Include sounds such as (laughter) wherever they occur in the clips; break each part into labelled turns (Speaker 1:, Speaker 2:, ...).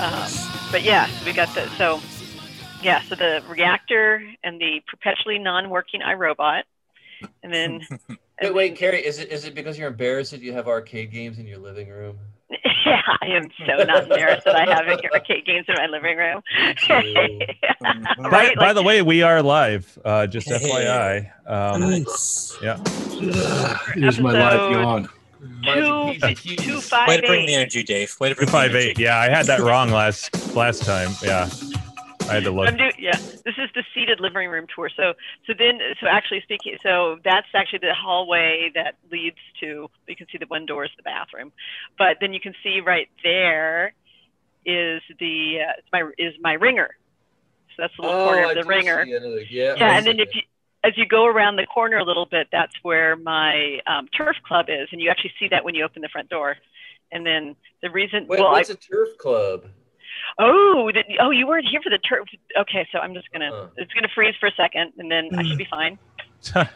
Speaker 1: Um, but yeah, so we got the so yeah, so the reactor and the perpetually non-working iRobot, and then
Speaker 2: (laughs) Wait, wait, Carrie, is it is it because you're embarrassed that you have arcade games in your living room?
Speaker 1: (laughs) (laughs) yeah, I am so not embarrassed that I have arcade games in my living room. (laughs)
Speaker 3: Um,
Speaker 4: By,
Speaker 1: Right,
Speaker 4: by
Speaker 1: like-
Speaker 4: the way, we are live. Uh, just FYI. Um,
Speaker 5: Nice.
Speaker 4: yeah.
Speaker 5: Here's my live
Speaker 1: Episode
Speaker 5: yawn.
Speaker 2: Mind you, he's- he's-
Speaker 1: Two
Speaker 3: Way
Speaker 1: five
Speaker 3: to bring the
Speaker 1: eight.
Speaker 3: energy, Dave. Way to
Speaker 4: Two
Speaker 3: bring
Speaker 4: five
Speaker 3: the
Speaker 4: eight.
Speaker 3: energy.
Speaker 4: Yeah, I had that wrong last last time. Yeah, I had to look.
Speaker 1: I'm doing, yeah, this is the seated living room tour. So, so then, so actually speaking, so that's actually the hallway that leads to. You can see the one door is the bathroom, but then you can see right there is the uh, is my is my ringer. So that's the little corner
Speaker 2: Oh, I
Speaker 1: of the
Speaker 2: do
Speaker 1: ringer.
Speaker 2: see another- Yeah,
Speaker 1: Yeah,
Speaker 2: I
Speaker 1: and then
Speaker 2: see
Speaker 1: if you, as you go around the corner a little bit, that's where my um, turf club is, and you actually see that when you open the front door. And then the reason,
Speaker 2: it. Wait,
Speaker 1: well, I,
Speaker 2: what's a turf club?
Speaker 1: oh, the, oh, you weren't here for the turf. Okay, so I'm just gonna,
Speaker 3: Uh.
Speaker 2: Uh-uh.
Speaker 1: it's gonna freeze for a second, and then I should
Speaker 3: Mm-hmm.
Speaker 1: be fine.
Speaker 4: (laughs)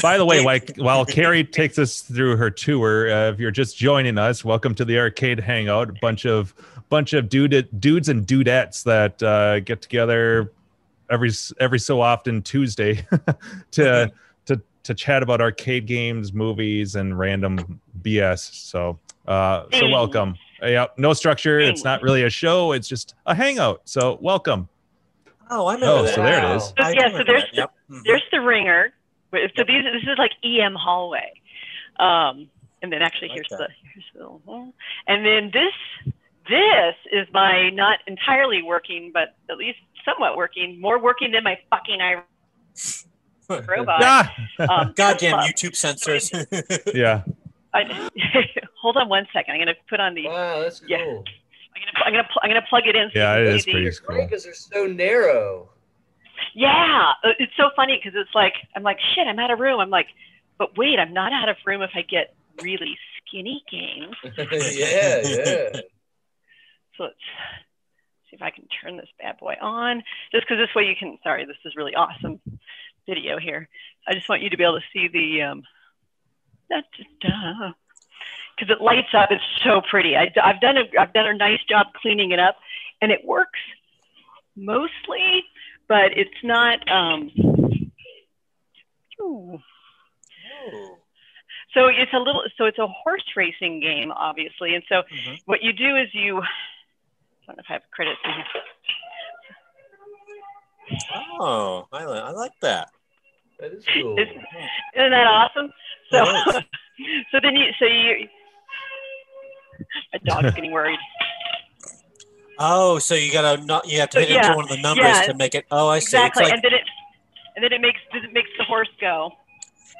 Speaker 4: By the way, like while Carrie takes us through her tour, uh, if you're just joining us, welcome to the Arcade Hangout. A bunch of bunch of dude dudes and dudettes that uh, get together every s- every so often Tuesday (laughs) to to to chat about arcade games, movies, and random BS. So uh, so
Speaker 1: Things.
Speaker 4: welcome. Uh, Yeah, no structure. It's
Speaker 1: Things.
Speaker 4: not really a show. It's just a hangout. So welcome.
Speaker 3: Oh, I remember
Speaker 4: Oh,
Speaker 3: that.
Speaker 4: so there it is.
Speaker 2: Wow.
Speaker 1: So,
Speaker 3: I do
Speaker 1: yeah, so
Speaker 3: remember
Speaker 1: there's-
Speaker 3: that. Yep. Mhm.
Speaker 1: There's the ringer. But- So these, this is like EM hallway, um, and then actually
Speaker 3: Like
Speaker 1: here's
Speaker 3: that.
Speaker 1: the here's the, little hall. and then this this is my not entirely working, but at least somewhat working, more working than my fucking I (laughs) robot.
Speaker 4: Ah!
Speaker 1: um,
Speaker 3: (laughs) Goddamn
Speaker 1: club.
Speaker 3: YouTube censors.
Speaker 4: Yeah.
Speaker 1: I, (laughs) hold on one second. I'm gonna put on the.
Speaker 2: (laughs)
Speaker 1: I'm
Speaker 2: Wow, that's cool.
Speaker 1: Yeah. gonna. I'm gonna. Pl- I'm gonna plug it in. so
Speaker 4: Yeah,
Speaker 1: you
Speaker 4: it
Speaker 1: can
Speaker 4: is
Speaker 1: see
Speaker 4: pretty
Speaker 1: the,
Speaker 2: Right,
Speaker 4: cool.
Speaker 2: because they're so narrow. (laughs)
Speaker 1: Yeah, uh, it's so funny because it's like I'm like shit. I'm out of room. I'm like, but wait, I'm not out of room if I get really skinny games.
Speaker 2: yeah, yeah.
Speaker 1: So let's see if I can turn this bad boy on. Just because this way you can. Sorry, this is really awesome video here. I just want you to be able to see the. Um, because it lights up, it's so pretty. I, have done a I've done a nice job cleaning it up, and it works mostly, but it's not. Um, ooh.
Speaker 3: Ooh.
Speaker 1: So it's a little, so it's a horse racing game, obviously. And so
Speaker 3: Mhm.
Speaker 1: what you do is you, I don't know if I have credits in here.
Speaker 3: (laughs) Oh, I, li- I like that.
Speaker 2: That is cool.
Speaker 1: It's- Isn't that awesome? So,
Speaker 3: It
Speaker 1: (laughs) so then you, so you, my
Speaker 4: (laughs)
Speaker 1: dog's getting worried.
Speaker 3: Oh, so you gotta not you have to hit
Speaker 1: Yeah,
Speaker 3: into one of the numbers
Speaker 1: yeah.
Speaker 3: to make it. Oh, I see.
Speaker 1: Exactly.
Speaker 3: It's like
Speaker 1: and then it, and then it makes, it makes the horse go.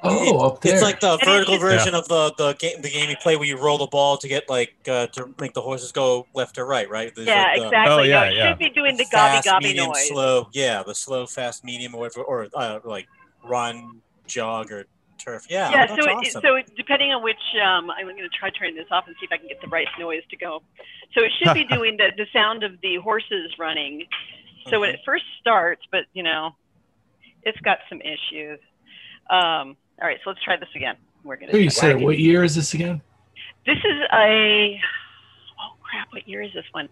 Speaker 5: Oh, up there.
Speaker 3: it's like the
Speaker 1: it's
Speaker 3: vertical
Speaker 1: just-
Speaker 3: version of the the game the game you play where you roll the ball to get like uh, to make the horses go left to right, right? There's
Speaker 1: Yeah,
Speaker 3: like the
Speaker 1: exactly.
Speaker 4: Oh, yeah,
Speaker 1: no, it
Speaker 4: yeah.
Speaker 1: should be doing the gobby
Speaker 3: fast,
Speaker 1: gobby
Speaker 3: medium,
Speaker 1: noise.
Speaker 3: slow. Yeah, the slow, fast, medium, or whatever, or uh, like run, jog, or turf. Yeah,
Speaker 1: yeah,
Speaker 3: that's
Speaker 1: so it,
Speaker 3: awesome.
Speaker 1: so it- depending on which, um, I'm going to try turning this off and see if I can get the right noise to go. So it
Speaker 3: (laughs)
Speaker 1: should be doing the, the sound of the horses running. So
Speaker 3: Mm-hmm.
Speaker 1: when it first starts, but you know, it's got some issues. Um, all right, so let's try this again. We're going
Speaker 5: Wait, you
Speaker 1: to.
Speaker 5: said what year is this again?
Speaker 1: This is a. Oh crap! What year is this one?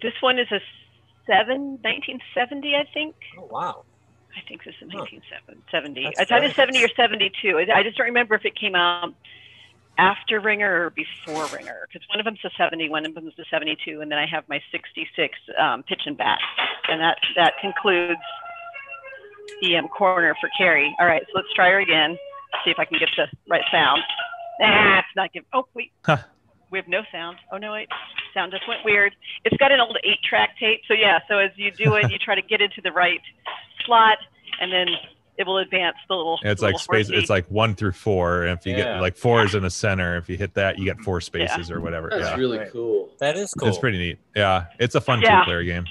Speaker 1: This one is a seven, 1970, I think.
Speaker 3: oh wow,
Speaker 1: I think this is
Speaker 3: Huh.
Speaker 1: 1970.
Speaker 3: That's
Speaker 1: It's either
Speaker 3: very
Speaker 1: 70 or 72. I- I just don't remember if it came out after Ringer or before Ringer, because one of them's a 70, one of them's a 72, and then I have my 66 um, pitch and bat, and that that concludes EM corner for Carrie. All right, so let's try her again. See if I can get the right sound. Ah, it's not give. Oh wait,
Speaker 4: Huh.
Speaker 1: we have no sound. Oh no, wait, sound just went weird. It's got an old eight-track tape, so yeah. So as you do it, you try to get into the right slot, and then it will advance the little.
Speaker 4: And it's
Speaker 1: the
Speaker 4: like
Speaker 1: little
Speaker 4: space.
Speaker 1: horsey.
Speaker 4: It's like one through four. And if you
Speaker 2: Yeah.
Speaker 4: get like four is in the center, if you hit that, you get four spaces or whatever.
Speaker 2: That's
Speaker 4: yeah,
Speaker 2: really
Speaker 3: Right.
Speaker 2: cool.
Speaker 1: (laughs)
Speaker 3: that is cool.
Speaker 4: it's pretty neat. Yeah, it's a fun
Speaker 1: Yeah.
Speaker 4: two-player game.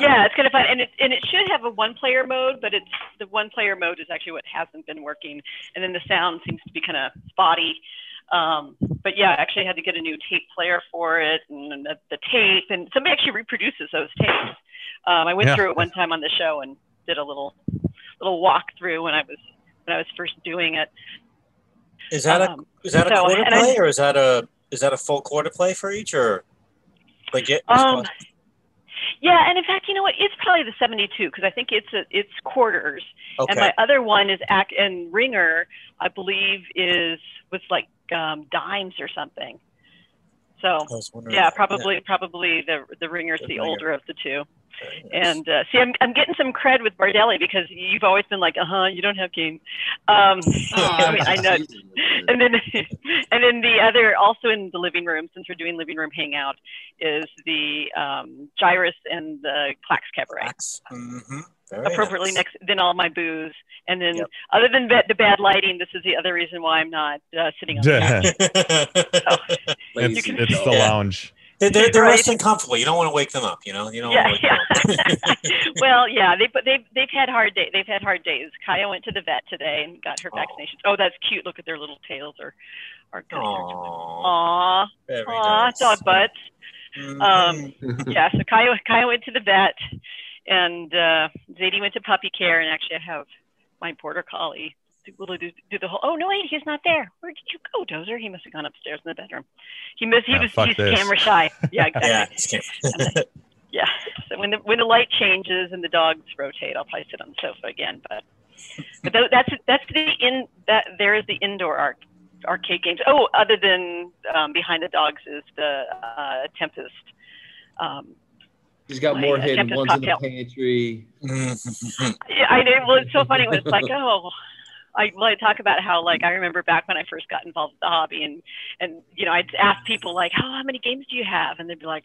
Speaker 1: Yeah, it's kind of fun, and it and it should have a one-player mode, but it's the one-player mode is actually what hasn't been working, and then the sound seems to be kind of spotty. Um, but yeah, I actually had to get a new tape player for it, and the, the tape, and somebody actually reproduces those tapes. Um, I went
Speaker 4: Yeah.
Speaker 1: through it one time on the show and did a little little walkthrough when I was when I was first doing it.
Speaker 3: Is that a
Speaker 1: Um,
Speaker 3: is that a
Speaker 1: so-
Speaker 3: quarter
Speaker 1: and I-
Speaker 3: play or is that a is that a full quarter play for each or Like it.
Speaker 1: Um, yeah, and in fact, you know what? It's probably the 72 because I think it's a, it's quarters.
Speaker 3: okay.
Speaker 1: And my other one is act and ringer, I believe is was like um, dimes or something. So
Speaker 3: I was wondering.
Speaker 1: yeah, probably probably the the ringer's the
Speaker 3: Oh, Ringer.
Speaker 1: older of the two.
Speaker 3: Okay, yes.
Speaker 1: And uh, see, I'm I'm getting some cred with Bardelli because you've always been like, uh huh, you don't have game.
Speaker 3: (laughs)
Speaker 1: Um, I, mean, I know. And then, (laughs) and then the other, also in the living room, since we're doing living room hangout, is the um, gyrus and the Clax Cabaret
Speaker 3: Relax. Mhm. Very
Speaker 1: appropriately (laughs)
Speaker 3: nice. (laughs)
Speaker 1: next then all my booze and then
Speaker 3: Yep.
Speaker 1: other than ba- the bad lighting this is the other reason why i'm not uh, sitting on the
Speaker 4: (laughs)
Speaker 1: couch.
Speaker 4: it's,
Speaker 1: can- (laughs)
Speaker 4: it's the
Speaker 3: Yeah.
Speaker 4: lounge.
Speaker 3: they're they're, they're
Speaker 1: Right.
Speaker 3: resting comfortably. You don't want to wake them up. You know. You don't.
Speaker 1: yeah,
Speaker 3: want to wake
Speaker 1: yeah. (laughs) well yeah they but they've they've had hard day they've had hard days kaya went to the vet today and got her
Speaker 3: Oh.
Speaker 1: vaccinations oh that's cute look at their little tails are are
Speaker 3: Them
Speaker 1: Aww,
Speaker 3: Aww,
Speaker 1: Aw,
Speaker 3: very
Speaker 1: aw,
Speaker 3: nice.
Speaker 1: dog Um, butts.
Speaker 3: Mhm.
Speaker 1: Yeah,
Speaker 4: (laughs)
Speaker 1: so Kaya, Kaya went to the vet, and uh, Zadie went to puppy care, and actually I have my border collie do, will do, do the whole. Oh no, wait, he's not there. Where did you go, Dozer? He must have gone upstairs in the bedroom. He missed. He
Speaker 4: Yeah,
Speaker 1: was
Speaker 4: Ah, fuck
Speaker 1: he's
Speaker 4: this.
Speaker 1: camera
Speaker 4: (laughs)
Speaker 1: shy. Yeah, exactly. (laughs)
Speaker 3: yeah.
Speaker 1: yeah.
Speaker 3: Just kidding.
Speaker 1: So when the when the light changes and the dogs rotate, I'll probably sit on the sofa again. But but tho- that's that's the in that there is the indoor arc. Arcade games. Oh, other than um, behind the dogs is the uh, Tempest um,
Speaker 6: He's got
Speaker 1: my
Speaker 6: more hidden.
Speaker 1: attempted
Speaker 6: One's in the
Speaker 1: cocktail.
Speaker 6: pantry.
Speaker 3: Mhm.
Speaker 1: Yeah, I did. Well, it's so funny. It was like, (laughs) oh, I, well, I talk about how, like, I remember back when I first got involved with the hobby, and and you know, I'd ask people like, oh, how many games do you have? And they'd be like,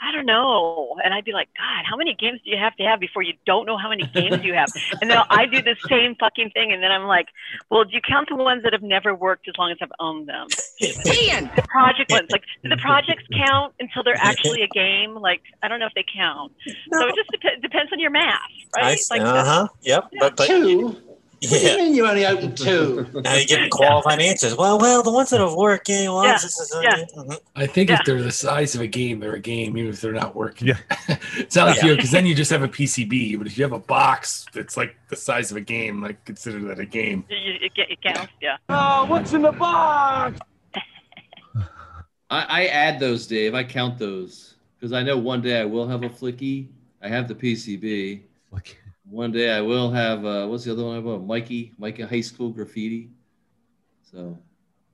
Speaker 1: I don't know. And I'd be like, God, how many games do you have to have before you don't know how many games you have? And then I do the same fucking thing, and then I'm like, well, do you count the ones that have never worked as long as I've owned them?
Speaker 3: Mm-hmm.
Speaker 7: Dan.
Speaker 1: The project ones, like, do the projects count until they're actually a game? Like, I don't know if they count. So it just dep- depends on your math, right?
Speaker 3: Nice.
Speaker 1: Like,
Speaker 3: uh huh. Yep. But, but
Speaker 8: two? What do
Speaker 3: yeah.
Speaker 8: you mean you only opened two?
Speaker 3: Now you're getting qualified answers. Well, well, the ones that have worked, yeah, well,
Speaker 1: Yeah,
Speaker 3: this is, uh,
Speaker 1: yeah.
Speaker 3: mhm.
Speaker 5: I think
Speaker 1: Yeah.
Speaker 5: if they're the size of a game, they're a game, even if they're not working.
Speaker 4: Yeah.
Speaker 5: (laughs) it's not like
Speaker 3: Yeah.
Speaker 5: you because then you just have a PCB. But if you have a box that's like the size of a game, like consider that a game.
Speaker 1: It, it, it counts, yeah.
Speaker 6: I, I add those, Dave. I count those because I know one day I will have a flicky. I have the PCB.
Speaker 4: Like,
Speaker 6: One day I will have uh, what's the other one I bought? Mikey, Mikey High School Graffiti. So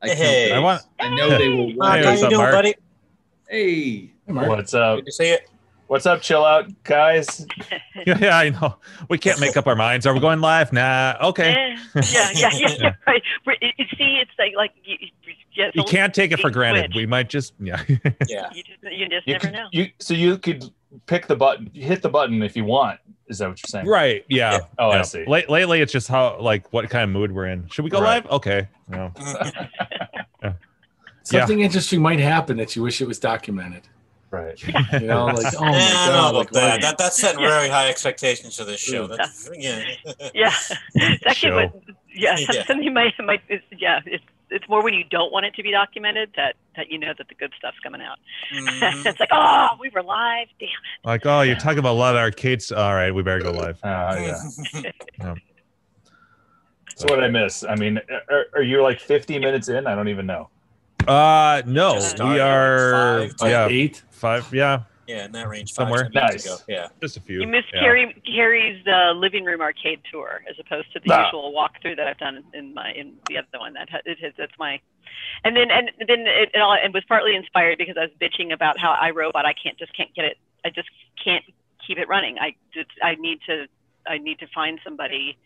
Speaker 6: I count
Speaker 3: Hey.
Speaker 6: those.
Speaker 4: I want-
Speaker 6: I know
Speaker 1: (laughs)
Speaker 6: they will.
Speaker 3: Mark,
Speaker 6: One day.
Speaker 3: how
Speaker 4: Hey, what's
Speaker 3: you
Speaker 4: up,
Speaker 3: doing,
Speaker 4: Mark?
Speaker 3: buddy?
Speaker 6: Hey,
Speaker 9: What's up?
Speaker 3: Good to see you.
Speaker 9: (laughs) What's up, chill out, guys?
Speaker 4: yeah, (laughs) yeah, I know. We can't make up our minds. Are we going live? Nah. Okay.
Speaker 1: Eh, yeah, yeah, yeah, yeah,
Speaker 4: (laughs)
Speaker 1: right. But it- it- see, it's like like you, you- yeah,
Speaker 4: You
Speaker 1: so
Speaker 4: can't take it for
Speaker 1: Switch.
Speaker 4: granted. We might just yeah.
Speaker 3: Yeah.
Speaker 1: You just, you just
Speaker 9: You
Speaker 1: never
Speaker 9: could,
Speaker 1: know.
Speaker 9: you so you could pick the button, hit the button if you want. Is that what you're saying?
Speaker 4: right. Yeah.
Speaker 9: Oh,
Speaker 4: yeah.
Speaker 9: I see.
Speaker 4: Late, lately, it's just how like what kind of mood we're in. Should we go
Speaker 9: Right.
Speaker 4: live? Okay. No. Yeah.
Speaker 5: Something interesting might happen that you wish it was documented.
Speaker 9: Right.
Speaker 5: You
Speaker 4: (laughs)
Speaker 5: know, like oh
Speaker 3: (laughs) yeah, I don't know
Speaker 5: my god,
Speaker 3: about
Speaker 5: like,
Speaker 3: that.
Speaker 5: why-
Speaker 3: that. That's setting
Speaker 1: Yeah.
Speaker 3: very high expectations for this show. That's, yeah.
Speaker 4: (laughs)
Speaker 1: Yeah, it's actually,
Speaker 4: Show.
Speaker 1: what, yeah,
Speaker 3: Yeah.
Speaker 1: something might might it's, yeah, it's it's more when you don't want it to be documented that that you know that the good stuff's coming out. (laughs)
Speaker 3: Mhm.
Speaker 1: it's like, oh, we were live. Damn.
Speaker 4: Like oh, you're talking about a lot of arcades. All right, we better go live.
Speaker 9: Uh, yeah.
Speaker 3: Mm-hmm.
Speaker 9: So what did I miss? I mean, are, are you like 50 minutes in? I don't even know.
Speaker 4: Uh no,
Speaker 3: Just
Speaker 4: we
Speaker 3: started
Speaker 4: are
Speaker 3: at five,
Speaker 5: like,
Speaker 4: yeah
Speaker 5: eight.
Speaker 4: five yeah
Speaker 3: (laughs) yeah, in that range. five,
Speaker 4: Somewhere.
Speaker 3: ten minutes
Speaker 9: Nice.
Speaker 3: ago. Yeah.
Speaker 4: just a few.
Speaker 1: You missed
Speaker 4: Yeah.
Speaker 1: Carrie Carrie's uh, living room arcade tour, as opposed to the
Speaker 9: Ah.
Speaker 1: usual walkthrough that I've done in my in the other one. That ha- it has, that's my, and then and then it, it all it was partly inspired because I was bitching about how iRobot I can't just can't get it I just can't keep it running. I just I need to I need to find somebody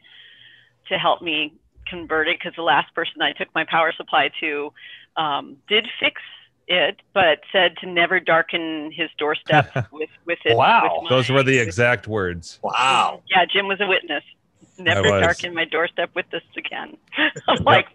Speaker 1: to help me convert it because the last person I took my power supply to um, did fix it, but said to never darken his
Speaker 4: (laughs)
Speaker 1: doorstep with with it.
Speaker 9: Wow.
Speaker 1: with
Speaker 4: Those were the
Speaker 1: mine.
Speaker 4: exact words.
Speaker 3: Wow.
Speaker 1: (laughs) Yeah, Jim was a witness. Never
Speaker 4: was.
Speaker 1: darken my doorstep with this again. (laughs) I'm like,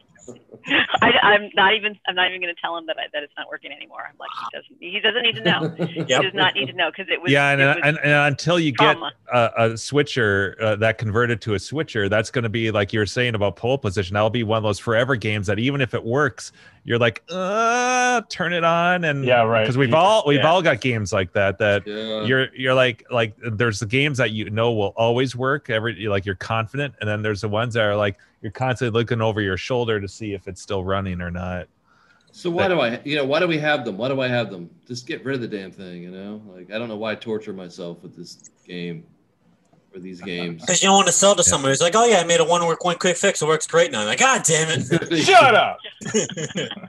Speaker 1: I, I'm not even. I'm not even going to tell him that I, that it's not working anymore. I'm like,
Speaker 4: (laughs)
Speaker 1: he doesn't. He doesn't need to know. He
Speaker 3: Yep.
Speaker 1: does not need to know because it was.
Speaker 4: yeah, and,
Speaker 1: it was
Speaker 4: and, and until you get
Speaker 1: trauma.
Speaker 4: a, a switcher uh, that converted to a switcher, that's going to be like you were saying about pole position. That'll be one of those forever games that even if it works, you're like, uh, turn it on, and
Speaker 9: Yeah, right.
Speaker 4: because we've all we've
Speaker 9: Yeah. Uh-huh.
Speaker 4: all got games like that that
Speaker 6: yeah.
Speaker 4: you're you're like like there's the games that you know will always work every you're like you're confident, and then there's the ones that are like you're constantly looking over your shoulder to see if it's still running or not.
Speaker 6: So why do I, you know, why do we have them? Why do I have them? Just get rid of the damn thing, you know. Like I don't know why I torture myself with this game or these
Speaker 4: (laughs)
Speaker 6: games. (laughs)
Speaker 3: Because you don't want to sell to somebody. It's like, oh yeah, I made a one work, one quick fix. It works great now. I'm like, God damn it.
Speaker 4: (laughs)
Speaker 9: Shut up.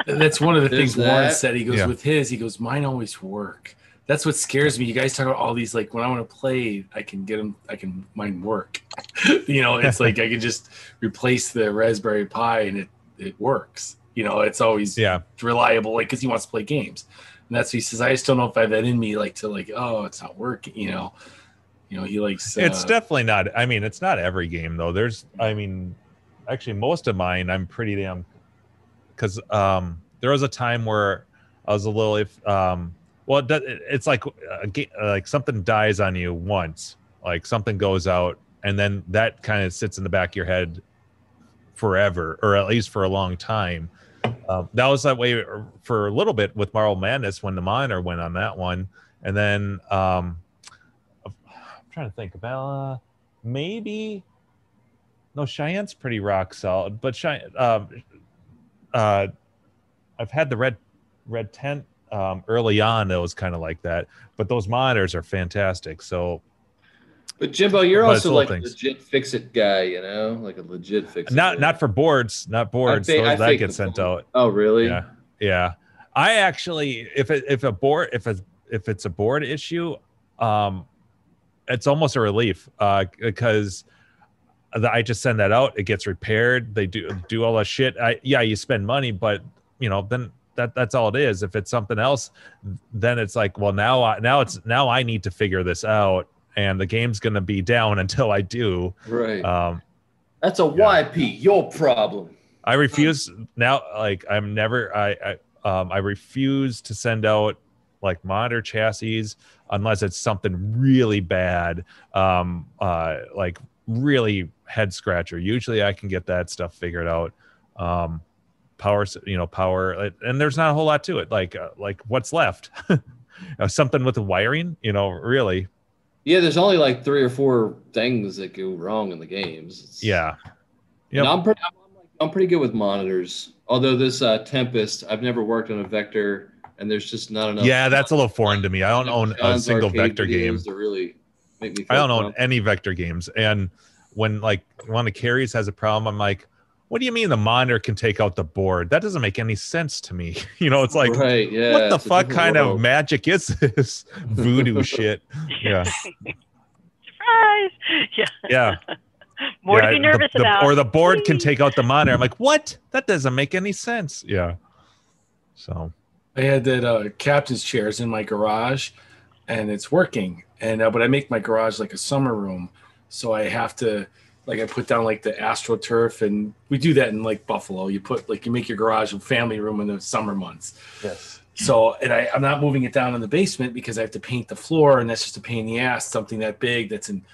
Speaker 5: And that's one of the
Speaker 6: There's
Speaker 5: things Warren
Speaker 6: that.
Speaker 5: said. He goes
Speaker 4: Yeah.
Speaker 5: with his. He goes, mine always work. That's what scares me. You guys talk about all these like when I want to play, I can get them. I can mine work. (laughs) you
Speaker 4: (laughs)
Speaker 5: know, it's like I can just replace the Raspberry Pi and it it works. You know, it's always
Speaker 4: Yeah.
Speaker 5: reliable. Like because he wants to play games, and that's what he says. I just don't know if I have that in me. Like to like, oh, it's not working. You know, you know, he likes.
Speaker 4: it's
Speaker 5: uh,
Speaker 4: definitely not i mean it's not every game though there's i mean actually most of mine i'm pretty damn because um there was a time where i was a little if um well it, do- it's like a ga- uh, like something dies on you once like something goes out and then that kind of sits in the back of your head forever or at least for a long time um, that was that way for a little bit with marvel madness when the monitor went on that one and then um i'm trying to think about uh, maybe no cheyenne's pretty rock solid but cheyenne um uh i've had the red red tent um early on that was kind of like that but those monitors are fantastic so
Speaker 6: But Jimbo, you're
Speaker 4: But it's
Speaker 6: also
Speaker 4: little
Speaker 6: like
Speaker 4: things.
Speaker 6: a legit fix it guy, you know, like a legit fix it.
Speaker 4: not not for boards not boards
Speaker 6: think-
Speaker 4: those
Speaker 6: I
Speaker 4: that
Speaker 6: think
Speaker 4: get
Speaker 6: the
Speaker 4: sent
Speaker 6: board-
Speaker 4: out
Speaker 6: Oh, really?
Speaker 4: Yeah. Yeah. I actually if it if a board if a if it's a board issue, um it's almost a relief uh because the, I just send that out, it gets repaired, they do do all that shit. I yeah, you spend money, but you know, then that that's all it is. If it's something else, then it's like, well now I now it's now I need to figure this out and the game's going to be down (laughs) until I do.
Speaker 6: Right.
Speaker 4: Um
Speaker 6: That's a YP, your problem.
Speaker 4: I refuse now. Like I'm never. I, I um I refuse to send out like monitor chassis unless it's something really bad. Um uh like really head scratcher. Usually I can get that stuff figured out. Um power s- you know power like, and there's not a whole lot to it like uh, like what's left (laughs) Uh, something with the wiring you know really
Speaker 6: Yeah, there's only like three or four things that go wrong in the games. It's-
Speaker 4: yeah
Speaker 6: And
Speaker 4: Yep.
Speaker 6: I'm pretty. I'm, like, I'm pretty good with monitors. Although this uh, Tempest, I've never worked on a vector, and there's just not enough.
Speaker 4: yeah that's a little foreign to me i don't own a
Speaker 6: John's
Speaker 4: single
Speaker 6: arcade
Speaker 4: vector
Speaker 6: videos
Speaker 4: game
Speaker 6: To really make me.
Speaker 4: I
Speaker 6: feel
Speaker 4: don't own
Speaker 6: comfortable.
Speaker 4: any vector games. And when like one of the carries has a problem, I'm like, what do you mean the monitor can take out the board? That doesn't make any sense to me. (laughs) You know, it's like
Speaker 6: right, yeah,
Speaker 4: what the
Speaker 6: it's a
Speaker 4: fuck
Speaker 6: different
Speaker 4: kind
Speaker 6: world.
Speaker 4: of magic
Speaker 6: (laughs)
Speaker 4: is this? (laughs) Voodoo shit. Yeah.
Speaker 1: (laughs) Surprise! Yeah. (laughs)
Speaker 4: Yeah.
Speaker 1: More
Speaker 4: yeah,
Speaker 1: to be
Speaker 4: the-
Speaker 1: nervous
Speaker 4: the-
Speaker 1: about.
Speaker 4: Or the board can
Speaker 1: Whee!
Speaker 4: take out the monitor. I'm like, what? That doesn't make any sense. Yeah. So
Speaker 5: I had that uh, captain's chairs in my garage, and it's working. And uh, but I make my garage like a summer room, so I have to like I put down like the astroturf, and we do that in like Buffalo. You put like you make your garage a family room in the summer months.
Speaker 9: Yes.
Speaker 5: So and I, I'm not moving it down in the basement because I have to paint the floor, and that's just a pain in the ass. Something that big that's in.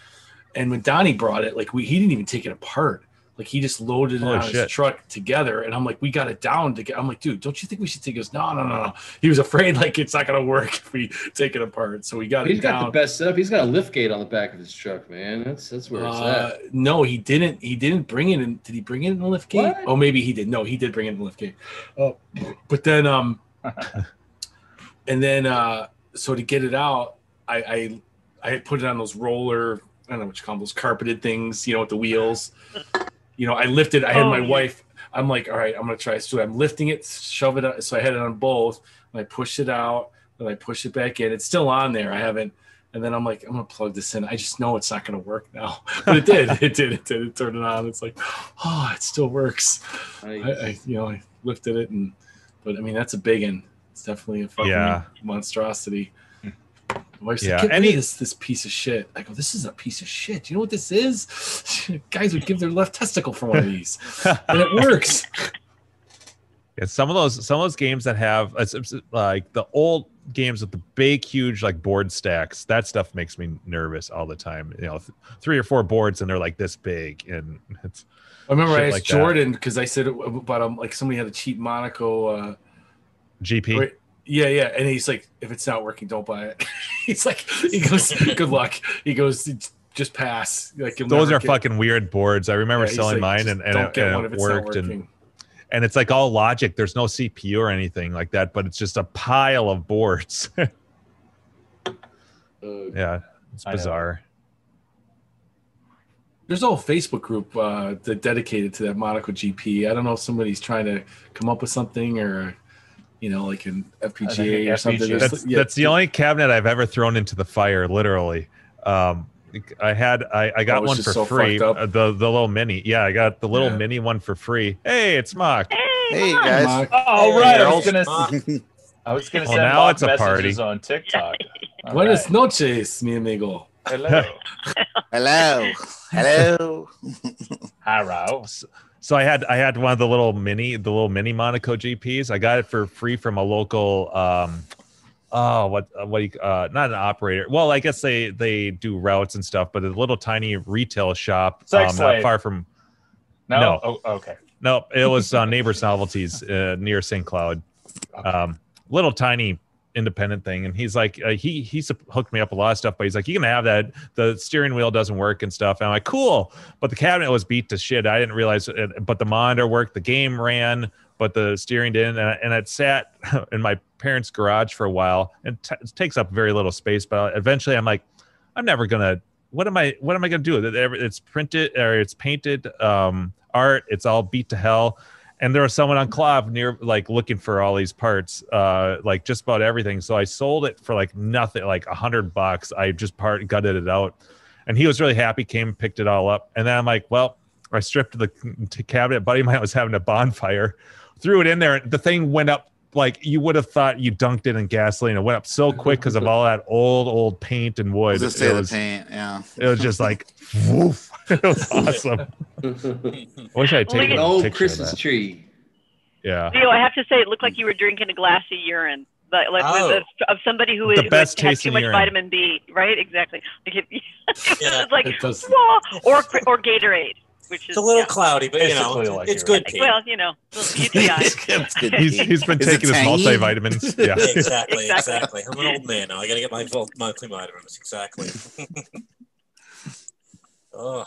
Speaker 5: And when Donnie brought it, like we he didn't even take it apart. Like he just loaded it
Speaker 4: Holy
Speaker 5: on
Speaker 4: shit.
Speaker 5: his truck together, and I'm like, we got it down to get. I'm like, dude, don't you think we should take? He goes, no, no, no, no. He was afraid (laughs) like it's not gonna work if we take it apart. So we got
Speaker 6: He's
Speaker 5: it
Speaker 6: got the
Speaker 5: down.
Speaker 6: best setup. He's got a lift gate on the back of his truck, man. That's that's where it's
Speaker 5: Uh, no, he didn't. He didn't bring it in. Did he bring it in the lift gate?
Speaker 6: What?
Speaker 5: Oh, maybe he did. No, he did bring it in the lift gate. Oh, but then um, and then uh, so to get it out, I I I had put it on those roller. I don't know what you call them, those carpeted things. You know, with the wheels. You know, I lifted. I had
Speaker 1: Oh,
Speaker 5: my
Speaker 1: yeah.
Speaker 5: wife. I'm like, all right, I'm gonna try. So I'm lifting it, shove it. Out. So I had it on both, and I pushed it out, and I pushed it back in. It's still on there. I haven't. And then I'm like, I'm gonna plug this in. I just know it's not gonna work now, but it did. (laughs) It did. It did. It turned it on. It's like, oh, it still works.
Speaker 6: at.
Speaker 5: I,
Speaker 6: Nice. (laughs)
Speaker 5: I you know, I lifted it, and but I mean, that's a big one. It's definitely a fucking
Speaker 4: Yeah. Hmm.
Speaker 5: monstrosity. My wife's
Speaker 4: Yeah,
Speaker 5: like, get
Speaker 4: and
Speaker 5: rid of
Speaker 4: it-
Speaker 5: this this piece of shit. I go, this is a piece of shit. You know what this is? (laughs) Guys would give their left testicle for one of these, and it works.
Speaker 4: Yeah, some of those some of those games that have uh, s- s- like the old games with the big, huge like board stacks. That stuff makes me nervous all the time. You know, th- three or four boards and they're like this big, and it's
Speaker 5: I
Speaker 4: (laughs)
Speaker 5: remember
Speaker 4: Shit
Speaker 5: I asked
Speaker 4: like that.
Speaker 5: Jordan because I said about um, like somebody had a cheap Monaco. Uh,
Speaker 4: GP.
Speaker 5: Wait, yeah, yeah. And he's like, if it's not working, don't buy it. (laughs) he's like, he goes, good luck. He goes, just pass. Like you'll
Speaker 4: Those
Speaker 5: never
Speaker 4: are
Speaker 5: get-
Speaker 4: fucking weird boards. I
Speaker 5: Yeah,
Speaker 4: remember
Speaker 5: he's
Speaker 4: selling
Speaker 5: like,
Speaker 4: mine
Speaker 5: just
Speaker 4: and, and,
Speaker 5: don't
Speaker 4: it,
Speaker 5: get
Speaker 4: and
Speaker 5: one
Speaker 4: it
Speaker 5: if it's not
Speaker 4: worked. And
Speaker 5: working.
Speaker 4: and it's like all logic. There's no CPU or anything like that, but it's just a pile of boards. (laughs)
Speaker 6: Uh,
Speaker 4: yeah, it's
Speaker 9: I know.
Speaker 4: bizarre.
Speaker 5: There's a whole Facebook group uh, that dedicated to that Monaco GP. I don't know if somebody's trying to come up with something or, you know, like an FPGA or something.
Speaker 9: FPGA.
Speaker 5: There's-
Speaker 4: That's
Speaker 5: yeah,
Speaker 4: that's the only cabinet I've ever thrown into the fire. Literally, um, I had I, I got
Speaker 5: Oh, it's
Speaker 4: one
Speaker 5: just
Speaker 4: for
Speaker 5: so
Speaker 4: free.
Speaker 5: fucked up.
Speaker 4: uh, The the little mini. Yeah, I got the little
Speaker 5: Yeah.
Speaker 4: mini one for free. Hey, it's mocked.
Speaker 7: Hey
Speaker 1: come on.
Speaker 7: guys.
Speaker 9: All Oh, right, I was
Speaker 3: Hey,
Speaker 9: gonna,
Speaker 3: Mock.
Speaker 9: I was gonna
Speaker 4: Well,
Speaker 9: send
Speaker 4: now
Speaker 9: mock
Speaker 4: it's a
Speaker 9: messages
Speaker 4: party. (laughs)
Speaker 9: on TikTok. All
Speaker 5: What is
Speaker 9: right.
Speaker 5: noches, mi amigo?
Speaker 9: Hello,
Speaker 7: Hello. Hello.
Speaker 9: hello.
Speaker 4: So I had I had one of the little mini the little mini Monaco GPs. I got it for free from a local um oh what uh, what do you- uh not an operator. Well, I guess they they do routes and stuff, but a little tiny retail shop um,
Speaker 9: Sex
Speaker 4: not
Speaker 9: slave.
Speaker 4: far from
Speaker 9: No,
Speaker 4: No.
Speaker 9: Oh, okay.
Speaker 4: no, it was uh, Neighbors Novelties uh, near St. Cloud. Um, little tiny independent thing, and he's like, uh, he he's hooked me up a lot of stuff, but he's like, you can have that. The steering wheel doesn't work and stuff. And I'm like, cool, but the cabinet was beat to shit. I didn't realize, it, but the monitor worked, the game ran, but the steering didn't. And, I- and it sat (laughs) in my parents' garage for a while, and t- it takes up very little space. But eventually, I'm like, I'm never gonna what am I what am I gonna do? That every- It's printed or it's painted um, art. It's all beat to hell. And there was someone on Clav near like looking for all these parts, uh, like just about everything. So I sold it for like nothing, like a hundred bucks. I just part gutted it out, and he was really happy. Came and picked it all up, and then I'm like, well, I stripped the c- cabinet. A buddy of mine was having a bonfire, threw it in there. and The thing went up like you would have thought you dunked it in gasoline. It went up so quick because of all that old old paint and wood.
Speaker 7: Just
Speaker 4: It
Speaker 7: say the
Speaker 4: was-
Speaker 7: paint. Yeah.
Speaker 4: it was just like, woof. (laughs) It was awesome. I wish I had taken
Speaker 1: Look
Speaker 4: a
Speaker 1: at-
Speaker 6: old
Speaker 4: picture
Speaker 6: Christmas
Speaker 4: of that. (laughs)
Speaker 6: tree.
Speaker 4: Yeah.
Speaker 1: Leo, I have to say, it looked like you were drinking a glass of urine, like, like
Speaker 3: Oh.
Speaker 1: with a, of somebody who
Speaker 4: The
Speaker 1: is
Speaker 4: best
Speaker 1: had
Speaker 4: tasting
Speaker 1: too much
Speaker 4: urine.
Speaker 1: vitamin B, right? Exactly. Like (laughs) it, it
Speaker 3: Yeah.
Speaker 1: was like
Speaker 5: It does.
Speaker 1: "Whoa," or or Gatorade, which is
Speaker 3: (laughs) It's a little
Speaker 1: yeah.
Speaker 3: cloudy, but you know,
Speaker 9: Basically
Speaker 3: it's,
Speaker 9: like
Speaker 3: it's
Speaker 9: you're
Speaker 3: good.
Speaker 9: right.
Speaker 3: pee.
Speaker 1: well, you know, little
Speaker 3: (laughs)
Speaker 1: UTI.
Speaker 7: It's
Speaker 4: (laughs)
Speaker 7: good
Speaker 4: He's,
Speaker 7: paint.
Speaker 4: he's been
Speaker 7: Is it
Speaker 4: taking his
Speaker 7: tangy?
Speaker 4: multivitamins. Yeah.
Speaker 3: Yeah,
Speaker 4: (laughs)
Speaker 3: exactly,
Speaker 1: Exactly.
Speaker 3: exactly. I'm an old man now. I got to get my vol- monthly vitamins. Exactly. (laughs) oh,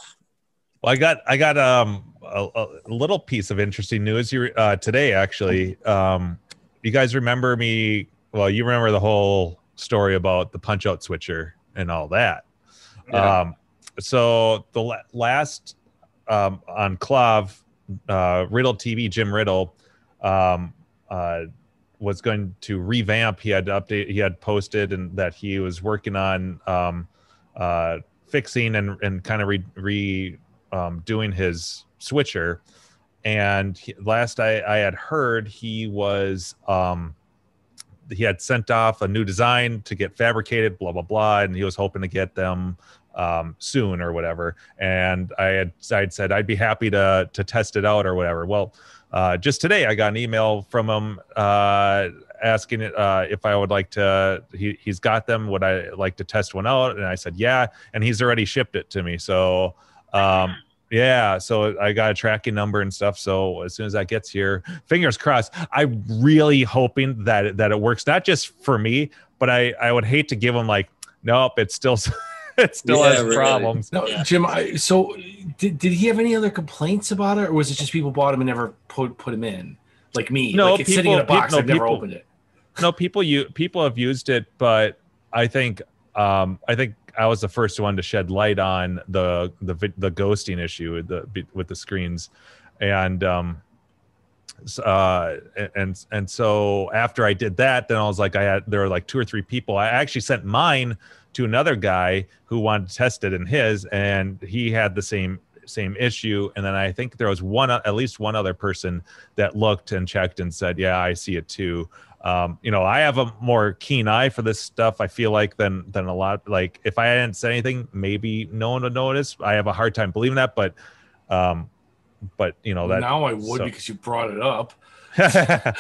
Speaker 4: Well, I got I got um a, a little piece of interesting news here uh, today actually. Um, you guys remember me? Well, you remember the whole story about the punch out switcher and all that.
Speaker 5: Yeah.
Speaker 4: Um, so the la- last um, on Clav, uh, Riddle TV, Jim Riddle, um, uh, was going to revamp. He had update. He had posted and that he was working on um, uh, fixing and and kind of re, re um, doing his switcher. And he- last I, I had heard, he was um, he had sent off a new design to get fabricated, blah blah blah, and he was hoping to get them um, soon or whatever. And I had I had said I'd be happy to to test it out or whatever. Well, uh, just today I got an email from him uh, asking uh, if I would like to. He he's got them. Would I like to test one out? And I said yeah. And he's already shipped it to me. So. Um, yeah, so I got a tracking number and stuff. So as soon as that gets here, fingers crossed. I'm really hoping that that it works, not just for me, but I I would hate to give them like, nope, it still (laughs) it still
Speaker 6: Yeah,
Speaker 4: has
Speaker 6: really.
Speaker 4: problems.
Speaker 5: No, Jim. I, so, did, did he have any other complaints about it, or was it just people bought him and never put put him in, like me?
Speaker 4: No,
Speaker 5: like it's sitting in a
Speaker 4: people-
Speaker 5: box.
Speaker 4: peop- no,
Speaker 5: I've never
Speaker 4: people-
Speaker 5: opened it.
Speaker 4: No, people you people have used it, but I think um I think I was the first one to shed light on the the vi- the ghosting issue with the with the screens, and um s- uh and and so after I did that, then I was like I had there were like two or three people. I actually sent mine to another guy who wanted to test it in his, and he had the same same issue. And then I think there was one uh, at least one other person that looked and checked and said, yeah, I see it too um, you know, I have a more keen eye for this stuff. I feel like than than a lot. Like if I hadn't said anything, maybe no one would notice. I have a hard time believing that, but, um, but you know Oh, that.
Speaker 5: now I would
Speaker 4: so-
Speaker 5: because you brought it up. (laughs)
Speaker 4: (laughs)
Speaker 5: I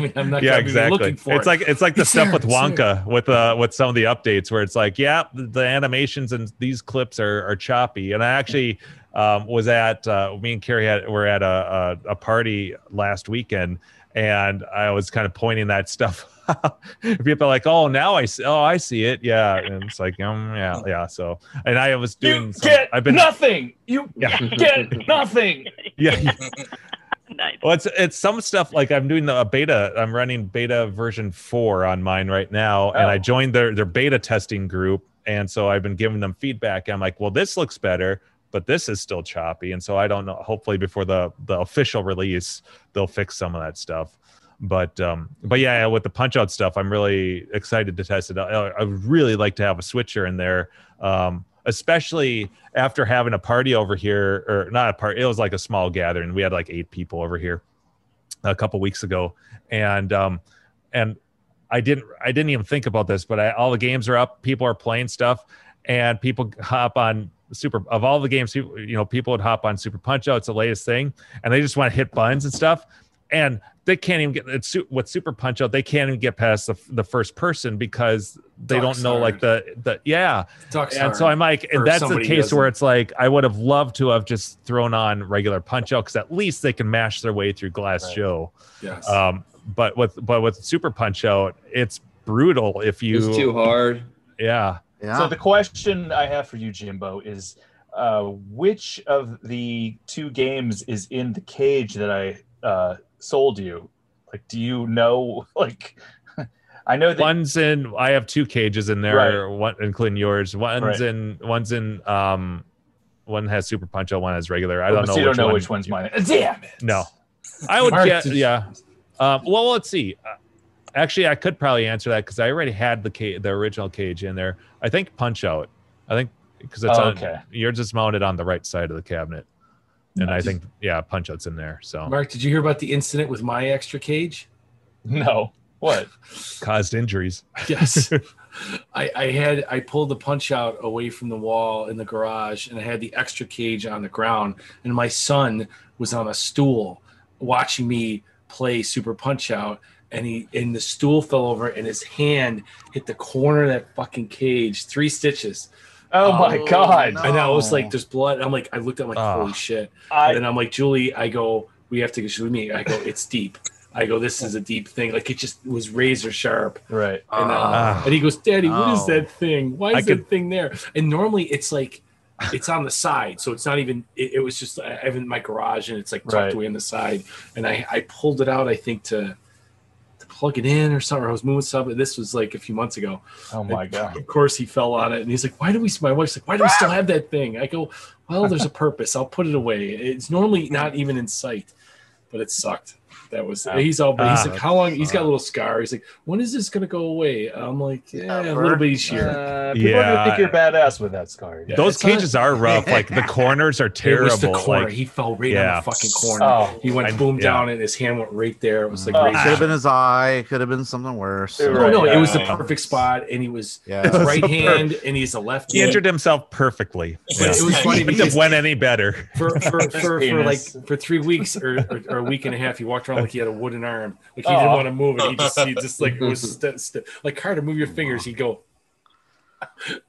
Speaker 5: mean, I'm not
Speaker 4: yeah,
Speaker 5: gonna be
Speaker 4: exactly.
Speaker 5: looking
Speaker 4: It's
Speaker 5: for it.
Speaker 4: like it's like the
Speaker 5: It's
Speaker 4: stuff
Speaker 5: there,
Speaker 4: with
Speaker 5: it's there.
Speaker 4: Wonka with uh with some of the updates where it's like, yeah, the, the animations and these clips are are choppy. And I actually um, was at uh, me and Carrie had, were at a, a a party last weekend, and I was kind of pointing that stuff. (laughs) out. People are like, oh, now I see. Oh, I see it. Yeah, and it's like, um, yeah, yeah. So, and I was doing.
Speaker 9: You
Speaker 4: some-
Speaker 9: get
Speaker 4: I've been
Speaker 9: nothing. You
Speaker 4: (laughs) Yeah.
Speaker 9: get nothing.
Speaker 4: yeah.
Speaker 1: (laughs) Nice.
Speaker 4: Well, it's it's some stuff like I'm doing a beta. I'm running beta version four on mine right now, and I joined their their beta testing group, and so I've been giving them feedback. I'm like, well, this looks better, but this is still choppy, and so I don't know. Hopefully, before the the official release, they'll fix some of that stuff. But um, but yeah, with the punch out stuff, I'm really excited to test it. I, I would really like to have a switcher in there. Um, especially after having a party over here or not a party it was like a small gathering we had like eight people over here a couple weeks ago and um and i didn't i didn't even think about this but I, all the games are up people are playing stuff and people (laughs) hop on super of all the games people you know people would hop on super punch out it's the latest thing and they just want to hit buttons and stuff and they can't even get it's su- with super punch out they can't even get past the, the first person because they
Speaker 5: Ducks
Speaker 4: don't know like the the yeah
Speaker 5: Ducks
Speaker 4: and so
Speaker 5: hard.
Speaker 4: I'm like,
Speaker 5: Or
Speaker 4: and that's the
Speaker 5: somebody
Speaker 4: case
Speaker 5: doesn't.
Speaker 4: where it's like, I would have loved to have just thrown on regular punch out because at least they can mash their way through Glass
Speaker 3: Right.
Speaker 4: Joe.
Speaker 5: yes.
Speaker 4: Um, but with but with Super Punch Out, it's brutal if you
Speaker 6: It's too hard.
Speaker 4: yeah.
Speaker 7: Yeah.
Speaker 9: So the question I have for you, Jimbo, is uh, which of the two games is in the cage that I uh, sold you? Like, do you know? (laughs) Like, I know that
Speaker 4: One's in. I have two cages in there,
Speaker 9: Right.
Speaker 4: one including yours. One's
Speaker 9: Right.
Speaker 4: in. One's in. Um, one has Super Punch Out. One has regular. I don't know.
Speaker 9: Oh, so you
Speaker 4: which
Speaker 9: don't know
Speaker 4: one-
Speaker 9: which one's mine. (laughs) Damn it!
Speaker 4: No, I would
Speaker 5: Mark,
Speaker 4: get
Speaker 5: did-
Speaker 4: yeah. Um, well, let's see. Uh, actually, I could probably answer that because I already had the ca- the original cage in there. I think punch out. I think because it's
Speaker 9: Oh,
Speaker 4: on,
Speaker 9: okay.
Speaker 4: yours is mounted on the right side of the cabinet, and
Speaker 5: Nice.
Speaker 4: I think yeah, punch out's in there. So
Speaker 5: Mark, did you hear about the incident with my extra cage?
Speaker 9: (laughs) No. What?
Speaker 4: caused injuries.
Speaker 5: Yes. (laughs) I, I had I pulled the punch out away from the wall in the garage and I had the extra cage on the ground and my son was on a stool watching me play super punch out and he and the stool fell over and his hand hit the corner of that fucking cage three stitches
Speaker 9: Oh, my
Speaker 7: Oh,
Speaker 9: God!
Speaker 7: no.
Speaker 5: and I was like
Speaker 7: Oh.
Speaker 5: there's blood I'm like I looked at him like
Speaker 4: Ah.
Speaker 5: holy shit
Speaker 9: I,
Speaker 5: and then I'm like, Julie, I go, we have to get with me. I go, it's deep. I go, this is a deep thing. Like it just was razor sharp.
Speaker 9: right.
Speaker 5: And, uh,
Speaker 4: Ah.
Speaker 5: and he goes, Daddy, what is
Speaker 7: Oh.
Speaker 5: that thing? Why is
Speaker 4: I
Speaker 5: that
Speaker 4: could-
Speaker 5: thing there? And normally it's like, it's on the side, so it's not even. It, it was just uh, I have it in my garage, and it's like tucked
Speaker 9: Right.
Speaker 5: away on the side. And I I pulled it out, I think to to plug it in or something. or I was moving something. This was like a few months ago.
Speaker 9: Oh
Speaker 7: (laughs)
Speaker 9: my God!
Speaker 5: Of course, he fell on it, and he's like, "Why do we?" My wife's like, "Why do we still have that thing?" I go, "Well, there's
Speaker 9: (laughs)
Speaker 5: a purpose. I'll put it away. It's normally not even in sight, but it sucked. That was.
Speaker 9: Ah.
Speaker 5: He's all, but he's
Speaker 4: Ah,
Speaker 5: like, "How long?" He's got
Speaker 4: fuck.
Speaker 5: a little scar. He's like, "When is this gonna go away?" I'm like, "Yeah, a
Speaker 7: Ever.
Speaker 5: little bit each year."
Speaker 9: Uh, people are gonna
Speaker 4: Yeah.
Speaker 9: think you're badass with that scar.
Speaker 5: Yeah,
Speaker 4: Those
Speaker 5: it's not-
Speaker 4: cages are rough. Like
Speaker 5: (laughs)
Speaker 4: the corners are
Speaker 5: It
Speaker 4: terrible.
Speaker 5: was the corner.
Speaker 4: Like
Speaker 5: he fell right
Speaker 4: yeah.
Speaker 5: on the fucking corner.
Speaker 9: Oh,
Speaker 5: he went
Speaker 4: I-
Speaker 5: boom
Speaker 4: yeah.
Speaker 5: down, and his hand went right there. It was like,
Speaker 9: Oh.
Speaker 5: razor-
Speaker 7: could have been his eye. Could have been something worse.
Speaker 9: Oh,
Speaker 5: oh no,
Speaker 9: Right,
Speaker 5: it was the
Speaker 9: yeah.
Speaker 5: perfect spot, and
Speaker 4: (laughs)
Speaker 5: he was
Speaker 7: Yeah.
Speaker 4: That's
Speaker 5: right
Speaker 4: so perfect.
Speaker 5: hand, and he's a left.
Speaker 4: he
Speaker 5: hand.
Speaker 4: injured himself
Speaker 5: (laughs)
Speaker 4: perfectly.
Speaker 3: Yeah.
Speaker 4: Yeah.
Speaker 5: But it was funny
Speaker 4: Couldn't have
Speaker 5: because
Speaker 4: went any better.
Speaker 5: for
Speaker 9: (laughs)
Speaker 5: for, for, for like
Speaker 9: penis.
Speaker 5: for three weeks or, or, or a week and a half, he walked around like he had a wooden arm, like he didn't
Speaker 9: Aw.
Speaker 5: want to move it. He just he just like
Speaker 9: (laughs)
Speaker 5: was st- st- like Carter, move your fingers. He'd go. (laughs)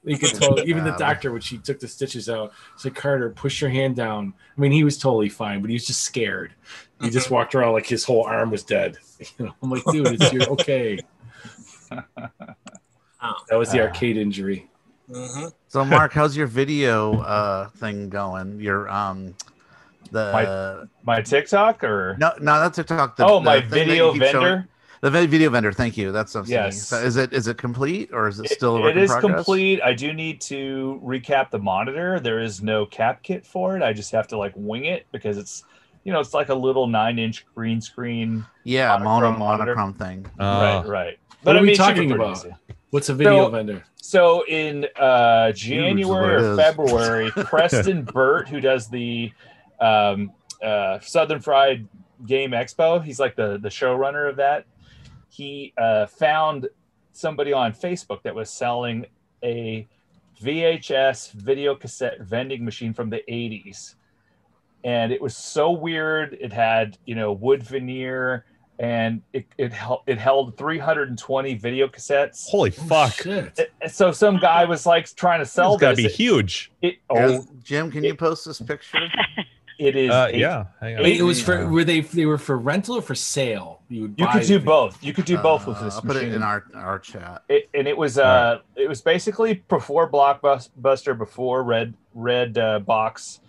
Speaker 5: You could tell even the doctor when she took the stitches out. It's like Carter, push your hand down. I mean, he was totally fine, but he was just scared. He
Speaker 9: Mm-hmm.
Speaker 5: just walked around like his whole arm was dead. (laughs) You know, I'm like, dude, it's you're
Speaker 9: (laughs)
Speaker 5: okay. That was
Speaker 9: Ah.
Speaker 5: the arcade injury.
Speaker 3: hmm
Speaker 7: So Mark, how's your video uh thing going? Your um the
Speaker 9: my TikTok or
Speaker 7: no no that's TikTok. The,
Speaker 9: (laughs) oh
Speaker 7: the
Speaker 9: my
Speaker 7: thing that you
Speaker 9: video
Speaker 7: keep showing-
Speaker 9: vendor.
Speaker 7: the vi- video vendor. Thank you. That's what I'm saying.
Speaker 9: Yes.
Speaker 7: So is it is it complete or is it
Speaker 9: It-
Speaker 7: still a work
Speaker 9: it
Speaker 7: in
Speaker 9: is
Speaker 7: progress?
Speaker 9: complete. I do need to recap the monitor. There is no cap kit for it. I just have to like wing it because it's you know it's like a little nine inch green screen.
Speaker 7: Yeah, mono
Speaker 9: Monochrome monitor.
Speaker 7: monochrome thing.
Speaker 4: Uh,
Speaker 9: right, right.
Speaker 5: What are we
Speaker 9: it should be
Speaker 5: talking
Speaker 9: pretty
Speaker 5: about?
Speaker 9: easy.
Speaker 5: What's a video
Speaker 9: So-
Speaker 5: vendor?
Speaker 9: So in uh,
Speaker 7: what
Speaker 9: January
Speaker 7: it
Speaker 9: or
Speaker 7: is. (laughs)
Speaker 9: February, Preston Burt, who does the um, uh, Southern Fried Game Expo, he's like the the showrunner of that. He uh, found somebody on Facebook that was selling a VHS video cassette vending machine from the 80s. And it was so weird. It had, you know, wood veneer and it, it, held, it held 320 video cassettes.
Speaker 4: holy fuck!
Speaker 5: Oh, Shit.
Speaker 9: And So some guy was like trying to sell
Speaker 4: It's got to
Speaker 9: this.
Speaker 4: be huge.
Speaker 9: It,
Speaker 7: Yes.
Speaker 9: oh,
Speaker 7: Jim, can you post this picture?
Speaker 9: it is.
Speaker 4: Uh,
Speaker 9: eight-
Speaker 4: yeah. Hang on.
Speaker 9: Eight-
Speaker 5: Wait, it was for
Speaker 4: Yeah.
Speaker 5: were they they were for rental or for sale? You would
Speaker 9: You
Speaker 5: buy
Speaker 9: could do
Speaker 5: the-
Speaker 9: both. You could do both with
Speaker 7: Uh,
Speaker 9: this
Speaker 7: I'll put it
Speaker 9: machine.
Speaker 7: in our our chat.
Speaker 9: It- and it was uh, it was basically before Blockbuster, before Red Red uh, Box,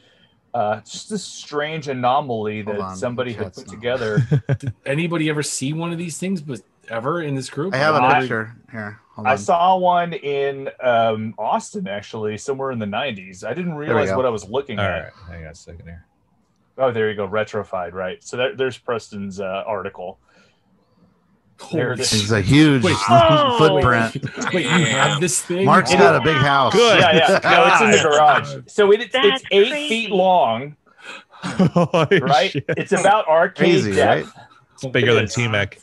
Speaker 9: uh, just a strange anomaly
Speaker 7: Hold
Speaker 9: that
Speaker 7: on,
Speaker 9: somebody had
Speaker 7: chat's
Speaker 9: put
Speaker 7: not-
Speaker 9: together.
Speaker 5: Anybody ever see one of these things, but ever in this group?
Speaker 7: I have
Speaker 9: Hold
Speaker 7: a
Speaker 9: on.
Speaker 7: picture here. Hold
Speaker 9: I
Speaker 7: on.
Speaker 9: saw one in um, Austin actually, somewhere in the '90s. I didn't
Speaker 7: we
Speaker 9: realize
Speaker 7: go.
Speaker 9: what I was looking
Speaker 4: All
Speaker 9: at.
Speaker 4: right, hang on a second here.
Speaker 9: Oh, there you go, retrofied, right? So there, there's Preston's uh, article. There it
Speaker 5: Holy
Speaker 9: is.
Speaker 7: It's a huge
Speaker 5: Wait.
Speaker 1: Oh!
Speaker 5: (laughs)
Speaker 7: footprint.
Speaker 5: Wait, you have this thing?
Speaker 7: Mark's
Speaker 9: It
Speaker 7: got
Speaker 9: is-
Speaker 7: a big house.
Speaker 4: Good.
Speaker 9: Yeah, yeah. No, it's in the garage. So it, it's
Speaker 1: That's
Speaker 9: it's eight
Speaker 1: crazy.
Speaker 9: feet long,
Speaker 4: (laughs) Holy
Speaker 9: right?
Speaker 4: shit.
Speaker 9: It's about arcade
Speaker 7: Crazy,
Speaker 9: depth.
Speaker 4: It's bigger than T Mac.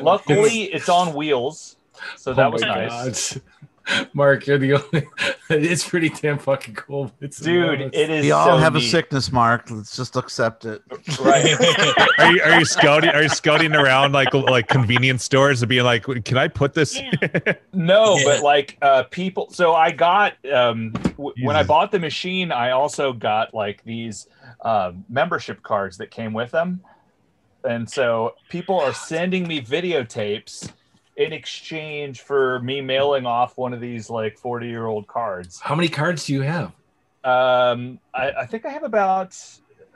Speaker 9: Luckily, it's on wheels, so that was nice.
Speaker 5: Oh God. (laughs) Mark, you're the only. it's pretty damn fucking cool. (laughs) It's
Speaker 9: Dude,
Speaker 5: enormous.
Speaker 9: it is.
Speaker 7: We all
Speaker 9: so
Speaker 7: have a
Speaker 9: neat.
Speaker 7: sickness, Mark. Let's just accept it. (laughs)
Speaker 9: Right.
Speaker 4: Are you are you scouting are you scouting around like like convenience stores and being like, can I put this?
Speaker 7: (laughs)
Speaker 1: Yeah.
Speaker 9: No,
Speaker 3: Yeah.
Speaker 9: but like uh, people. So I got um, w- when I
Speaker 4: Jesus.
Speaker 9: bought the machine, I also got like these uh, membership cards that came with them, and so people are sending me videotapes in exchange for me mailing off one of these like forty-year-old cards.
Speaker 5: How many cards do you have?
Speaker 9: Um, I, I think I have about.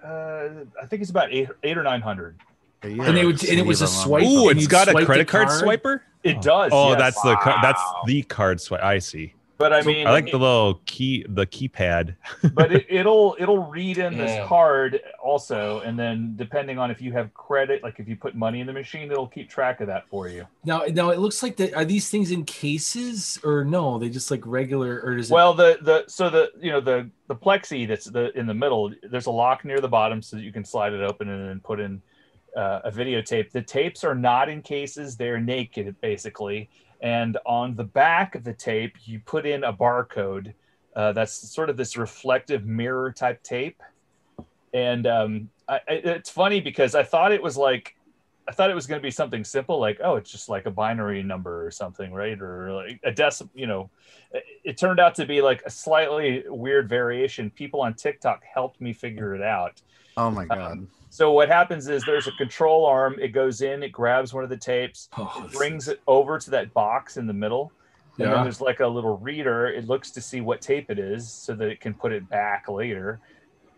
Speaker 9: Uh, I think it's about eight, eight or nine hundred.
Speaker 7: Yeah,
Speaker 5: And they would-
Speaker 7: just
Speaker 5: and it was
Speaker 7: leave
Speaker 5: a
Speaker 7: them on.
Speaker 5: swipe.
Speaker 4: Ooh,
Speaker 5: Can
Speaker 4: it's
Speaker 5: you
Speaker 4: got a
Speaker 5: swipe the
Speaker 4: credit card,
Speaker 5: card?
Speaker 4: swiper.
Speaker 9: It does.
Speaker 4: Oh,
Speaker 9: yes.
Speaker 4: that's the car- that's
Speaker 3: Wow.
Speaker 4: the card swipe. I see.
Speaker 9: But I mean,
Speaker 4: I like the little key, the keypad.
Speaker 9: but it, it'll it'll read in
Speaker 5: Yeah.
Speaker 9: this card also, and then depending on if you have credit, like if you put money in the machine, it'll keep track of that for you.
Speaker 5: Now, now it looks like the, are these things in cases or no? They just like regular or is it?
Speaker 9: Well, the the so the you know the the plexi that's the in the middle. There's a lock near the bottom so that you can slide it open and then put in uh, a videotape. The tapes are not in cases; they're naked basically. And on the back of the tape, you put in a barcode. Uh, that's sort of this reflective mirror type tape. And um, I, I, it's funny because I thought it was like. I thought it was going to be something simple, like oh, it's just like a binary number or something, right? Or like a decimal, you know, it- it turned out to be like a slightly weird variation. People on TikTok helped me figure it out.
Speaker 7: Oh my god.
Speaker 9: So what happens is there's a control arm. It goes in, it grabs one of the tapes,
Speaker 5: Oh,
Speaker 9: it brings it over to that box in the middle. And then
Speaker 5: Yeah.
Speaker 9: there's like a little reader. It looks to see what tape it is so that it can put it back later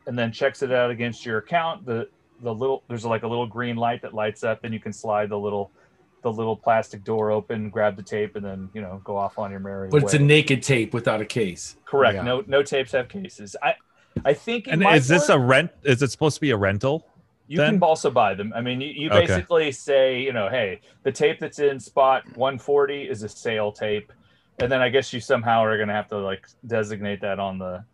Speaker 9: and then checks it out against your account. The the little there's like a little green light that lights up and you can slide the little the little plastic door open, grab the tape and then, you know, go off on your merry
Speaker 5: but it's a
Speaker 9: way.
Speaker 5: naked tape without a case.
Speaker 9: Correct.
Speaker 7: Yeah.
Speaker 9: No, no tapes have cases. I, I think. it
Speaker 4: And
Speaker 9: might
Speaker 4: is this a
Speaker 9: work.
Speaker 4: rent? Is it supposed to be a rental?
Speaker 9: You
Speaker 4: then?
Speaker 9: can also buy them. I mean, you, you
Speaker 4: Okay.
Speaker 9: basically say, you know, hey, the tape that's in spot 140 is a sale tape, and then I guess you somehow are going to have to like designate that on the.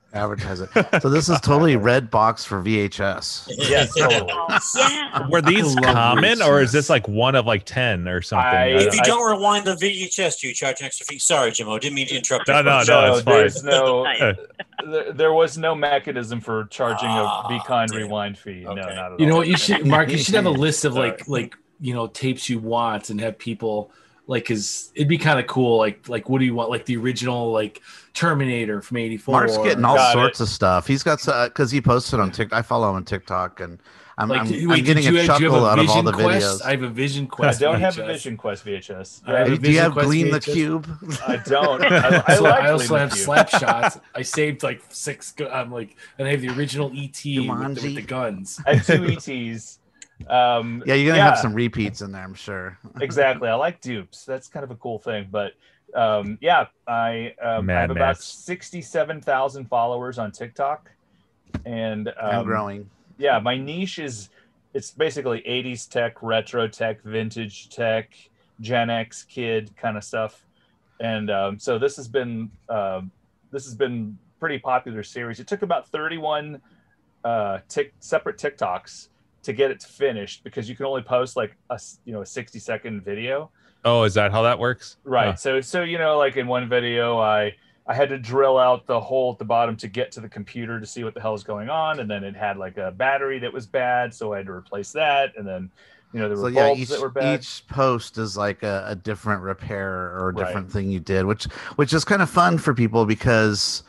Speaker 9: (laughs)
Speaker 7: Advertise it. So this is totally red box for VHS.
Speaker 9: Yes,
Speaker 3: (laughs)
Speaker 9: totally.
Speaker 1: Oh, yeah.
Speaker 4: Were these
Speaker 5: love
Speaker 4: common, or is this
Speaker 5: VHS.
Speaker 4: like one of like ten or something?
Speaker 9: I-
Speaker 4: I
Speaker 3: (laughs)
Speaker 9: If
Speaker 3: if you
Speaker 4: don't-
Speaker 3: don't rewind the VHS, do you charge an extra fee? Sorry, Jimmo, didn't mean to interrupt.
Speaker 4: No,
Speaker 3: you.
Speaker 4: no, no, it's fine.
Speaker 9: there's no,
Speaker 1: Nice.
Speaker 9: there, there was no mechanism for charging
Speaker 3: Ah,
Speaker 9: a be kind
Speaker 3: damn.
Speaker 9: rewind fee. No,
Speaker 3: Okay.
Speaker 9: not at all.
Speaker 5: You know what? You should, Mark. You should have a list of
Speaker 9: Sorry.
Speaker 5: like like you know tapes you want and have people like because it'd be kind of cool. Like like what do you want? Like the original like Terminator from '84.
Speaker 7: Mark's getting all
Speaker 9: Got it.
Speaker 7: sorts of stuff. He's got because he posted on TikTok. I follow him on TikTok, and I'm,
Speaker 5: Like,
Speaker 7: I'm,
Speaker 5: wait,
Speaker 7: I'm
Speaker 5: did
Speaker 7: getting
Speaker 5: you
Speaker 7: a
Speaker 5: have- do you have
Speaker 7: chuckle
Speaker 5: a
Speaker 7: out of all
Speaker 5: Vision
Speaker 7: the
Speaker 5: Quest?
Speaker 7: videos.
Speaker 5: I have a Vision
Speaker 9: I
Speaker 5: Quest.
Speaker 9: don't have a
Speaker 5: VHS.
Speaker 9: Vision Quest VHS.
Speaker 5: I have a
Speaker 7: Hey, Do you
Speaker 5: Vision
Speaker 7: have
Speaker 5: Quest
Speaker 7: Glean the
Speaker 5: VHS.
Speaker 7: Cube?
Speaker 9: I
Speaker 5: (laughs)
Speaker 9: don't. I, I
Speaker 5: so
Speaker 9: like
Speaker 5: (laughs) I also
Speaker 9: Gleam
Speaker 5: have
Speaker 9: Cube.
Speaker 5: slap shots. I saved like six. Gu- I'm like, and I have the original ET with the, with
Speaker 7: Jumanji.
Speaker 5: the guns.
Speaker 9: I have two ETs. Um,
Speaker 7: Yeah, you're gonna have
Speaker 9: Yeah.
Speaker 7: some repeats in there, I'm sure.
Speaker 9: exactly. I like dupes. That's kind of a cool thing. But um, yeah, I, um, I
Speaker 4: Mad
Speaker 9: have about
Speaker 4: Max.
Speaker 9: 67,000 followers on TikTok. And
Speaker 7: I'm
Speaker 9: um,
Speaker 7: growing.
Speaker 9: yeah, my niche is it's basically 80s tech, retro tech, vintage tech, Gen X kid kind of stuff. And um, so this has been um this has been pretty popular series. It took about 31 uh, tick, separate TikToks to get it finished because you can only post like a s- you know a 60 second video
Speaker 4: oh, is that how that works?
Speaker 9: right
Speaker 4: Huh.
Speaker 9: so so you know like in one video i i had to drill out the hole at the bottom to get to the computer to see what the hell is going on and then it had like a battery that was bad so i had to replace that and then you know there
Speaker 7: So
Speaker 9: were
Speaker 7: yeah,
Speaker 9: bulbs
Speaker 7: each,
Speaker 9: that were bad
Speaker 7: each post is like a, a different repair or a
Speaker 9: Right.
Speaker 7: different thing you did, which which is kind of fun for people because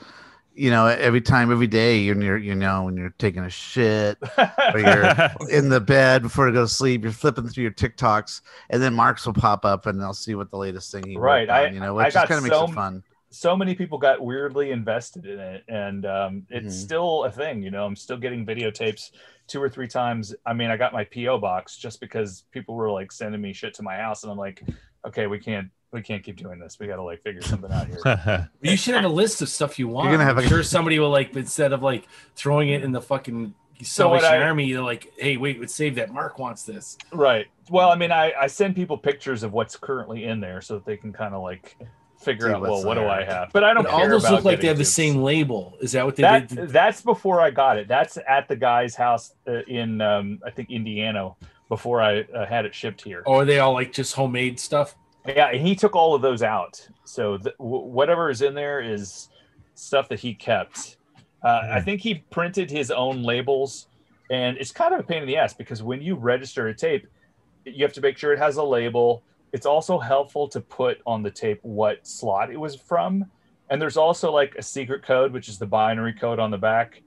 Speaker 7: you know e-, every time every day you're, you're you know when you're taking a shit or
Speaker 3: (laughs)
Speaker 7: you're in the bed before you go to sleep, you're flipping through your TikToks, and then Marks will pop up and they'll see what the latest thing he worked
Speaker 9: Right, I-
Speaker 7: on, you know,
Speaker 9: I
Speaker 7: which
Speaker 9: got
Speaker 7: just kind of makes
Speaker 9: so
Speaker 7: it fun.
Speaker 9: so many people got weirdly invested in it, and um, it's
Speaker 7: Mhm.
Speaker 9: still a thing. You know, I'm still getting videotapes two or three times. I mean, I got my PO box just because people were like sending me shit to my house, and I'm like, okay, we can't we can't keep doing this. We got to like figure something out
Speaker 7: (laughs)
Speaker 9: here.
Speaker 5: You should have a list of stuff you want.
Speaker 7: gonna have
Speaker 5: I'm
Speaker 7: a-
Speaker 5: sure somebody will like instead of like throwing it in the fucking
Speaker 9: what
Speaker 5: Salvation
Speaker 9: I-
Speaker 5: Army. They're like, hey, wait, let's save that. Mark wants this.
Speaker 9: Right. Well, I mean, I, I send people pictures of what's currently in there so that they can kind of like figure
Speaker 7: See
Speaker 9: out, well,
Speaker 7: what's
Speaker 9: what do
Speaker 7: there.
Speaker 9: I have? But I don't
Speaker 5: But all
Speaker 9: care
Speaker 5: those
Speaker 9: about
Speaker 5: look like they
Speaker 9: getting
Speaker 5: have the
Speaker 9: dupes.
Speaker 5: same label. Is that what they
Speaker 9: That
Speaker 5: did?
Speaker 9: that's before I got it. That's at the guy's house uh, in um, I think Indiana before I uh, had it shipped here.
Speaker 5: Or are they all like just homemade stuff?
Speaker 9: Yeah, and he took all of those out. So th- w- whatever is in there is stuff that he kept. Uh,
Speaker 5: Hmm.
Speaker 9: I think he printed his own labels, and it's kind of a pain in the ass because when you register a tape, you have to make sure it has a label. It's also helpful to put on the tape what slot it was from, and there's also like a secret code, which is the binary code on the back.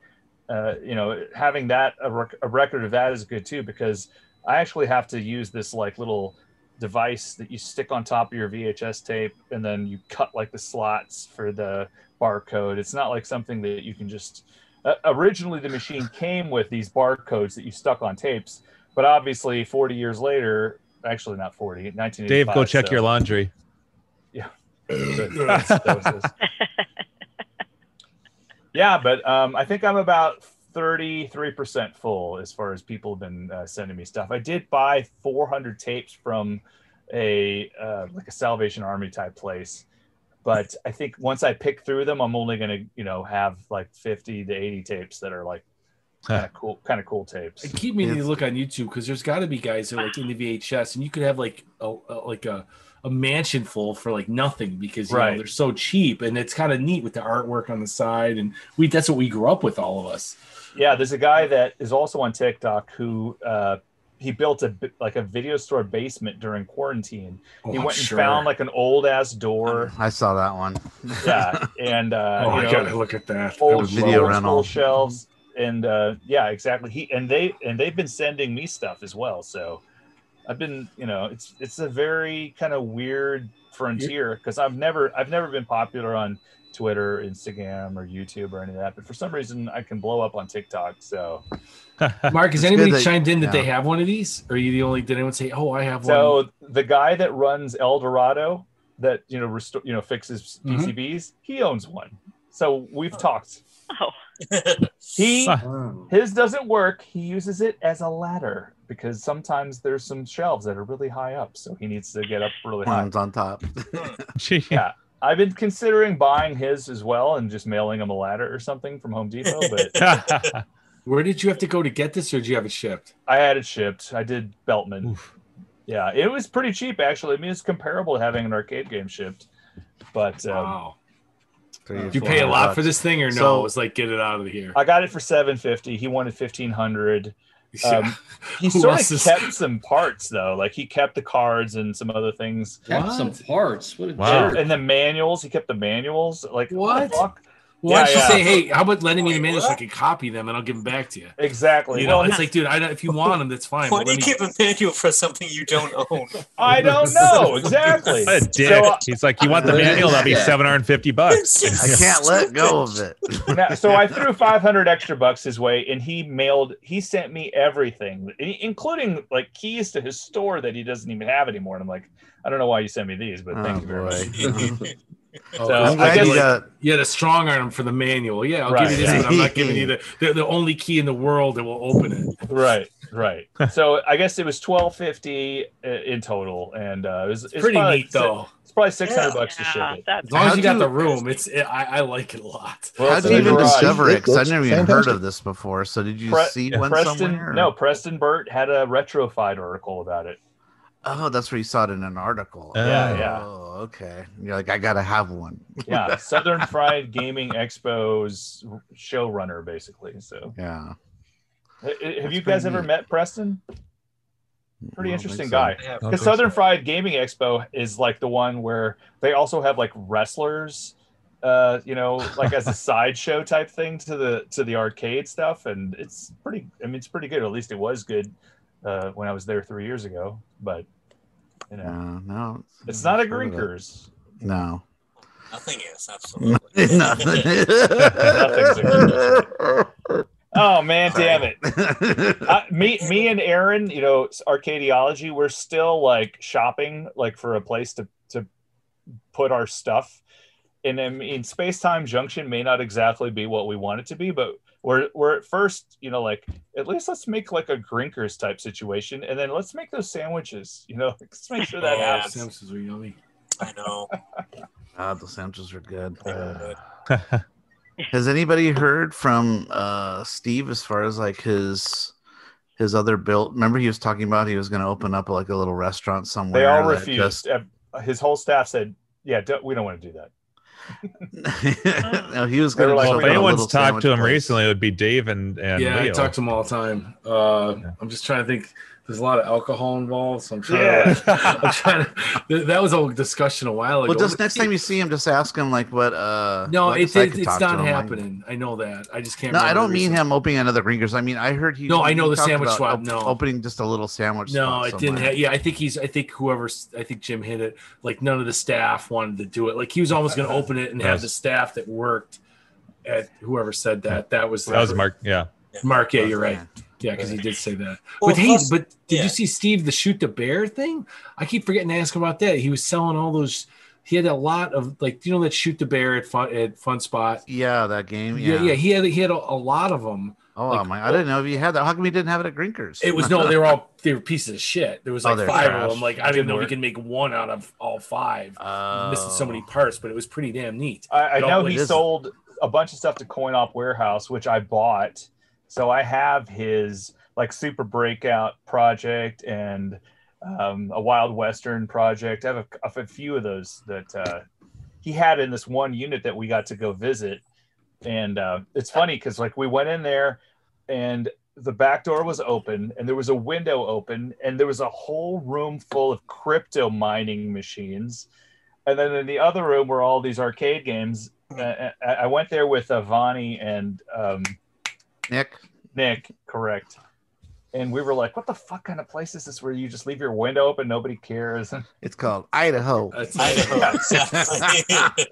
Speaker 9: Uh, you know, having that a, rec- a record of that is good too because I actually have to use this like little device that you stick on top of your VHS tape and then you cut like the slots for the barcode. It's not like something that you can just. Uh, originally, the machine came with these barcodes that you stuck on tapes, but obviously, 40 years later, actually not 40, 1985.
Speaker 4: (laughs) Dave, go check
Speaker 9: so-
Speaker 4: your laundry. (laughs)
Speaker 9: That's- that was his. yeah, but um, I think I'm about 33% full as far as people have been uh, sending me stuff. I did buy 400 tapes from a uh, like a Salvation Army type place, but I think once I pick through them, I'm only gonna you know have like 50 to 80 tapes that are like kind of cool, kind of cool tapes.
Speaker 5: I keep meaning
Speaker 7: Yes.
Speaker 5: to look on YouTube because there's got to be guys that are like into VHS, and you could have like a, a like a, a mansion full for like nothing because you
Speaker 9: Right.
Speaker 5: know, they're so cheap, and it's kind of neat with the artwork on the side, and we that's what we grew up with, all of us.
Speaker 9: Yeah, there's a guy that is also on TikTok who uh, he built a bi- like a video store basement during quarantine.
Speaker 5: Oh,
Speaker 9: he
Speaker 5: I'm
Speaker 9: went
Speaker 5: sure.
Speaker 9: and found like an old ass door.
Speaker 7: I saw that one.
Speaker 9: yeah, and uh,
Speaker 5: Oh,
Speaker 9: you
Speaker 5: I
Speaker 9: know,
Speaker 5: gotta look at that.
Speaker 9: old
Speaker 7: was video
Speaker 9: old school
Speaker 7: rental.
Speaker 9: shelves, and uh, yeah, exactly. He and they and they've been sending me stuff as well. So I've been, you know, it's it's a very kind of weird frontier because I've never I've never been popular on Twitter, Instagram, or YouTube or any of that. But for some reason, I can blow up on TikTok. So.
Speaker 5: Mark, has
Speaker 7: It's good
Speaker 5: anybody
Speaker 7: that-
Speaker 5: chimed in that
Speaker 7: yeah.
Speaker 5: they have one of these? Or are you the only? Did anyone say, "Oh, I have one"?
Speaker 9: So the guy that runs El Dorado, that you know, restore, you know, fixes
Speaker 5: Mhm.
Speaker 9: PCBs, he owns one. So we've talked.
Speaker 1: Oh,
Speaker 9: He
Speaker 4: Huh.
Speaker 5: Oh.
Speaker 9: his doesn't work. He uses it as a ladder because sometimes there's some shelves that are really high up, so he needs to get up really high.
Speaker 7: One's on top.
Speaker 4: Gee.
Speaker 9: Yeah. I've been considering buying his as well and just mailing him a ladder or something from Home Depot, but
Speaker 5: Where did you have to go to get this, or did you have it shipped?
Speaker 9: I had it shipped. I did Beltman.
Speaker 4: Oof.
Speaker 9: Yeah, it was pretty cheap actually. I mean, it's comparable to having an arcade game shipped, but um,
Speaker 5: wow.
Speaker 7: Three or
Speaker 5: Did you pay a lot for
Speaker 7: 400
Speaker 5: this thing, or no?
Speaker 7: So-
Speaker 5: it was like, get it out of here.
Speaker 9: I got it for seven fifty. He wanted
Speaker 5: (laughs)
Speaker 9: fifteen hundred. Um, He
Speaker 5: Who
Speaker 9: sort
Speaker 5: else
Speaker 9: of
Speaker 5: is-
Speaker 9: kept some parts though, like he kept the cards and some other things,
Speaker 6: Kept
Speaker 5: What?
Speaker 6: some parts. What a
Speaker 4: Wow.
Speaker 6: jerk.
Speaker 9: and the manuals. He kept the manuals. Like
Speaker 5: What?
Speaker 9: the fuck?
Speaker 5: Why don't
Speaker 9: Yeah,
Speaker 5: you
Speaker 9: yeah.
Speaker 5: say, hey, how about lending me the
Speaker 3: Wait,
Speaker 5: manuals so I
Speaker 3: what?
Speaker 5: can copy them and I'll give them back to you?
Speaker 9: Exactly.
Speaker 5: You know,
Speaker 9: well,
Speaker 5: it's like, dude, I don't, if you want them, that's fine.
Speaker 3: Why
Speaker 5: but
Speaker 3: do you
Speaker 5: let me-
Speaker 3: keep
Speaker 5: (laughs)
Speaker 3: a manual for something you don't own?
Speaker 9: I don't know exactly.
Speaker 4: What a dick.
Speaker 9: So, uh,
Speaker 4: He's like, you want the
Speaker 6: What is
Speaker 4: manual? That'll be
Speaker 6: that?
Speaker 4: seven hundred and fifty bucks.
Speaker 7: bucks.
Speaker 3: (laughs)
Speaker 7: I can't let go of it.
Speaker 9: uh, now, so I threw 500 extra bucks his way, and he mailed, he sent me everything, i- including like keys to his store that he doesn't even have anymore. And I'm like, I don't know why you sent me these, but
Speaker 7: Oh,
Speaker 9: thank you very much.
Speaker 7: boy.
Speaker 5: Oh,
Speaker 9: So,
Speaker 7: I'm
Speaker 9: I
Speaker 7: glad
Speaker 9: guess,
Speaker 7: you
Speaker 9: like-
Speaker 7: got.
Speaker 5: you had a strong arm for the manual. Yeah, I'll
Speaker 9: Right,
Speaker 5: give you this,
Speaker 7: yeah.
Speaker 5: but I'm
Speaker 7: (laughs)
Speaker 5: not giving you the, the, the only key in the world that will open it.
Speaker 9: right
Speaker 7: (laughs)
Speaker 9: right so i guess it was 1250 uh, in total and uh it was it's
Speaker 5: Pretty
Speaker 9: probably
Speaker 5: neat,
Speaker 9: si-
Speaker 5: though.
Speaker 9: it's probably 600
Speaker 3: Yeah.
Speaker 9: bucks to ship
Speaker 1: yeah,
Speaker 9: it
Speaker 1: that's
Speaker 5: As long as
Speaker 7: How'd
Speaker 5: you got
Speaker 7: you-
Speaker 5: the room, it's it, I, I like it a lot.
Speaker 9: Well,
Speaker 7: How
Speaker 9: it's
Speaker 7: did
Speaker 9: in
Speaker 7: you
Speaker 9: the
Speaker 7: even
Speaker 10: uh,
Speaker 9: garage.
Speaker 7: discover it? Because I
Speaker 11: That's
Speaker 7: never even heard
Speaker 11: fantastic.
Speaker 7: of this before. So did you
Speaker 9: Pre-
Speaker 7: see one
Speaker 9: preston
Speaker 7: somewhere? or-
Speaker 9: no preston burt had a retrofide article about it
Speaker 7: Oh, that's where you saw it in an article.
Speaker 4: (laughs) Yeah,
Speaker 7: oh,
Speaker 9: yeah.
Speaker 7: okay. You're like, I gotta have one. (laughs)
Speaker 9: yeah southern fried gaming expo's showrunner basically so
Speaker 7: Yeah.
Speaker 9: Uh, have you
Speaker 7: pretty
Speaker 9: guys ever
Speaker 7: neat.
Speaker 9: met preston
Speaker 7: I don't
Speaker 9: pretty interesting
Speaker 7: think so.
Speaker 9: guy
Speaker 3: Yeah.
Speaker 9: because Southern Fried Gaming Expo is like the one where they also have like wrestlers, uh, you know, like as a sideshow type thing to the to the arcade stuff, and it's pretty. I mean, it's pretty good. At least it was good uh, when I was there three years ago. But you know,
Speaker 7: Yeah, no,
Speaker 9: it's not a
Speaker 7: I've heard of it.
Speaker 9: Grinkers.
Speaker 7: No. (laughs)
Speaker 3: Nothing is
Speaker 10: (laughs)
Speaker 3: absolutely.
Speaker 7: Nothing.
Speaker 9: (laughs) Nothing's a Oh man, damn it!
Speaker 7: (laughs)
Speaker 9: I, me, me, and Aaron, you know, it's Arcadiology, we're still like shopping, like for a place to to put our stuff. And I mean, space time junction may not exactly be what we want it to be, but we're we're at first, you know, like at least let's make like a Grinkers type situation, and then let's make those sandwiches. You know, (laughs) let's make sure that
Speaker 3: Yeah.
Speaker 9: happens.
Speaker 5: Sandwiches were yummy.
Speaker 3: I know.
Speaker 7: Ah, the sandwiches are good.
Speaker 3: They were good.
Speaker 7: (laughs) Has anybody heard from uh, Steve as far as like his his other built? Remember, he was talking about he was going to open up like a little restaurant somewhere. (laughs)
Speaker 9: They all
Speaker 7: that
Speaker 9: refused. Uh, His whole staff said, "Yeah, don't, we don't want to do that."
Speaker 7: just- no, he was
Speaker 9: They were
Speaker 7: going to.
Speaker 9: like,
Speaker 4: well,
Speaker 9: we
Speaker 4: if
Speaker 9: got a
Speaker 4: anyone's talked to him recently, it would be Dave and and
Speaker 5: yeah, I
Speaker 4: Leo.
Speaker 5: talk to them all the time. Uh,
Speaker 4: Yeah.
Speaker 5: I'm just trying to think. There's a lot of alcohol involved, so I'm trying.
Speaker 9: Yeah.
Speaker 5: To, like- (laughs) I'm trying to, th- that was a discussion a while ago.
Speaker 7: Well, just next time you see him, just ask him like what. uh
Speaker 5: no,
Speaker 7: what
Speaker 5: it,
Speaker 7: I
Speaker 5: it,
Speaker 7: could
Speaker 5: it's
Speaker 7: talk to
Speaker 5: not
Speaker 7: him, like-
Speaker 5: happening. I know that. I just can't.
Speaker 7: No, I
Speaker 5: remember
Speaker 7: don't
Speaker 5: the
Speaker 7: mean
Speaker 5: reason.
Speaker 7: him opening another Ringers. I mean, I heard he.
Speaker 5: No, I
Speaker 7: he
Speaker 5: know the
Speaker 7: talked
Speaker 5: sandwich
Speaker 7: about
Speaker 5: swap,
Speaker 7: op-
Speaker 5: no.
Speaker 7: opening just a little sandwich.
Speaker 5: No,
Speaker 7: spot
Speaker 5: it didn't.
Speaker 7: somewhere.
Speaker 5: Ha- yeah, I think he's. I think whoever. I think Jim hit it. Like none of the staff wanted to do it. Like he was almost going to open it and have the staff that worked at whoever said that. That was
Speaker 4: that was Mark. Yeah,
Speaker 5: Mark, yeah,
Speaker 7: Oh,
Speaker 5: you're right.
Speaker 7: man.
Speaker 5: Yeah, because he did say that.
Speaker 3: Well,
Speaker 5: but hey,
Speaker 3: plus-
Speaker 5: but did
Speaker 3: yeah.
Speaker 5: you see Steve the shoot the bear thing? I keep forgetting to ask him about that. He was selling all those. He had a lot of like you know that shoot the bear at fun at Fun Spot.
Speaker 7: Yeah, that
Speaker 10: Oh,
Speaker 7: game.
Speaker 5: Yeah,
Speaker 7: Yeah,
Speaker 5: yeah. he had he had a, a lot of them.
Speaker 7: Oh
Speaker 5: Like,
Speaker 7: my! I didn't know if you had that. How come you didn't have it at Grinkers?
Speaker 5: It was no, they were all they were pieces of shit. There was
Speaker 7: Oh,
Speaker 5: like
Speaker 7: they're
Speaker 5: five
Speaker 7: trash.
Speaker 5: of them. Like I don't
Speaker 9: Didn't
Speaker 5: even know if
Speaker 9: work.
Speaker 5: you can make one out of all five.
Speaker 7: Oh.
Speaker 5: missing so many parts, but it was pretty damn neat.
Speaker 9: I, I
Speaker 5: Don't
Speaker 9: know
Speaker 5: wait,
Speaker 9: he
Speaker 7: this-
Speaker 9: sold a bunch of stuff to Coin Op Warehouse, which I bought. So I have his like Super Breakout project and um, a Wild Western project. I have a, I have a few of those that uh, he had in this one unit that we got to go visit. And uh, it's funny because like we went in there and the back door was open and there was a window open and there was a whole room full of crypto mining machines and then in the other room were all these arcade games uh, I, I went there with uh, Vani and um,
Speaker 7: Nick.
Speaker 9: nick correct and we were like what the fuck kind of place is this where you just leave your window open nobody cares (laughs)
Speaker 7: It's called Idaho,
Speaker 3: (laughs)
Speaker 5: That's-
Speaker 3: I know. Exactly.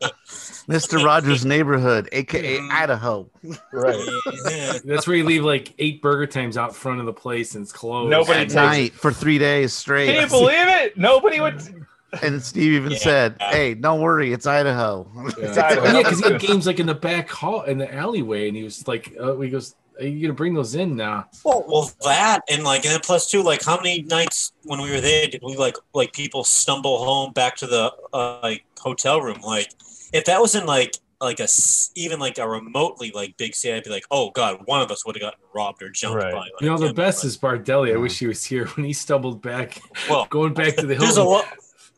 Speaker 7: Mister Rogers' neighborhood, aka
Speaker 3: Mhm.
Speaker 7: Idaho.
Speaker 9: right
Speaker 3: (laughs)
Speaker 5: That's where you leave like eight burger times out front of the place and it's closed.
Speaker 9: Nobody
Speaker 7: At
Speaker 9: takes-
Speaker 7: night for three days straight.
Speaker 9: can you believe it nobody would
Speaker 1: Hmm.
Speaker 7: and Steve even
Speaker 3: Yeah.
Speaker 7: said, "Hey, don't worry, it's Idaho."
Speaker 5: Yeah,
Speaker 9: Idaho.
Speaker 5: because he had games like in the back hall in the alleyway, and he was like, uh, "He goes, are you gonna bring those in now?"
Speaker 3: Well, well, that and like and then plus two, like how many nights when we were there did we like like people stumble home back to the uh, like hotel room? Like if that was in like like a s- even like a remotely like big city, I'd be like, oh god, one of us would have gotten robbed or jumped
Speaker 9: Right.
Speaker 3: by. Like,
Speaker 5: You know, the
Speaker 3: him,
Speaker 5: best
Speaker 3: but-
Speaker 5: is Bardelli. I wish he was here (laughs) when he stumbled back,
Speaker 3: well,
Speaker 5: going back to the
Speaker 3: there's a
Speaker 5: hill.
Speaker 3: lot.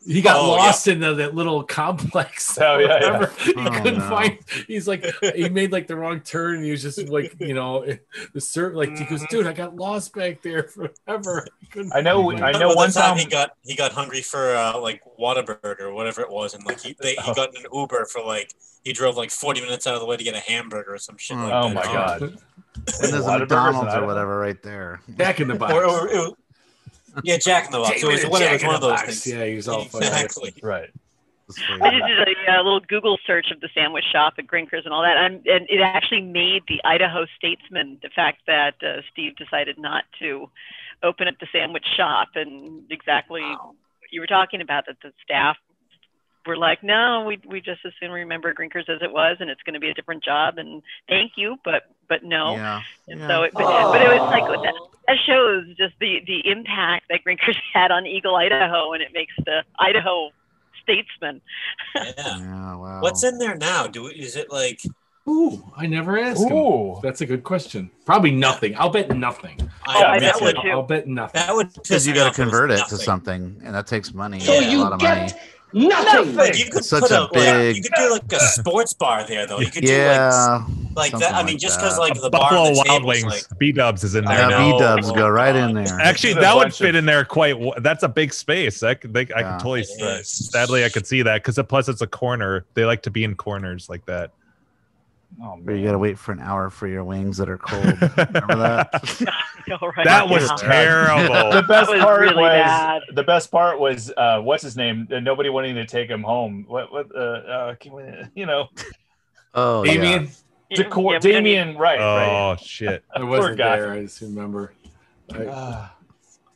Speaker 5: He got
Speaker 3: Oh,
Speaker 5: lost in the, that
Speaker 3: (laughs)
Speaker 5: little complex.
Speaker 9: Oh, yeah, yeah.
Speaker 5: Remember? He
Speaker 7: Oh,
Speaker 5: couldn't
Speaker 7: no.
Speaker 5: find. He's like, he made like the wrong turn. And he was just like, you know, the serve. Like he goes, dude, I got lost back there forever. (laughs) He couldn't
Speaker 9: i know
Speaker 5: find my
Speaker 9: i
Speaker 3: I
Speaker 9: know
Speaker 3: know
Speaker 9: one
Speaker 3: time
Speaker 9: time
Speaker 3: he got he got hungry for uh, like Whataburger or whatever it was, and like he they,
Speaker 9: Oh.
Speaker 3: he got in an Uber for like he drove like forty minutes out of the way to get a hamburger or some shit. like
Speaker 9: oh
Speaker 3: that.
Speaker 9: my god
Speaker 7: and there's a
Speaker 9: Whataburger's in
Speaker 7: McDonald's or
Speaker 9: Idaho.
Speaker 7: whatever right there.
Speaker 5: (laughs) back in the box.
Speaker 3: Or, or, or- yeah, Jack in the Box.
Speaker 5: Take
Speaker 3: It
Speaker 5: me
Speaker 3: was
Speaker 5: to
Speaker 3: whatever. It was
Speaker 5: Jack in
Speaker 3: one of
Speaker 5: the
Speaker 3: those
Speaker 5: Box.
Speaker 3: things.
Speaker 5: Yeah, he was all fucked up.
Speaker 3: Exactly.
Speaker 9: right
Speaker 1: I just did a, uh little Google search of the sandwich shop at Grinkers and all that, and, and it actually made the Idaho Statesman. The fact that uh, Steve decided not to open up the sandwich shop, and exactly what you were talking about, that the staff were like, "No, we we just as soon remember Grinkers as it was, and it's going to be a different job." And thank you, but but no.
Speaker 7: Yeah.
Speaker 1: And
Speaker 7: yeah.
Speaker 1: so it, but, but it was like that, that shows just the the impact that Grinkers (laughs) had on Eagle, Idaho, and it makes the Idaho Statesman.
Speaker 3: Yeah.
Speaker 7: (laughs) (laughs) Yeah, wow.
Speaker 3: What's in there now? Do we, is it like?
Speaker 5: Ooh, I never asked him.
Speaker 9: Ooh.
Speaker 5: That's a good question. Probably nothing. I'll bet nothing.
Speaker 3: I,
Speaker 9: Yeah,
Speaker 3: I-
Speaker 9: me
Speaker 3: that
Speaker 9: too.
Speaker 3: would
Speaker 5: I'll, I'll bet nothing.
Speaker 3: that would
Speaker 7: Because
Speaker 3: piss
Speaker 7: you
Speaker 3: me
Speaker 7: got
Speaker 3: off
Speaker 7: to
Speaker 3: if it was
Speaker 7: convert it to
Speaker 3: nothing.
Speaker 7: something, and that takes money.
Speaker 8: So
Speaker 3: So
Speaker 7: a lot
Speaker 8: Oh, you
Speaker 7: of
Speaker 8: get
Speaker 7: money.
Speaker 8: nothing.
Speaker 3: Like you could
Speaker 7: Such
Speaker 3: put
Speaker 7: a
Speaker 3: a, like,
Speaker 7: big-
Speaker 3: you could do
Speaker 7: (laughs)
Speaker 3: like a sports bar there though. You could
Speaker 7: Yeah.
Speaker 3: do like, like
Speaker 7: something
Speaker 3: that. I
Speaker 7: like
Speaker 3: mean, just
Speaker 7: that.
Speaker 3: because like the bar
Speaker 4: Buffalo
Speaker 3: and the
Speaker 4: Wild
Speaker 3: table is,
Speaker 4: Wings.
Speaker 3: like,
Speaker 4: B Dubs is in
Speaker 3: I
Speaker 4: there.
Speaker 3: know.
Speaker 7: yeah, B dubs
Speaker 3: Oh,
Speaker 7: go right in
Speaker 3: God.
Speaker 7: there.
Speaker 4: Actually,
Speaker 9: There's a
Speaker 4: that would
Speaker 9: bunch of-
Speaker 4: fit in there quite. w- That's a big space. That could- they, I
Speaker 7: Yeah.
Speaker 4: can totally.
Speaker 3: It
Speaker 4: see-
Speaker 3: is.
Speaker 4: Sadly, I could see that because plus it's a corner. They like to be in corners like that.
Speaker 9: Oh,
Speaker 7: Where
Speaker 9: man.
Speaker 7: you gotta wait for an hour for your wings that are cold. (laughs) Remember that?
Speaker 1: (laughs) All right.
Speaker 4: That was
Speaker 1: Yeah.
Speaker 4: terrible.
Speaker 9: the best
Speaker 1: was
Speaker 9: part
Speaker 1: really
Speaker 9: was
Speaker 1: bad.
Speaker 9: the best part was uh, what's his name? Uh, Nobody wanting to take him home. What? What? Uh, uh, can we- you know,
Speaker 7: Oh yeah.
Speaker 5: Damien,
Speaker 1: Yeah,
Speaker 9: Deco-
Speaker 1: yeah, we don't need-
Speaker 9: Damien. Right. right.
Speaker 4: Oh
Speaker 7: (laughs)
Speaker 4: shit!
Speaker 5: I wasn't
Speaker 9: guy.
Speaker 5: there. I just remember.
Speaker 7: Oh.
Speaker 5: I,
Speaker 9: Ah,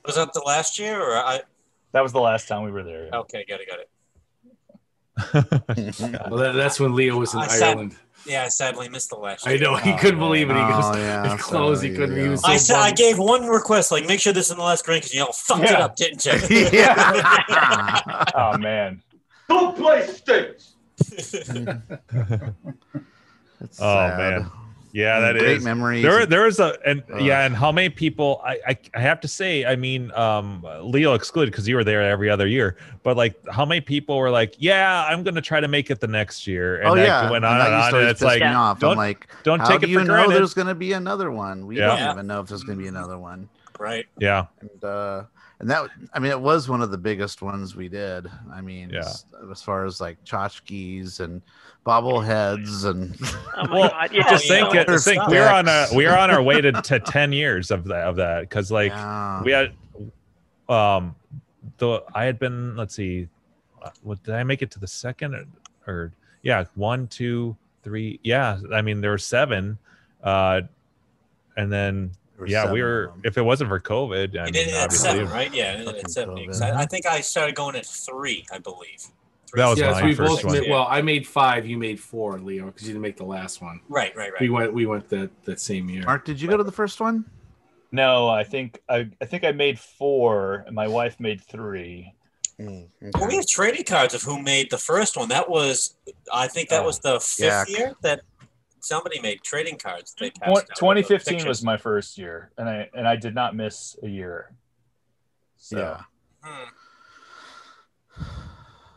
Speaker 3: Was that the last year or I?
Speaker 9: that was the last time we were there.
Speaker 3: Okay, got it, got it.
Speaker 4: Oh,
Speaker 5: well, that, that's when Leo was in
Speaker 3: I sat-
Speaker 5: Ireland.
Speaker 3: Yeah, I sadly missed the last year.
Speaker 5: I know he
Speaker 4: Oh,
Speaker 5: couldn't
Speaker 4: man.
Speaker 5: believe it. He goes,
Speaker 7: Oh,
Speaker 5: (laughs)
Speaker 7: yeah,
Speaker 5: his clothes. He
Speaker 7: so
Speaker 5: couldn't.
Speaker 7: there
Speaker 5: He
Speaker 7: you
Speaker 5: was so
Speaker 3: I said I
Speaker 5: bummed.
Speaker 3: gave one request, like make sure this is in the last drink, because y'all fucked it
Speaker 9: Yeah.
Speaker 3: up, didn't you?
Speaker 7: (laughs)
Speaker 3: (laughs)
Speaker 7: yeah.
Speaker 9: Oh man.
Speaker 11: Don't play stinks.
Speaker 7: That's
Speaker 4: Oh,
Speaker 7: sad. Mm,
Speaker 4: man. Yeah, that is.
Speaker 7: Great memories.
Speaker 4: There, there was a, and
Speaker 7: Ugh.
Speaker 4: yeah, and how many people? I, I, I have to say, I mean, um, Leo excluded because you were there every other year. But like, how many people were like, "Yeah, I'm gonna try to make it the next year," and
Speaker 7: oh
Speaker 4: that
Speaker 7: yeah.
Speaker 4: went
Speaker 7: And
Speaker 4: on
Speaker 7: that
Speaker 4: and
Speaker 7: used
Speaker 4: on. And
Speaker 7: to always
Speaker 4: it's
Speaker 7: piss
Speaker 4: like,
Speaker 7: me off.
Speaker 4: don't-
Speaker 7: I'm like,
Speaker 4: don't
Speaker 7: how
Speaker 4: take
Speaker 7: do
Speaker 4: it
Speaker 7: you
Speaker 4: for
Speaker 7: know
Speaker 4: granted.
Speaker 7: there's gonna be another one? We
Speaker 3: Yeah.
Speaker 7: don't even know if there's gonna be another one.
Speaker 3: right.
Speaker 4: yeah,
Speaker 7: And uh and that I mean it was one of the biggest ones we did. I mean
Speaker 4: Yeah.
Speaker 7: as, as far as like tchotchkes and bobbleheads and
Speaker 1: Oh my
Speaker 4: Well,
Speaker 1: god! Yeah,
Speaker 3: Oh,
Speaker 4: just think,
Speaker 3: yeah.
Speaker 4: it, just think we're on a
Speaker 7: Facts.
Speaker 4: we're on our way to,
Speaker 7: (laughs)
Speaker 4: to 10 years of that of that because like
Speaker 7: Yeah.
Speaker 4: we had um the i had been let's see uh, what did i make it to the second or, or yeah one two three yeah i mean there were seven uh and then
Speaker 7: There were
Speaker 4: yeah
Speaker 7: seven
Speaker 4: we
Speaker 7: of
Speaker 4: were
Speaker 7: them.
Speaker 4: if it wasn't for covid i
Speaker 3: You
Speaker 4: mean
Speaker 3: did it at
Speaker 4: obviously
Speaker 3: seven, right? Yeah, it
Speaker 7: Fucking
Speaker 3: at seven.
Speaker 7: COVID.
Speaker 3: Because I, I think I started going at three, I believe. Three,
Speaker 4: That was
Speaker 5: Yeah,
Speaker 4: my
Speaker 5: so we
Speaker 4: first
Speaker 5: both
Speaker 4: one.
Speaker 5: made, well, I made five. You made four, Leo, because you didn't make the last one.
Speaker 3: Right, right,
Speaker 5: We
Speaker 3: right.
Speaker 5: went. We went that that same year.
Speaker 7: Mark, did you go to the first one?
Speaker 9: No, I think I, I think I made four. And my wife made three.
Speaker 3: Well, we have trading cards of who made the first one. That was, I think that
Speaker 9: Oh.
Speaker 3: was the fifth
Speaker 7: Yak.
Speaker 3: year that somebody made trading cards. They passed
Speaker 9: Twen-
Speaker 3: out with
Speaker 9: 2015
Speaker 3: pictures.
Speaker 9: was my first year, and I and I did not miss a year. So
Speaker 7: Yeah.
Speaker 3: Hmm,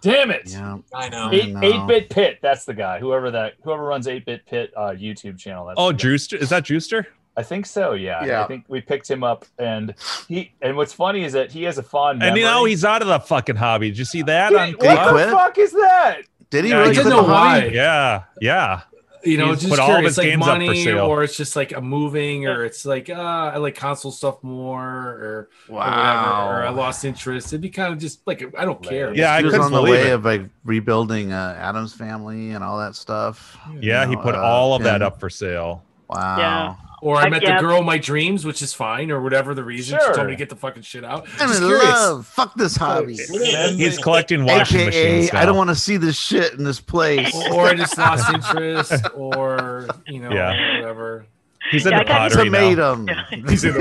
Speaker 9: damn it.
Speaker 7: Yeah.
Speaker 3: I know.
Speaker 9: Eight
Speaker 7: I know.
Speaker 9: eight bit pit. That's the guy. Whoever that whoever runs eight bit pit uh, YouTube channel. That's
Speaker 4: oh
Speaker 9: the guy.
Speaker 4: Drewster is that Drewster?
Speaker 9: I think so. Yeah.
Speaker 7: Yeah.
Speaker 9: I think we picked him up, and he and what's funny is that he has a fond
Speaker 4: and
Speaker 9: memory.
Speaker 4: you know he's out of the fucking hobby did you see that
Speaker 9: Dude,
Speaker 4: on
Speaker 9: what
Speaker 7: He
Speaker 9: the
Speaker 7: quit?
Speaker 9: fuck is that?
Speaker 7: Did he
Speaker 4: Yeah, I
Speaker 7: really
Speaker 4: didn't
Speaker 7: quit the
Speaker 5: know
Speaker 7: hobby?
Speaker 5: why.
Speaker 4: yeah yeah
Speaker 5: you know,
Speaker 4: He's
Speaker 5: just
Speaker 4: put all of
Speaker 5: curious,
Speaker 4: his
Speaker 5: like
Speaker 4: games up for
Speaker 5: money,
Speaker 4: sale.
Speaker 5: or it's just like I'm moving, or it's like uh, I like console stuff more, or, or whatever, or I lost interest. It'd be kind of just like I don't care.
Speaker 4: yeah i
Speaker 7: he was
Speaker 4: couldn't
Speaker 7: on the
Speaker 4: believe
Speaker 7: way
Speaker 4: it
Speaker 7: of like rebuilding uh, Adam's family and all that stuff. you
Speaker 4: yeah he
Speaker 7: know,
Speaker 4: put
Speaker 7: uh,
Speaker 4: all of that
Speaker 7: and-
Speaker 4: up for sale
Speaker 7: Wow.
Speaker 1: Yeah.
Speaker 5: Or
Speaker 1: I
Speaker 5: I met
Speaker 1: guess-
Speaker 5: the girl of my dreams, which is fine, or whatever the reason. She
Speaker 9: Sure.
Speaker 5: told me to get the fucking shit out.
Speaker 7: I'm
Speaker 5: Just
Speaker 7: in
Speaker 5: curious.
Speaker 7: love. Fuck this hobby.
Speaker 4: He's collecting washing
Speaker 7: AKA,
Speaker 4: machines.
Speaker 7: I don't
Speaker 4: now.
Speaker 7: want to see this shit in
Speaker 4: (laughs)
Speaker 7: this place.
Speaker 5: Or, or I just lost interest, or you know,
Speaker 4: Yeah.
Speaker 5: whatever.
Speaker 4: He's into
Speaker 1: Yeah, I got-
Speaker 4: pottery now.
Speaker 7: Tomato.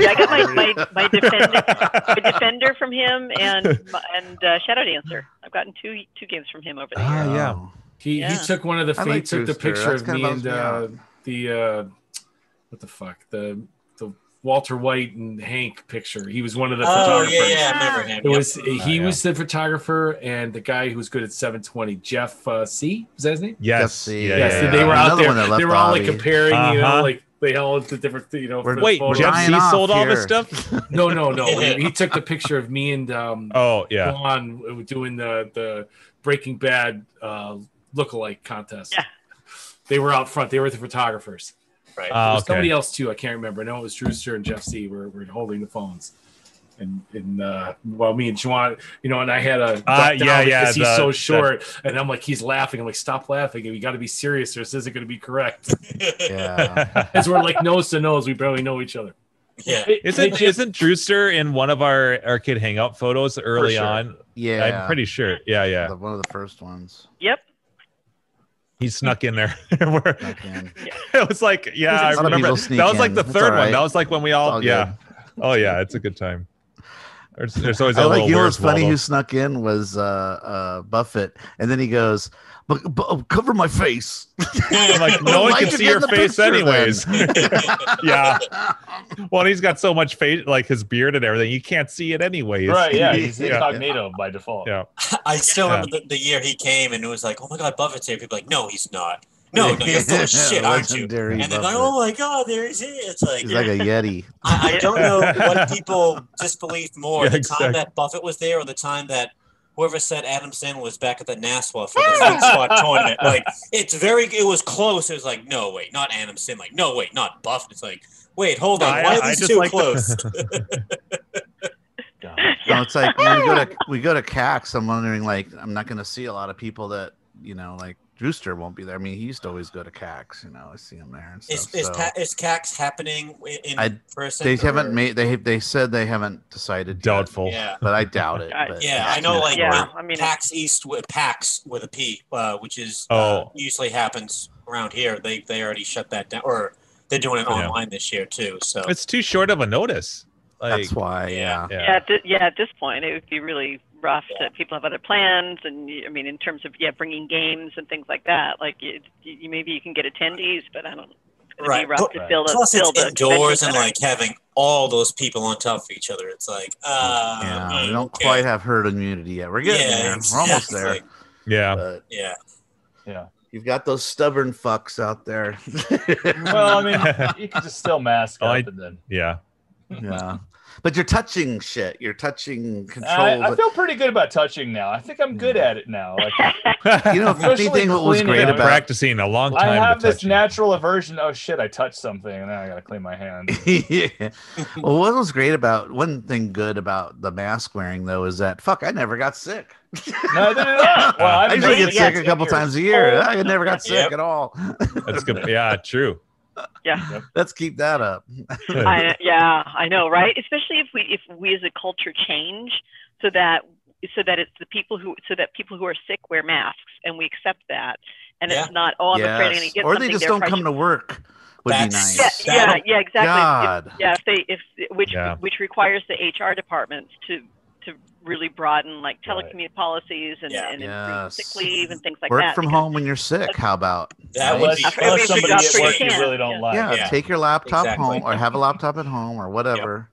Speaker 1: (laughs)
Speaker 4: (laughs)
Speaker 1: Yeah, I got my, my, my defender my defender from him and my- and uh, Shadow Dancer. I've gotten two two games from him over the years.
Speaker 7: Oh,
Speaker 4: Ah, yeah.
Speaker 5: He
Speaker 1: Yeah.
Speaker 5: he took one of the
Speaker 7: I
Speaker 5: he
Speaker 7: like
Speaker 5: took the
Speaker 7: Brewster.
Speaker 5: picture
Speaker 7: That's
Speaker 5: of
Speaker 7: kinda
Speaker 5: me
Speaker 7: bums
Speaker 5: and
Speaker 7: me
Speaker 5: uh,
Speaker 7: out.
Speaker 5: the uh, what the fuck the the Walter White and Hank picture. He was one of the
Speaker 3: Oh,
Speaker 5: photographers.
Speaker 3: yeah, yeah, I remember him.
Speaker 5: It
Speaker 3: yep.
Speaker 5: was he
Speaker 4: yeah.
Speaker 5: was the photographer and the guy who was good at 720, Jeff uh, C. Is that his name?
Speaker 4: Yes. Yeah,
Speaker 7: Jesse. Yeah,
Speaker 5: so
Speaker 4: yeah, yeah.
Speaker 5: they were out
Speaker 7: Another
Speaker 5: there.
Speaker 7: one that left
Speaker 5: They were all like
Speaker 7: Bobby.
Speaker 5: comparing, you
Speaker 4: Uh-huh.
Speaker 5: know, like they all the different, you know. for
Speaker 7: We're-
Speaker 5: the
Speaker 4: Wait,
Speaker 5: photos.
Speaker 4: Jeff
Speaker 7: dying
Speaker 4: C
Speaker 7: off
Speaker 4: sold all this
Speaker 7: here.
Speaker 4: stuff?
Speaker 5: No,
Speaker 4: (laughs)
Speaker 5: no, no. he, he took the picture of me and um,
Speaker 4: Oh, yeah.
Speaker 5: Juan doing the the Breaking Bad uh, lookalike contest.
Speaker 1: Yeah.
Speaker 5: They were out front. They were the photographers.
Speaker 3: Right.
Speaker 5: There
Speaker 4: Ah, (laughs)
Speaker 5: was somebody
Speaker 4: okay.
Speaker 5: else too. I can't remember. I know it was Drewster and Jeff C. Were, were holding the phones, and and uh, well, me and Juan, you know, and I had a duck
Speaker 4: Ah,
Speaker 5: down
Speaker 4: yeah, yeah,
Speaker 5: because he's
Speaker 4: the-
Speaker 5: so
Speaker 4: the-
Speaker 5: short, and I'm like, he's laughing. I'm like, stop laughing. We got to be serious, or this isn't going to be correct.
Speaker 4: (laughs)
Speaker 7: Yeah.
Speaker 5: Because we're like nose to nose. We barely know each other.
Speaker 3: yeah.
Speaker 9: It
Speaker 4: Isn't
Speaker 9: just-
Speaker 4: isn't Drewster in one of our arcade hangout photos early
Speaker 9: sure.
Speaker 4: on?
Speaker 7: yeah.
Speaker 4: I'm pretty sure. Yeah, yeah.
Speaker 7: The- one of the first ones.
Speaker 1: Yep.
Speaker 4: He snuck in there. (laughs) We're-
Speaker 7: Back in.
Speaker 4: it was like, yeah,
Speaker 7: He's
Speaker 4: I
Speaker 7: a- Some
Speaker 4: remember.
Speaker 7: people
Speaker 4: That
Speaker 7: sneak
Speaker 4: was like
Speaker 7: in.
Speaker 4: the
Speaker 7: It's
Speaker 4: third one.
Speaker 7: alright.
Speaker 4: That was like when we
Speaker 7: It's
Speaker 4: all,
Speaker 7: all
Speaker 4: yeah. Oh yeah, it's a good time. There's, there's always
Speaker 7: I
Speaker 4: a
Speaker 7: like
Speaker 4: little
Speaker 7: you know what's
Speaker 4: Where's
Speaker 7: funny?
Speaker 4: Oh, Waldo?
Speaker 7: Who snuck in was uh, uh, Buffett, and then he goes, "But, but oh, cover my face."
Speaker 4: I'm
Speaker 7: (laughs)
Speaker 4: like, no one
Speaker 7: Why
Speaker 4: can
Speaker 7: did
Speaker 4: see
Speaker 7: you
Speaker 4: your
Speaker 7: get in the
Speaker 4: face
Speaker 7: picture then?
Speaker 4: anyways.
Speaker 7: (laughs)
Speaker 4: yeah. Well, he's got so much face, like his beard and everything, you can't see it anyways. (laughs)
Speaker 9: right. Yeah. He's
Speaker 7: Yeah.
Speaker 9: incognito by default.
Speaker 4: Yeah.
Speaker 3: (laughs) I still
Speaker 4: Yeah.
Speaker 3: remember the, the year he came and it was like, oh my God, Buffett's here. People are like, no, he's not. No, no, you're
Speaker 7: (laughs)
Speaker 3: full of shit, aren't you?
Speaker 7: Legendary
Speaker 3: And then,
Speaker 7: Buffett.
Speaker 3: oh my God, there he's here. It's like,
Speaker 7: He's like a
Speaker 3: (laughs)
Speaker 7: yeti. (laughs)
Speaker 3: I, I don't know what people disbelieved more
Speaker 4: Yeah,
Speaker 3: the
Speaker 4: exactly.
Speaker 3: time that Buffett was there or the time that whoever said Adam Sandler was back at the NASWA for the Sweet Spot tournament. Like it's very, it was close. It was like, no wait, not Adam Sandler. Like, no wait, not Buff. It's like, wait,
Speaker 9: "Oh,
Speaker 3: hold on,
Speaker 4: I-
Speaker 3: why
Speaker 4: I
Speaker 3: are these
Speaker 4: just
Speaker 3: two
Speaker 4: like the- (laughs)
Speaker 3: close? Ah.
Speaker 1: (laughs)
Speaker 7: So it's like when we go to we go to CAX. I'm wondering, like, I'm not going to see a lot of people that you know, like Drewster won't be there. I mean, he used to always go to CAX. You know, I see him there and
Speaker 3: is
Speaker 7: stuff.
Speaker 3: is,
Speaker 7: so.
Speaker 3: pa- is CAX happening in, in
Speaker 7: I-
Speaker 3: person?
Speaker 7: they
Speaker 3: or-
Speaker 7: haven't made they they said they haven't decided. yet,
Speaker 4: Doubtful.
Speaker 3: Yeah.
Speaker 7: but I doubt it.
Speaker 1: (laughs) I-
Speaker 7: but-
Speaker 3: Yeah, I know. Like
Speaker 1: Yeah,
Speaker 3: when
Speaker 1: I mean, it's-
Speaker 3: PAX East, with- PAX with a P, uh, which is uh,
Speaker 4: Oh.
Speaker 3: usually happens around here. They they already shut that down, or they're doing it
Speaker 4: Yeah.
Speaker 3: online this year too. So
Speaker 4: It's too short of a notice. Like,
Speaker 7: that's why. Yeah.
Speaker 1: Yeah, at thi- yeah. At this point, it would be really rough that people have other plans, and y- I mean, in terms of yeah, bringing games and things like that. Like, you, you, maybe you can get attendees, but I don't. It's gonna
Speaker 3: Right.
Speaker 1: be rough to
Speaker 9: Right.
Speaker 1: build a
Speaker 3: plus
Speaker 1: build
Speaker 3: it's
Speaker 1: a
Speaker 3: indoors
Speaker 1: convention
Speaker 3: and
Speaker 1: center.
Speaker 3: like having all those people on top of each other. It's like uh,
Speaker 7: Yeah, we don't
Speaker 3: okay.
Speaker 7: quite have herd immunity yet. We're getting
Speaker 3: Yeah,
Speaker 7: there. We're almost
Speaker 3: exactly.
Speaker 7: there.
Speaker 4: yeah. (laughs)
Speaker 7: But
Speaker 3: Yeah,
Speaker 7: you've got those stubborn fucks out there.
Speaker 9: Well, I mean, you could just still mask
Speaker 4: Oh,
Speaker 9: up
Speaker 4: I-
Speaker 9: and then.
Speaker 4: Yeah.
Speaker 7: yeah. (laughs) But you're touching shit. You're touching controls.
Speaker 9: I, I feel pretty good about touching now. I think I'm good
Speaker 7: Yeah.
Speaker 9: at it now. Like,
Speaker 7: (laughs) you know, if
Speaker 9: Especially
Speaker 7: anything, what was
Speaker 9: cleaning
Speaker 7: great
Speaker 9: up.
Speaker 7: about
Speaker 4: Practicing a long
Speaker 9: I
Speaker 4: time.
Speaker 9: have
Speaker 4: to
Speaker 9: this
Speaker 4: touch it.
Speaker 9: natural aversion. Oh shit! I touched something, and now I gotta clean my hands.
Speaker 7: (laughs) yeah. Well, what was great about one thing good about the mask wearing though is that fuck, I never got sick.
Speaker 9: No, no, no, no. Well,
Speaker 7: I
Speaker 9: I've
Speaker 7: usually
Speaker 9: been
Speaker 7: get sick a couple times a year. I never got sick
Speaker 3: Yep.
Speaker 7: at all. (laughs)
Speaker 4: That's good. Yeah,
Speaker 9: (laughs)
Speaker 4: true.
Speaker 7: Let's keep that up.
Speaker 4: (laughs)
Speaker 1: I, yeah, I know, right? Especially if we if we as a culture change so that so that it's the people who so that people who are sick wear masks and we accept that, and
Speaker 3: Yeah.
Speaker 1: it's not oh I'm afraid I'm
Speaker 7: Yes.
Speaker 1: going to get
Speaker 7: or
Speaker 1: something.
Speaker 7: they just
Speaker 1: therefore
Speaker 7: don't
Speaker 1: I
Speaker 7: come
Speaker 1: should-
Speaker 7: to work would be
Speaker 3: That's-
Speaker 7: nice.
Speaker 1: Yeah, yeah, yeah, exactly.
Speaker 7: God.
Speaker 1: If, yeah, if they if which
Speaker 4: Yeah.
Speaker 1: which requires the HR departments to to really broaden like telecommu policies and,
Speaker 3: Yeah.
Speaker 1: and improve
Speaker 7: Yes.
Speaker 1: sick leave and things like
Speaker 7: work
Speaker 1: that.
Speaker 7: from
Speaker 1: because-
Speaker 7: home when you're sick. How about?
Speaker 3: that
Speaker 7: Right.
Speaker 3: would be
Speaker 9: unless,
Speaker 1: Everybody
Speaker 9: unless somebody
Speaker 1: forgot
Speaker 9: at
Speaker 1: free
Speaker 9: work you
Speaker 1: hands.
Speaker 9: really don't
Speaker 1: Yeah.
Speaker 9: like.
Speaker 7: yeah,
Speaker 3: yeah.
Speaker 7: take your laptop
Speaker 3: Exactly.
Speaker 7: home or have a laptop at home or whatever.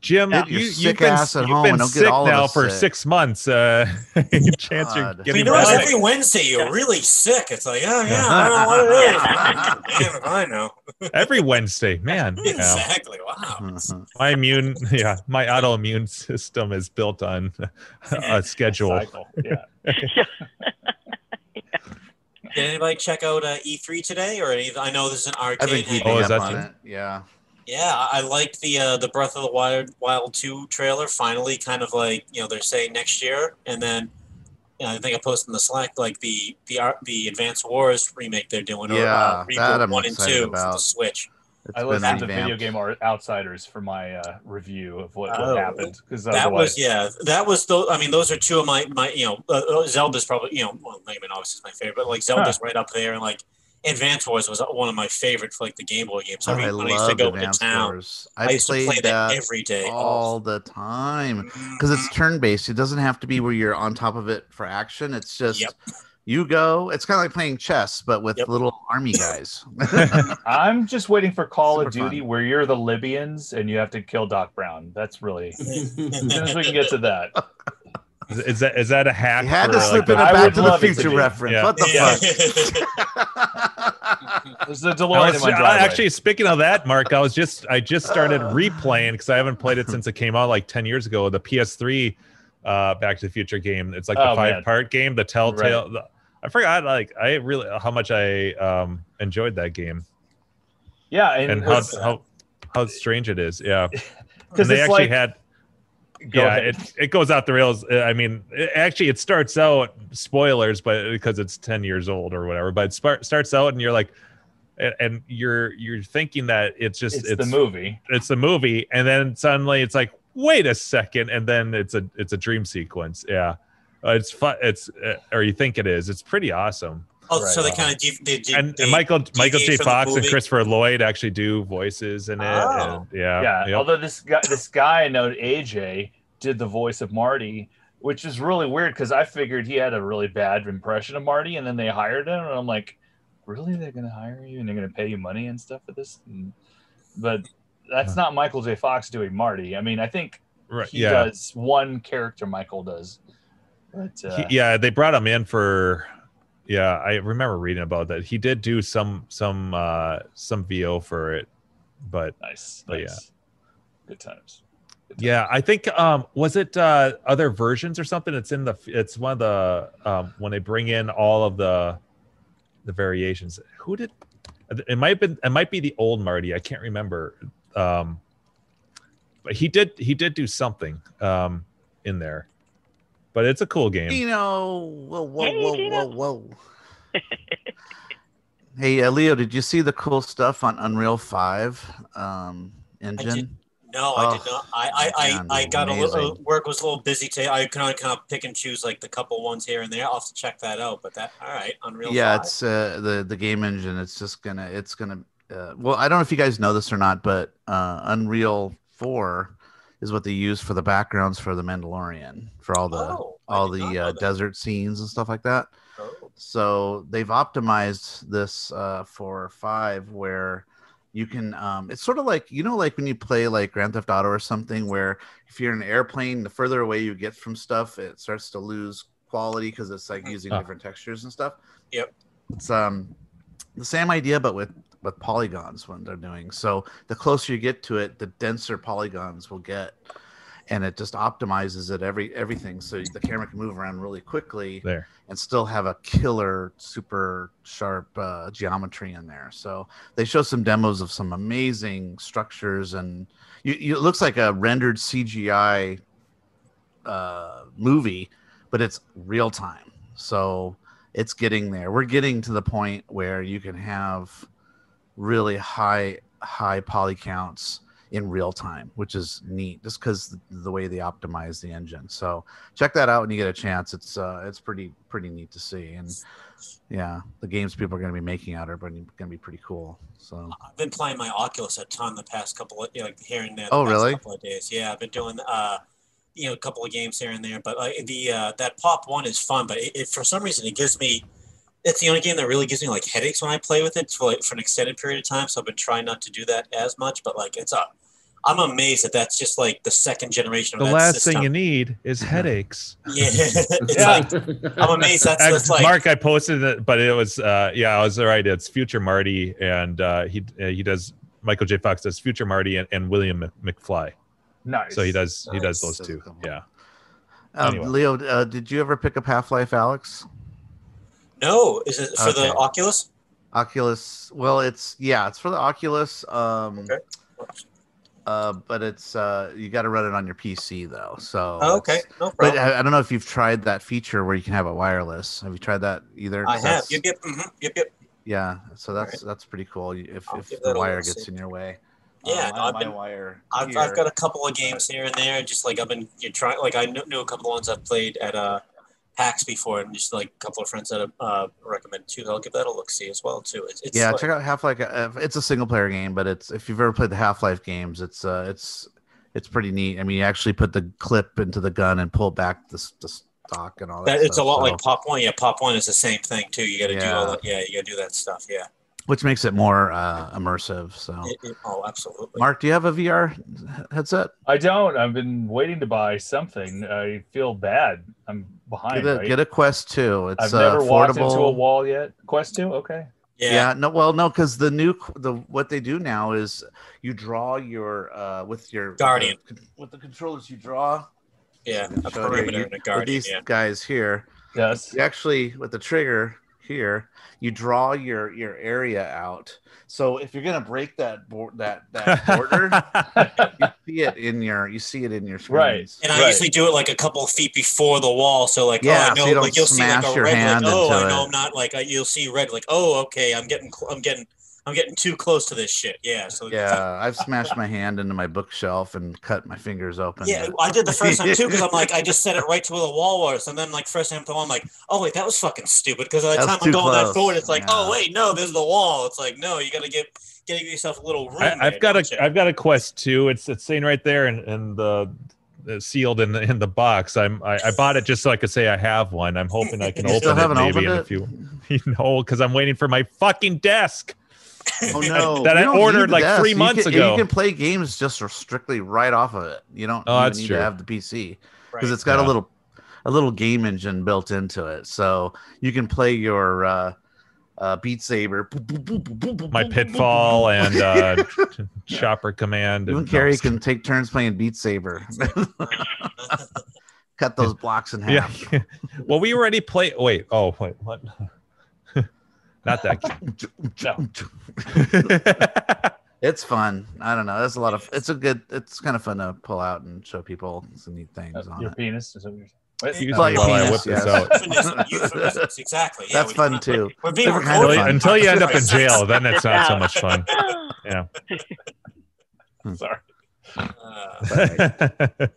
Speaker 4: Jim,
Speaker 7: Get
Speaker 4: you,
Speaker 7: your
Speaker 4: you've
Speaker 7: sick
Speaker 4: been,
Speaker 7: ass at
Speaker 4: you've
Speaker 7: home
Speaker 4: been
Speaker 7: and don't get
Speaker 4: sick
Speaker 7: all of
Speaker 4: now
Speaker 7: us
Speaker 4: for
Speaker 7: sick.
Speaker 4: six months. Uh, (laughs) any chance you're
Speaker 7: God.
Speaker 3: we
Speaker 4: getting
Speaker 3: know it's
Speaker 4: better?
Speaker 3: every Wednesday you're really sick. It's like oh yeah, (laughs) I
Speaker 7: (laughs)
Speaker 3: don't know what it is. Damn if (laughs) I know.
Speaker 4: every Wednesday, man. You know,
Speaker 3: Exactly.
Speaker 7: Mm-hmm.
Speaker 3: Wow.
Speaker 7: (laughs)
Speaker 4: my immune, (laughs) yeah, my autoimmune (laughs) system is built on (laughs) a schedule.
Speaker 9: Cycle. Yeah.
Speaker 3: Did anybody check out uh, E3 today? Or any, I know there's an
Speaker 7: I've been
Speaker 3: arcade. hang-
Speaker 7: keeping
Speaker 4: Oh, is that
Speaker 7: up on
Speaker 4: you?
Speaker 7: it. Yeah.
Speaker 3: Yeah, I I liked the uh, the Breath of the Wild Wild Two trailer. Finally, kind of like you know they're saying next year, and then you know, I think I posted in the Slack like the the ar- the Advanced Wars remake they're doing. or,
Speaker 7: Yeah,
Speaker 3: uh,
Speaker 7: that I'm
Speaker 3: reboot one and
Speaker 7: excited
Speaker 3: two for the
Speaker 7: about.
Speaker 3: Switch.
Speaker 7: It's
Speaker 9: I
Speaker 7: been
Speaker 9: listened to
Speaker 7: revamped.
Speaker 9: Video Game Art- Outsiders for my uh, review of what,
Speaker 3: Oh.
Speaker 9: what happened because
Speaker 3: That was yeah, that was though. I mean, those are two of my my you know uh, uh, Zelda's probably you know well, I mean obviously it's my favorite, but like Zelda's right up there, and like Advance Wars was one of my favorite for like the Game Boy games.
Speaker 7: Oh,
Speaker 3: I,
Speaker 7: I
Speaker 3: mean, when I used to
Speaker 7: love
Speaker 3: go into
Speaker 7: Advance
Speaker 3: town.
Speaker 7: Wars.
Speaker 3: I,
Speaker 7: I,
Speaker 3: used to
Speaker 7: played
Speaker 3: play that,
Speaker 7: that
Speaker 3: every day.
Speaker 7: all the time because
Speaker 3: Mhm.
Speaker 7: it's turn-based. It doesn't have to be where you're on top of it for action. It's just
Speaker 3: Yep.
Speaker 7: you go. It's kind of like playing chess, but with
Speaker 3: Yep.
Speaker 7: little army guys.
Speaker 9: I'm just waiting for Call of
Speaker 7: Super
Speaker 9: Duty
Speaker 7: fun.
Speaker 9: where you're the Libyans and you have to kill Doc Brown. That's really as soon as we can get to that.
Speaker 4: Is, is that is that a hack?
Speaker 7: You had
Speaker 4: for,
Speaker 7: to
Speaker 4: like,
Speaker 7: slip
Speaker 4: the-
Speaker 7: in a
Speaker 9: I
Speaker 7: Back
Speaker 9: would
Speaker 7: to the
Speaker 9: love it to
Speaker 7: Future
Speaker 9: be.
Speaker 7: reference.
Speaker 4: Yeah.
Speaker 7: What the
Speaker 3: Yeah.
Speaker 7: (laughs) fuck?
Speaker 9: There's the
Speaker 4: I
Speaker 9: DeLorean
Speaker 4: was-
Speaker 9: in my
Speaker 4: I-
Speaker 9: driveway.
Speaker 4: actually, speaking of that, Mark, I was just I just started replaying because I haven't played it since it came out like ten years ago. The PS3 uh, Back to the Future game. It's like the
Speaker 9: Oh, man.
Speaker 4: five part game. The Telltale. the- I forgot like I really how much I um, enjoyed that game
Speaker 9: yeah, and,
Speaker 4: and how
Speaker 9: it's-
Speaker 4: how how strange it is. Yeah,
Speaker 9: 'Cause
Speaker 4: And they
Speaker 9: it's
Speaker 4: actually
Speaker 9: like-
Speaker 4: had.
Speaker 9: Go
Speaker 4: yeah,
Speaker 9: ahead.
Speaker 4: it, it goes off the rails. Uh, I mean, it, actually, it starts out spoilers, but because it's ten years old or whatever, but it spar- starts out and you're like, and, and you're you're thinking that it's just
Speaker 9: it's,
Speaker 4: it's
Speaker 9: the movie.
Speaker 4: it's a movie, and then suddenly it's like, wait a second, and then it's a it's a dream sequence. Yeah, uh, it's fun. It's uh, or you think it is. It's pretty awesome.
Speaker 3: (laughs) Oh, so
Speaker 9: Right.
Speaker 3: they kind of de- they, they,
Speaker 4: And,
Speaker 3: they-
Speaker 4: and Michael Michael J.
Speaker 3: deviate from the
Speaker 4: Fox and
Speaker 3: movie.
Speaker 4: Christopher Lloyd actually do voices in it.
Speaker 3: Oh.
Speaker 4: and- yeah,
Speaker 9: yeah.
Speaker 4: yep.
Speaker 9: Although this guy, this guy I know, AJ, did the voice of Marty, which is really weird because I figured he had a really bad impression of Marty, and then they hired him, and I'm like, really? They're gonna hire you and they're gonna pay you money and stuff for this? And- but that's not Michael J. Fox doing Marty. I mean, I think
Speaker 4: right.
Speaker 9: he
Speaker 4: yeah.
Speaker 9: does one character. Michael does, but uh,
Speaker 4: He- yeah they brought him in for yeah i remember reading about that he did do some some uh some vo for it but
Speaker 9: nice,
Speaker 4: But
Speaker 9: nice,
Speaker 4: Oh, yeah.
Speaker 9: good times.
Speaker 4: Yeah, I think um was it uh other versions or something? It's in the it's one of the um when they bring in all of the the variations. Who did it might have been it might be the old Marty. I can't remember. Um but he did he did do something um in there. But it's a cool game.
Speaker 7: Dino, whoa, whoa,
Speaker 1: Hey,
Speaker 7: whoa,
Speaker 1: Dino.
Speaker 7: whoa, whoa. (laughs) hey, uh, Leo, did you see the cool stuff on Unreal Five um, engine?
Speaker 3: No, I did
Speaker 7: Oh,
Speaker 3: not. I I,
Speaker 7: man,
Speaker 3: I, I got a little
Speaker 7: amazing.
Speaker 3: work was a little busy today. I can only kind of pick and choose like the couple ones here and there. I'll have to check that out. But that all right, Unreal.
Speaker 7: yeah
Speaker 3: 5.
Speaker 7: it's uh, the the game engine it's just gonna it's gonna uh, well i don't know if you guys know this or not but uh, unreal 4 is what they use for the backgrounds for the mandalorian for all the
Speaker 3: Oh, I
Speaker 7: all
Speaker 3: did not
Speaker 7: the
Speaker 3: know
Speaker 7: uh,
Speaker 3: that.
Speaker 7: desert scenes and stuff like that
Speaker 3: Oh.
Speaker 7: so they've optimized this uh, for five where you can um, it's sort of like you know like when you play like grand theft auto or something where if you're in an airplane the further away you get from stuff it starts to lose quality because it's like using
Speaker 4: Ah.
Speaker 7: different textures and stuff
Speaker 3: Yep.
Speaker 7: it's um the same idea but with with polygons when they're doing so the closer you get to it the denser polygons will get and it just optimizes it every everything so the camera can move around really quickly
Speaker 4: There.
Speaker 7: and still have a killer, super sharp uh, geometry in there. So they show some demos of some amazing structures, and you, you, it looks like a rendered CGI uh, movie, but it's real time. So it's getting there. We're getting to the point where you can have really high high poly counts in real time, which is neat, just because the way they optimize the engine. So check that out when you get a chance. It's uh, it's pretty pretty neat to see, and yeah, the games people are going to be making out are going to be pretty cool. So
Speaker 3: I've been playing my Oculus a ton the past couple of you know, like here and there. the
Speaker 7: Oh,
Speaker 3: past
Speaker 7: really?
Speaker 3: Couple of days. Yeah, I've been doing uh, you know, a couple of games here and there. But uh, the uh, that Pop One is fun, but it, it for some reason it gives me. It's the only game that really gives me like headaches when I play with it for like, for an extended period of time. So I've been trying not to do that as much. But like, it's a. I'm amazed that that's just like the second generation.
Speaker 4: The
Speaker 3: of that
Speaker 4: last
Speaker 3: system.
Speaker 4: thing you need is headaches.
Speaker 3: (laughs)
Speaker 4: (laughs)
Speaker 3: Yeah, it's
Speaker 4: Yeah.
Speaker 3: like I'm amazed. That's, that's
Speaker 4: Ex-
Speaker 3: like
Speaker 4: Mark, I posted it, but it was uh, yeah, I was right. It's Future Marty, and uh, he uh, he does Michael J. Fox does Future Marty and, and William Mc- McFly.
Speaker 9: Nice.
Speaker 4: So he does he does
Speaker 7: Nice.
Speaker 4: those two. Yeah,
Speaker 7: um,
Speaker 4: Anyway.
Speaker 7: Leo, uh, did you ever pick up Half Life, Alex?
Speaker 3: no. Is it for
Speaker 7: Okay.
Speaker 3: the Oculus?
Speaker 7: Oculus. Well, it's yeah, it's for the Oculus. Um,
Speaker 3: Okay.
Speaker 7: uh, but it's uh, you got to run it on your PC though. So
Speaker 3: Oh, okay,
Speaker 7: it's-
Speaker 3: no problem.
Speaker 7: But I, I don't know if you've tried that feature where you can have it wireless. Have you tried that either?
Speaker 3: I
Speaker 7: 'Cause
Speaker 3: have.
Speaker 7: that's-
Speaker 3: Yep, yep, mhm, yep, yep.
Speaker 7: Yeah, so that's that's pretty cool. You- If
Speaker 3: I'll
Speaker 7: if
Speaker 3: give
Speaker 7: the
Speaker 3: that a
Speaker 7: wire
Speaker 3: little
Speaker 7: gets
Speaker 3: see.
Speaker 7: in your way,
Speaker 3: Yeah,
Speaker 9: Uh,
Speaker 7: Um, I
Speaker 3: no,
Speaker 7: have
Speaker 3: I've
Speaker 7: my
Speaker 3: been-
Speaker 7: wire.
Speaker 3: I've, I've
Speaker 7: here.
Speaker 3: got a couple of games here and there, and just like I've been you know, trying. Like I knew, knew a couple of ones I've played at uh, PAX before, and just like a couple of friends that have uh, recommended too. I'll give that a look see as well too. It's, it's
Speaker 7: yeah,
Speaker 3: like-
Speaker 7: check out Half Life. It's a single player game, but it's if you've ever played the Half Life games, it's uh, it's it's pretty neat. I mean, you actually put the clip into the gun and pull back the, s- the stock and all that.
Speaker 3: that, it's a
Speaker 7: stuff,
Speaker 3: lot
Speaker 7: so-
Speaker 3: like Pop One. Yeah, Pop One is the same thing too. You got to do all
Speaker 7: Yeah.
Speaker 3: that. Yeah, you got to do that stuff. Yeah.
Speaker 7: which makes it more uh, immersive. So,
Speaker 3: It- it- oh, absolutely.
Speaker 7: Mark, do you have a VR headset?
Speaker 9: I don't. I've been waiting to buy something. I feel bad. I'm behind.
Speaker 7: Get a,
Speaker 9: right?
Speaker 7: get a Quest too. It's
Speaker 9: I've never
Speaker 7: uh, affordable.
Speaker 9: walked into a wall yet. Quest two. Okay.
Speaker 3: yeah.
Speaker 7: yeah. no well no because the new the what they do now is you draw your uh with your
Speaker 3: Guardian.
Speaker 7: with the, with the controllers you draw
Speaker 3: Yeah,
Speaker 7: Show
Speaker 3: a
Speaker 7: you-
Speaker 3: perimeter and a
Speaker 7: with
Speaker 3: guardian.
Speaker 7: these
Speaker 3: Yeah.
Speaker 7: guys here
Speaker 9: Yes.
Speaker 7: you actually with the trigger here you draw your your area out so if you're gonna break that board that
Speaker 4: (laughs)
Speaker 7: that border
Speaker 9: (laughs)
Speaker 7: you see it in your you see it in your screens.
Speaker 9: Right.
Speaker 3: And I
Speaker 9: Right.
Speaker 3: usually do it like a couple of feet before the wall, so like,
Speaker 7: Yeah,
Speaker 3: oh, I
Speaker 7: so
Speaker 3: know,
Speaker 7: you don't
Speaker 3: like you'll see like
Speaker 7: smash
Speaker 3: a
Speaker 7: your
Speaker 3: red,
Speaker 7: hand
Speaker 3: like, oh,
Speaker 7: into
Speaker 3: I know
Speaker 7: it.
Speaker 3: I'm not like I, you'll see red, like, oh, okay, I'm getting, cl- I'm getting, I'm getting too close to this shit. Yeah, so it's like-
Speaker 7: yeah i've smashed my hand into my bookshelf and cut my fingers open
Speaker 3: yeah, I did the first time too because I'm like, I just set it right to where the wall was, and then like first time I'm like, oh wait, that was fucking stupid because by the
Speaker 7: That's
Speaker 3: time I'm
Speaker 7: too
Speaker 3: going
Speaker 7: close.
Speaker 3: that forward, it's like,
Speaker 7: Yeah.
Speaker 3: oh wait, no, there's the wall. It's like, no, you gotta give, give yourself a little room.
Speaker 4: I,
Speaker 3: there,
Speaker 4: I've got
Speaker 3: don't you?
Speaker 4: a I've got a Quest two. It's it's sitting right there and and the. the Sealed in the in the box. I'm I, I bought it just so I could say I have one. I'm
Speaker 7: (laughs)
Speaker 4: hoping I can
Speaker 7: You
Speaker 4: open
Speaker 7: still
Speaker 4: it
Speaker 7: haven't
Speaker 4: maybe in
Speaker 7: opened
Speaker 4: a few. (laughs) You know, because I'm waiting for my fucking desk. (laughs)
Speaker 7: Oh no!
Speaker 4: That
Speaker 7: You
Speaker 4: I
Speaker 7: don't need
Speaker 4: ordered,
Speaker 7: the
Speaker 4: like,
Speaker 7: desk.
Speaker 4: three
Speaker 7: You
Speaker 4: months
Speaker 7: can-
Speaker 4: ago.
Speaker 7: You can play games just strictly right off of it. You don't
Speaker 4: Oh,
Speaker 7: even
Speaker 4: that's
Speaker 7: need
Speaker 4: true.
Speaker 7: to have the PC because
Speaker 3: Right.
Speaker 7: it's got a
Speaker 4: Yeah.
Speaker 7: little a little game engine built into it, so you can play your uh, uh, Beat Saber,
Speaker 4: My pitfall and
Speaker 7: (laughs)
Speaker 4: uh, ch- chopper command.
Speaker 7: You
Speaker 4: and
Speaker 7: and Carrie can take turns playing Beat Saber. (laughs) Cut those blocks in
Speaker 4: Yeah. (laughs)
Speaker 7: half. (laughs)
Speaker 4: well, we already play. Wait. Oh, wait. What? (laughs) Not that.
Speaker 7: (laughs)
Speaker 4: game. No.
Speaker 7: It's fun. I don't know. That's a lot of. It's a good. It's kind of fun to pull out and show people some neat things on
Speaker 9: Your
Speaker 7: it.
Speaker 9: penis is what you're saying. What?
Speaker 4: Excuse
Speaker 7: Like
Speaker 4: me while I
Speaker 7: penis,
Speaker 4: whip this
Speaker 7: yes.
Speaker 4: out.
Speaker 7: (laughs)
Speaker 3: Euphemism, euphemisms, exactly. Yeah,
Speaker 7: That's
Speaker 3: we-
Speaker 7: fun too.
Speaker 3: We're being
Speaker 7: Different kind of
Speaker 3: recorded.
Speaker 7: fun.
Speaker 4: Until you end up
Speaker 7: (laughs)
Speaker 4: in jail, then it's not so much fun.
Speaker 1: (gasps)
Speaker 4: Yeah.
Speaker 9: Sorry.
Speaker 3: Uh,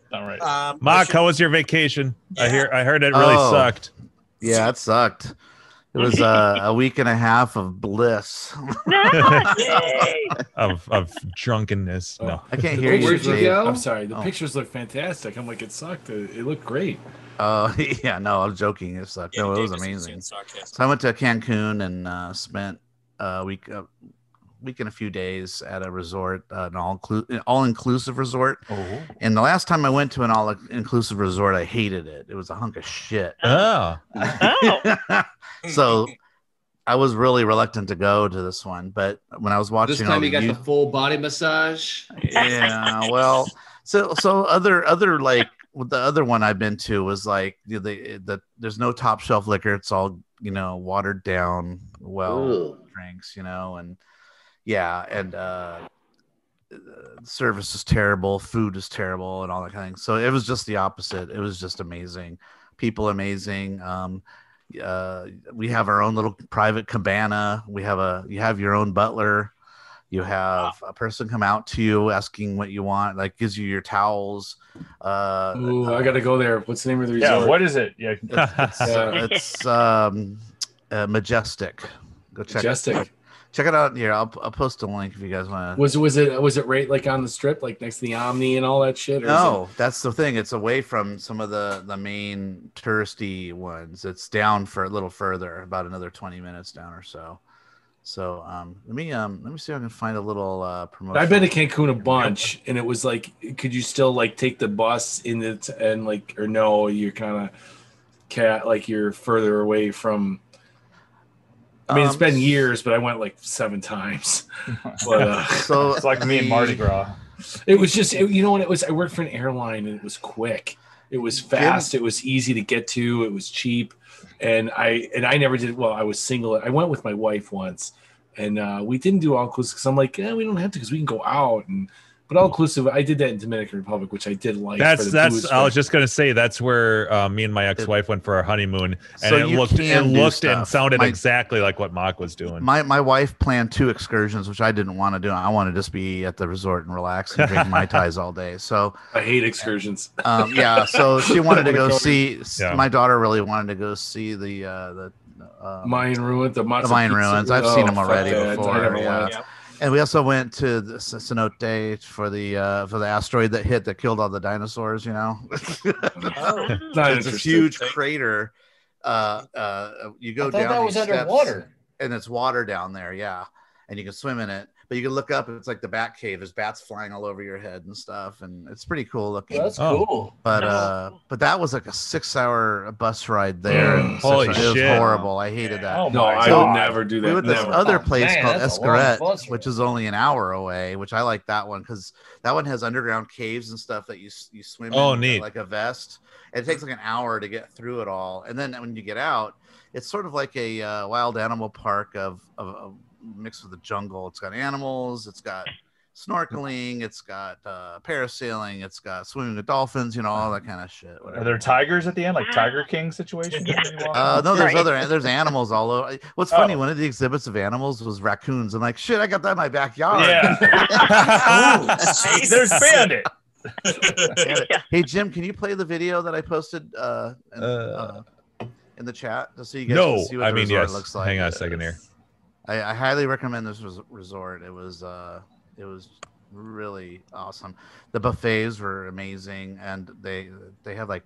Speaker 4: (laughs)
Speaker 9: All right.
Speaker 3: um,
Speaker 4: Mock,
Speaker 3: what's
Speaker 4: how was your vacation? I
Speaker 3: Yeah.
Speaker 4: hear. I heard it really
Speaker 7: Oh.
Speaker 4: sucked.
Speaker 7: Yeah, it sucked. It was uh, a week and a half of bliss. (laughs)
Speaker 4: Of of drunkenness.
Speaker 7: (laughs)
Speaker 4: No.
Speaker 5: (laughs)
Speaker 7: I can't hear you.
Speaker 6: Where'd you
Speaker 7: Dave.
Speaker 6: go?
Speaker 5: I'm sorry. The
Speaker 7: Oh.
Speaker 5: pictures look fantastic. I'm like, it sucked. It, it looked great.
Speaker 7: Oh (laughs) yeah, no, I'm joking. It sucked.
Speaker 3: your-
Speaker 7: no, it
Speaker 3: Dave
Speaker 7: was
Speaker 3: is using
Speaker 7: amazing.
Speaker 3: sarcasm.
Speaker 7: So I went to Cancun and uh, spent a week, a week and a few days at a resort, uh, an all inclu- all inclusive resort.
Speaker 9: Oh.
Speaker 7: And the last time I went to an all inclusive resort, I hated it. It was a hunk of shit. (laughs)
Speaker 4: Oh.
Speaker 6: (laughs)
Speaker 3: Hmm.
Speaker 7: so I was really reluctant to go to this one, but when I was watching,
Speaker 6: This time
Speaker 7: all
Speaker 6: you got
Speaker 7: you-
Speaker 6: the full body massage.
Speaker 7: yeah, well, so so other other like the other one I've been to was like you know, the the there's no top shelf liquor. It's all you know watered down, well
Speaker 6: Ooh.
Speaker 7: drinks, you know, and yeah, and uh, uh, service is terrible, food is terrible, and all that kind of thing. So it was just the opposite. It was just amazing. People amazing. Um, uh, we have our own little private cabana. We have a you have your own butler. You have a person come out to you asking what you want, like gives you your towels. Uh,
Speaker 5: Ooh, I gotta go there. What's the name of the resort? Uh,
Speaker 9: Yeah. What is it? Yeah.
Speaker 7: it's, it's, it's, um, uh, majestic. Go check
Speaker 5: Majestic.
Speaker 7: It, check it out here. I'll, I'll post a link if you guys want to.
Speaker 5: Was was it was it right like on the strip, like next to the Omni and all that shit? Or is
Speaker 7: No, that's the thing. It's away from some of the the main touristy ones. It's down for a little further, about another twenty minutes down or so. So um, let me um, let me see if I can find a little uh,
Speaker 5: it-
Speaker 7: promotion.
Speaker 5: I've been to Cancun a bunch, and it was like, could you still like take the bus in the t- and like or no, you're kind of cat like you're further away from. I mean, it's
Speaker 7: Um,
Speaker 5: been years, but I went like
Speaker 4: (laughs)
Speaker 5: seven times. But uh,
Speaker 9: (laughs)
Speaker 7: So
Speaker 9: It's like me and Mardi Gras.
Speaker 5: it was just it- you know what it was. I worked for an airline, and it was quick. It was fast. It was easy to get to. It was cheap, and I and I never did. Well, I was single. I went with my wife once, and uh, we didn't do all inclusive because I'm like, yeah, we don't have to because we can go out and. But all inclusive, I did that in Dominican Republic, which I did like. for
Speaker 4: That's
Speaker 5: the
Speaker 4: that's.
Speaker 5: booze,
Speaker 4: I was
Speaker 5: but-
Speaker 4: just gonna say that's where uh, me and my ex-wife went for our honeymoon, and
Speaker 7: So
Speaker 4: it
Speaker 7: you
Speaker 4: looked it
Speaker 7: can do
Speaker 4: looked and
Speaker 7: stuff.
Speaker 4: sounded
Speaker 7: My-
Speaker 4: exactly like what Mock was doing. (laughs)
Speaker 7: my my wife planned two excursions, which I didn't want to do. I want to just be at the resort and relax and drink mai tais all day. So
Speaker 5: I
Speaker 4: (laughs)
Speaker 5: hate excursions.
Speaker 7: um, yeah, so she wanted to go see.
Speaker 4: Yeah.
Speaker 7: My daughter really wanted to go see the uh, the. Uh,
Speaker 5: Mayan ruins, the Machu
Speaker 7: The Mayan
Speaker 5: Picchu.
Speaker 7: ruins. I've seen 'em
Speaker 5: fuck
Speaker 7: already
Speaker 5: that. I
Speaker 7: before,
Speaker 5: never
Speaker 7: yeah.
Speaker 5: went.
Speaker 7: And we also went to the C- cenote for the uh, for the asteroid that hit that killed all the dinosaurs. You know,
Speaker 3: Oh,
Speaker 5: Not
Speaker 7: (laughs) it's this
Speaker 5: interested.
Speaker 7: huge crater. Uh, uh, you go
Speaker 8: I thought
Speaker 7: down.
Speaker 8: that
Speaker 7: these
Speaker 8: was
Speaker 7: steps,
Speaker 8: underwater.
Speaker 7: and it's water down there. Yeah, and you can swim in it. But you can look up. It's like the Bat Cave. There's bats flying all over your head and stuff, and it's pretty cool looking.
Speaker 8: That's
Speaker 4: Oh.
Speaker 8: cool.
Speaker 7: but
Speaker 1: No.
Speaker 7: uh, but that was like a six-hour bus ride there. and six
Speaker 4: Mm. Holy
Speaker 7: hours- it was
Speaker 4: shit.
Speaker 7: horrible. I hated that
Speaker 9: Oh
Speaker 5: No,
Speaker 9: my
Speaker 5: I
Speaker 9: God.
Speaker 5: would never do that.
Speaker 7: we went to this
Speaker 5: never.
Speaker 7: other
Speaker 8: Oh,
Speaker 7: place
Speaker 8: man,
Speaker 7: called
Speaker 8: that's a long
Speaker 7: Escaret,
Speaker 8: bus
Speaker 7: which
Speaker 8: ride.
Speaker 7: is only an hour away, which I like that one because that one has underground caves and stuff that you s- you swim
Speaker 4: Oh,
Speaker 7: in
Speaker 4: neat.
Speaker 7: like a vest. And it takes like an hour to get through it all, and then when you get out, it's sort of like a uh, wild animal park of of, of mixed with the jungle. It's got animals. It's got snorkeling. It's got uh, parasailing. It's got swimming with dolphins. You know all that kind of shit.
Speaker 9: Are
Speaker 7: whatever.
Speaker 9: there tigers at the end, like Tiger King situation?
Speaker 7: Uh, no, there's
Speaker 1: Right.
Speaker 7: other there's animals all over. What's funny?
Speaker 9: Oh.
Speaker 7: One of the exhibits of animals was raccoons. I'm like, shit, I got that in my backyard. (laughs) Oh,
Speaker 4: (laughs) Uh,
Speaker 9: yeah.
Speaker 3: Jesus.
Speaker 9: (laughs) there's bandit.
Speaker 7: Hey Jim, can you play the video that I posted uh, in, uh, in the chat just so you guys can
Speaker 4: no,
Speaker 7: see what
Speaker 4: I
Speaker 7: the
Speaker 4: mean
Speaker 7: resort
Speaker 4: yes.
Speaker 7: looks like?
Speaker 4: Hang on a second here.
Speaker 7: I, I highly recommend this res- resort. It was uh, it was really awesome. The buffets were amazing, and they they have like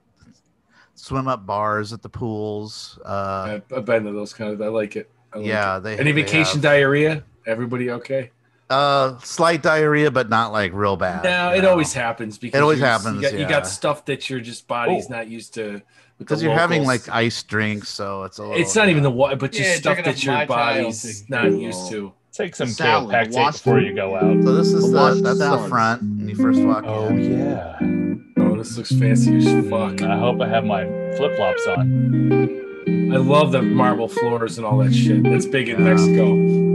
Speaker 7: swim up bars at the pools. Uh,
Speaker 5: I've I've been to those kind of. I like it. I like
Speaker 7: yeah, they
Speaker 5: it. Any
Speaker 7: they have-
Speaker 5: vacation diarrhea? Everybody okay?
Speaker 7: Uh, slight diarrhea, but not like real bad.
Speaker 5: No,
Speaker 7: you
Speaker 5: it
Speaker 7: know?
Speaker 5: always happens because
Speaker 7: always
Speaker 5: you-
Speaker 7: happens,
Speaker 5: You got, you
Speaker 7: yeah.
Speaker 5: got stuff that your just body's
Speaker 9: Oh.
Speaker 5: not used to
Speaker 7: because
Speaker 5: the
Speaker 7: you're having
Speaker 5: locals.
Speaker 7: like ice drinks, so it's a little.
Speaker 5: It's not even the water, but just
Speaker 9: Yeah,
Speaker 5: stuff
Speaker 9: drinking
Speaker 5: that
Speaker 9: up
Speaker 5: your
Speaker 9: my tile
Speaker 5: body's
Speaker 9: to-
Speaker 5: not used to.
Speaker 9: Take some kale
Speaker 7: Salad,
Speaker 9: pack
Speaker 7: watch-
Speaker 9: before you go out.
Speaker 7: So this is
Speaker 9: A
Speaker 7: the
Speaker 9: washed
Speaker 7: that's the
Speaker 9: salad.
Speaker 7: front when you first walk
Speaker 9: Oh
Speaker 7: in.
Speaker 9: yeah.
Speaker 5: Oh, this looks fancy as fuck.
Speaker 9: I hope I have my flip flops on.
Speaker 5: I love the marble floors and all that shit. That's big in Mexico.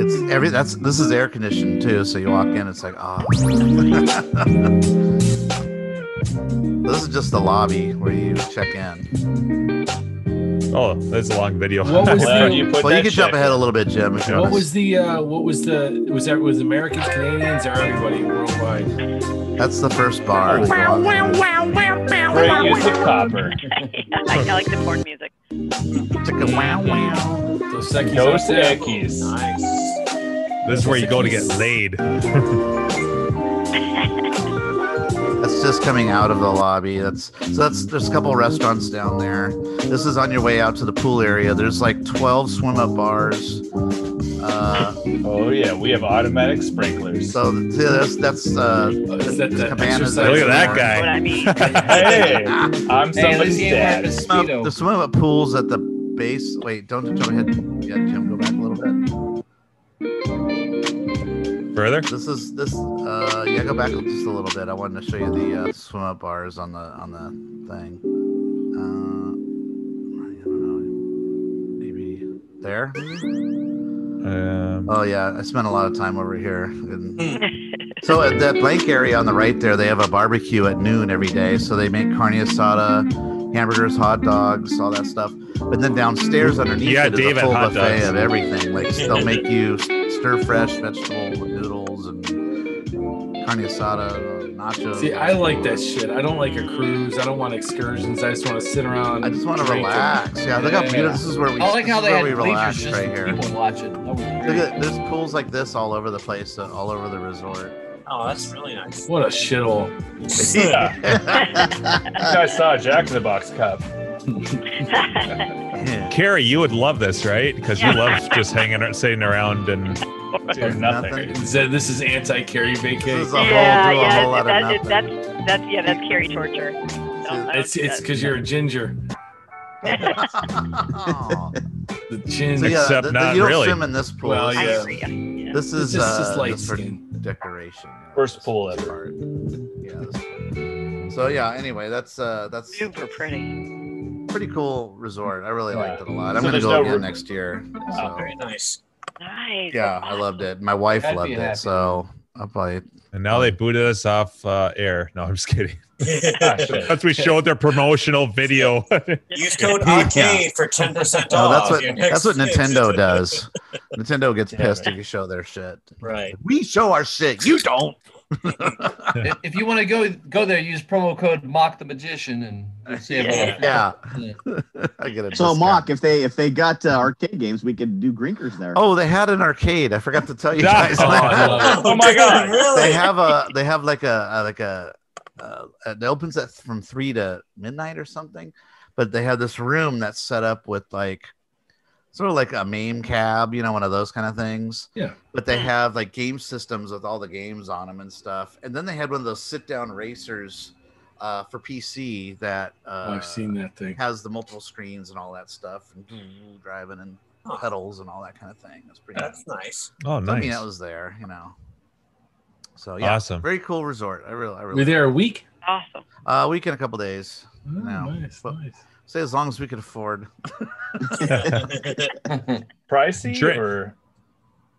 Speaker 7: It's every that's this is air conditioned too, so you walk in, it's like (laughs) oh. this is just the lobby where you check in.
Speaker 4: Oh, that's a long video.
Speaker 5: What was
Speaker 9: Where
Speaker 5: the-
Speaker 9: do you put
Speaker 7: (laughs) well, you
Speaker 9: that
Speaker 7: can jump
Speaker 9: shit?
Speaker 7: ahead a little bit, Jim. If you
Speaker 5: What
Speaker 7: want
Speaker 5: was the uh, what was the was that was Americans, Canadians, or everybody worldwide?
Speaker 7: That's the first bar. that you walk in.
Speaker 9: Great use of copper.
Speaker 1: (laughs) I, I like the porn music.
Speaker 7: It's like a wow wow.
Speaker 5: Those Equis
Speaker 9: Dos
Speaker 5: out there?
Speaker 9: Equis.
Speaker 3: Nice.
Speaker 4: (laughs) This is where you go
Speaker 5: (laughs)
Speaker 4: to get laid.
Speaker 7: That's just coming out of the lobby. That's so that's there's a couple restaurants down there. This is on your way out to the pool area. There's like 12 swim up bars. Uh,
Speaker 9: Oh yeah, we have automatic sprinklers.
Speaker 7: so th- that's that's uh,
Speaker 5: Is that the
Speaker 7: Cabanas
Speaker 5: exercise
Speaker 4: Look at that
Speaker 5: bar?
Speaker 4: guy.
Speaker 1: What I mean.
Speaker 7: (laughs)
Speaker 9: hey,
Speaker 6: Hey, at
Speaker 9: I'm
Speaker 6: least
Speaker 9: somebody's
Speaker 6: he didn't have
Speaker 9: dad.
Speaker 6: his
Speaker 7: swim up,
Speaker 6: Speedo.
Speaker 7: the swim up pools at the base. Wait, don't jump ahead. Yeah, Jim, go back a little bit.
Speaker 4: Further?
Speaker 7: This is this. Uh, yeah, go back just a little bit. I wanted to show you the uh, swim up bars on the on the thing. Uh, I don't know. Maybe there.
Speaker 4: Um,
Speaker 7: Oh yeah, I spent a lot of time over here. And so at that blank area on the right there, they have a barbecue at noon every day. So they make carne asada, hamburgers, hot dogs, all that stuff. But then downstairs underneath
Speaker 4: Yeah,
Speaker 7: it is
Speaker 4: Dave
Speaker 7: a
Speaker 4: at
Speaker 7: full
Speaker 4: hot
Speaker 7: buffet
Speaker 4: dogs.
Speaker 7: of everything. Like they'll make you stir fresh vegetable with noodles and carne asada, uh, nachos.
Speaker 5: See, I like that shit. I don't like a cruise. I don't want excursions. I just want to sit around.
Speaker 7: I just want to
Speaker 5: drink and-
Speaker 7: relax. Yeah, look how
Speaker 6: Yeah.
Speaker 7: beautiful. This is where we.
Speaker 6: I like
Speaker 7: this
Speaker 6: how
Speaker 7: is
Speaker 6: they had
Speaker 7: where we
Speaker 6: bleachers
Speaker 7: relax
Speaker 6: just
Speaker 7: right
Speaker 6: for
Speaker 7: here.
Speaker 6: people watching. That was great.
Speaker 7: Look at there's pools like this all over the place, uh, all over the resort.
Speaker 3: Oh, that's really nice.
Speaker 5: What a shithole.
Speaker 9: Yeah, I think I saw a Jack in the Box
Speaker 4: (laughs)
Speaker 9: cup.
Speaker 4: Carrie, you would love this, right? Because you love
Speaker 7: (laughs)
Speaker 4: just hanging, out, sitting around, and
Speaker 9: Doing nothing.
Speaker 7: Nothing.
Speaker 5: Is that- This is anti carry
Speaker 7: This
Speaker 5: vacay.
Speaker 7: is a whole,
Speaker 1: yeah,
Speaker 7: do a
Speaker 1: yeah,
Speaker 7: whole lot
Speaker 1: that,
Speaker 7: of nothing.
Speaker 1: that's that's yeah, that's carry torture. No, I don't
Speaker 5: It's
Speaker 1: do
Speaker 5: it's
Speaker 1: that.
Speaker 5: because you're a ginger.
Speaker 7: Oh.
Speaker 5: The gin.
Speaker 7: so yeah,
Speaker 4: Except
Speaker 7: th- th-
Speaker 4: not
Speaker 7: you don't
Speaker 4: really.
Speaker 7: swim in this pool.
Speaker 5: Well,
Speaker 7: This
Speaker 1: I
Speaker 5: yeah.
Speaker 7: is-
Speaker 1: agree. Yeah.
Speaker 7: This is
Speaker 5: This is
Speaker 7: uh,
Speaker 5: just light
Speaker 7: just for
Speaker 5: skin.
Speaker 7: decoration. you know,
Speaker 9: First
Speaker 7: this-
Speaker 9: pool
Speaker 7: this
Speaker 9: ever.
Speaker 7: part. Yeah. this- So yeah. Anyway, that's uh, that's
Speaker 1: Super pretty.
Speaker 7: pretty cool resort. I really
Speaker 9: Yeah.
Speaker 7: liked it a lot.
Speaker 9: So
Speaker 7: I'm gonna
Speaker 9: there's
Speaker 7: go
Speaker 9: no
Speaker 7: again
Speaker 9: room-
Speaker 7: next year.
Speaker 9: Oh,
Speaker 7: So.
Speaker 3: Very (laughs) nice.
Speaker 1: Nice.
Speaker 7: Yeah, I loved it. My wife
Speaker 6: I'd be
Speaker 7: loved
Speaker 6: happy.
Speaker 7: it. So I'll probably
Speaker 4: and now they booted us off uh, air. No, I'm just kidding. (laughs)
Speaker 9: Ah, shit.
Speaker 4: That's we showed their promotional video.
Speaker 3: Use code arcade for ten percent
Speaker 7: (laughs) No,
Speaker 3: off.
Speaker 7: oh, that's what
Speaker 3: your Oh, next (laughs)
Speaker 7: that's what
Speaker 3: fix.
Speaker 7: Nintendo does. Nintendo gets
Speaker 9: Damn
Speaker 7: pissed
Speaker 9: it.
Speaker 7: if you show their shit.
Speaker 3: Right.
Speaker 7: We show our shit. You don't.
Speaker 6: If- If you want to go go there, use promo code Mock the Magician and you'll save a lot.
Speaker 7: (laughs) Yeah. (laughs) I get it.
Speaker 12: So mock if they if they got uh, arcade games, we could do Grinkers there.
Speaker 7: Oh, they had an arcade. I forgot to
Speaker 5: (laughs)
Speaker 7: tell you
Speaker 4: No.
Speaker 7: guys.
Speaker 4: Oh,
Speaker 7: that. (laughs)
Speaker 3: Oh, (laughs)
Speaker 9: Oh my
Speaker 3: damn,
Speaker 9: God.
Speaker 12: (laughs)
Speaker 3: Really?
Speaker 7: they have a they have like a, a like a uh, it opens at from three to midnight or something, but they have this room that's set up with like sort of like a MAME cab, you know, one of those kind of things.
Speaker 5: Yeah.
Speaker 7: But
Speaker 12: Hmm.
Speaker 7: they have like game systems with all the games on them and stuff, and then they had one of those sit down racers uh, for PC that
Speaker 5: Oh,
Speaker 7: uh,
Speaker 5: I've seen that thing.
Speaker 7: has the multiple screens and all that stuff,
Speaker 5: Mm-hmm.
Speaker 7: and driving and
Speaker 3: Huh.
Speaker 7: pedals and all that kind of thing. That's pretty.
Speaker 3: That's nice.
Speaker 4: (laughs) oh,
Speaker 7: So, I mean,
Speaker 4: nice.
Speaker 7: that was there, you know. So yeah,
Speaker 4: Awesome.
Speaker 7: very cool resort. I really, I
Speaker 5: Were you
Speaker 7: really.
Speaker 5: there a week?
Speaker 1: Awesome.
Speaker 7: Uh, a week and a couple days.
Speaker 5: Oh,
Speaker 7: No.
Speaker 5: nice,
Speaker 7: Well-
Speaker 5: nice.
Speaker 7: Say as long as we could afford. (laughs)
Speaker 9: Pricey
Speaker 4: Drink.
Speaker 9: or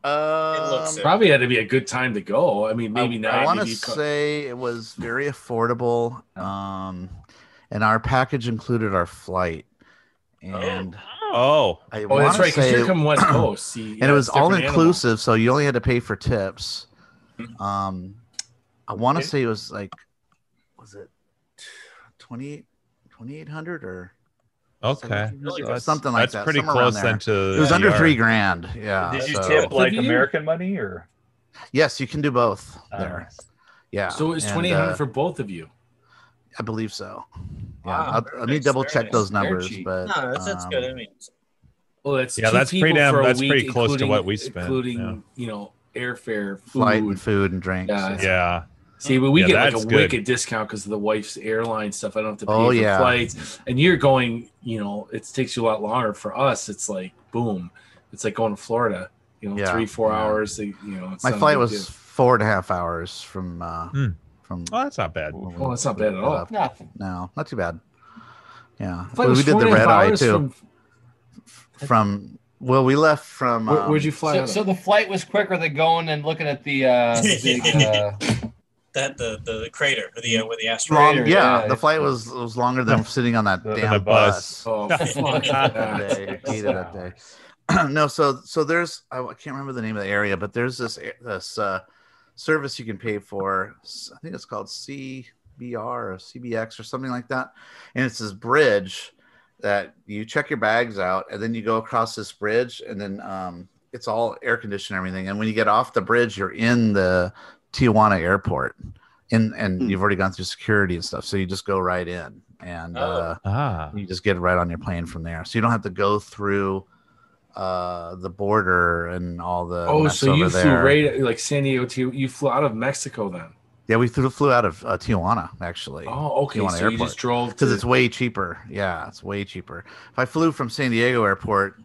Speaker 7: Um,
Speaker 3: looks it.
Speaker 5: Probably had to be a good time to go. I mean, maybe
Speaker 7: I,
Speaker 5: not.
Speaker 7: I want to
Speaker 5: Maybe you co-
Speaker 7: say it was very affordable. Um, and our package included our flight, and
Speaker 1: Oh,
Speaker 4: (laughs) Oh,
Speaker 7: I
Speaker 5: oh,
Speaker 7: want
Speaker 5: that's
Speaker 7: to
Speaker 5: right. Because
Speaker 7: say,
Speaker 5: you're coming
Speaker 7: (clears throat)
Speaker 5: West
Speaker 7: and
Speaker 5: Coast. See,
Speaker 7: it was all inclusive, so you only had to pay for tips.
Speaker 3: Mhm.
Speaker 7: Um, I want to
Speaker 9: Okay.
Speaker 7: say it was like, was it 28 2,800 or
Speaker 4: okay.
Speaker 7: 1700?
Speaker 3: Really?
Speaker 7: Or something like
Speaker 4: That's
Speaker 7: that.
Speaker 4: pretty
Speaker 7: somewhere around
Speaker 4: close
Speaker 7: there.
Speaker 4: then to.
Speaker 7: It was
Speaker 4: the
Speaker 7: under
Speaker 4: ER.
Speaker 7: three grand. Yeah.
Speaker 9: did you
Speaker 7: so-
Speaker 9: tip like
Speaker 5: Did you?
Speaker 9: American money or?
Speaker 7: Yes, you can do both
Speaker 9: Uh,
Speaker 7: there. Yeah.
Speaker 5: So it was
Speaker 7: and,
Speaker 5: twenty eight hundred
Speaker 7: uh,
Speaker 5: for both of you.
Speaker 7: I believe so. Yeah.
Speaker 3: Wow,
Speaker 7: I'll-
Speaker 3: very
Speaker 7: let me
Speaker 3: nice,
Speaker 7: double
Speaker 3: very
Speaker 7: check
Speaker 3: nice.
Speaker 7: those
Speaker 6: Very
Speaker 7: numbers,
Speaker 6: cheap.
Speaker 7: but
Speaker 3: No, that's, that's
Speaker 7: um,
Speaker 3: good. I mean,
Speaker 5: Well, that's
Speaker 4: Yeah,
Speaker 5: two
Speaker 4: that's pretty
Speaker 5: people
Speaker 4: damn-
Speaker 5: for a
Speaker 4: that's
Speaker 5: week,
Speaker 4: pretty close to
Speaker 5: including-
Speaker 4: what we spent,
Speaker 5: including
Speaker 4: yeah.
Speaker 5: you know airfare,
Speaker 7: flight
Speaker 5: food.
Speaker 7: and food and drinks.
Speaker 5: Yeah,
Speaker 7: yeah.
Speaker 4: Yeah.
Speaker 5: See, but we
Speaker 4: Yeah,
Speaker 5: get like
Speaker 4: that's
Speaker 5: a
Speaker 4: good.
Speaker 5: wicked discount because of the wife's airline stuff. I don't have to pay
Speaker 7: Oh,
Speaker 5: for
Speaker 7: yeah.
Speaker 5: flights. And you're going, you know, it takes you a lot longer. For us, it's like boom. It's like going to Florida. You know,
Speaker 7: Yeah,
Speaker 5: three, four
Speaker 7: yeah.
Speaker 5: hours. You know, it's
Speaker 7: My
Speaker 5: not a
Speaker 7: flight
Speaker 5: big
Speaker 7: was
Speaker 5: deal.
Speaker 7: four and a half hours from uh,
Speaker 4: Hmm.
Speaker 7: from.
Speaker 4: Oh, that's not bad.
Speaker 5: Oh, that's not bad at all.
Speaker 7: Nothing. No, not too bad. Yeah,
Speaker 5: Flight
Speaker 7: well,
Speaker 5: was
Speaker 7: we did
Speaker 5: four
Speaker 7: the
Speaker 5: and a half
Speaker 7: red eye
Speaker 5: hours
Speaker 7: too. From,
Speaker 5: from-
Speaker 7: well, we left from.
Speaker 5: Where-
Speaker 7: um,
Speaker 5: where'd you fly?
Speaker 13: So, so the flight was quicker than going and looking at the
Speaker 3: (laughs)
Speaker 13: uh, the, uh,
Speaker 3: that the the, the crater, the uh, where the
Speaker 7: Long,
Speaker 3: asteroid.
Speaker 7: yeah, the flight was was longer than sitting on that damn
Speaker 4: the bus.
Speaker 7: bus.
Speaker 13: (laughs)
Speaker 5: Oh, fuck
Speaker 7: Fuck (laughs) that day.
Speaker 5: that.
Speaker 7: Hated that day. (clears throat) no, so so there's I can't remember the name of the area, but there's this this uh, service you can pay for. I think it's called CBR or CBX or something like that, and it's this bridge that you check your bags out, and then you go across this bridge, and then um, it's all air conditioned and everything. And when you get off the bridge, you're in the Tijuana airport, and and you've already gone through security and stuff, so you just go right in and. Uh, (laughs)
Speaker 4: Ah,
Speaker 7: you just get right on your plane from there. So you don't have to go through uh, the border and all the.
Speaker 5: Oh,
Speaker 7: mess
Speaker 5: so
Speaker 7: over
Speaker 5: you flew
Speaker 7: there.
Speaker 5: right like San Diego to you flew out of Mexico then.
Speaker 7: Yeah, we flew, flew out of uh, Tijuana actually.
Speaker 5: Oh, okay.
Speaker 7: Tijuana
Speaker 5: so you
Speaker 7: Airport.
Speaker 5: just drove
Speaker 7: because
Speaker 5: to-
Speaker 7: it's way cheaper. Yeah, it's way cheaper. If I flew from San Diego Airport,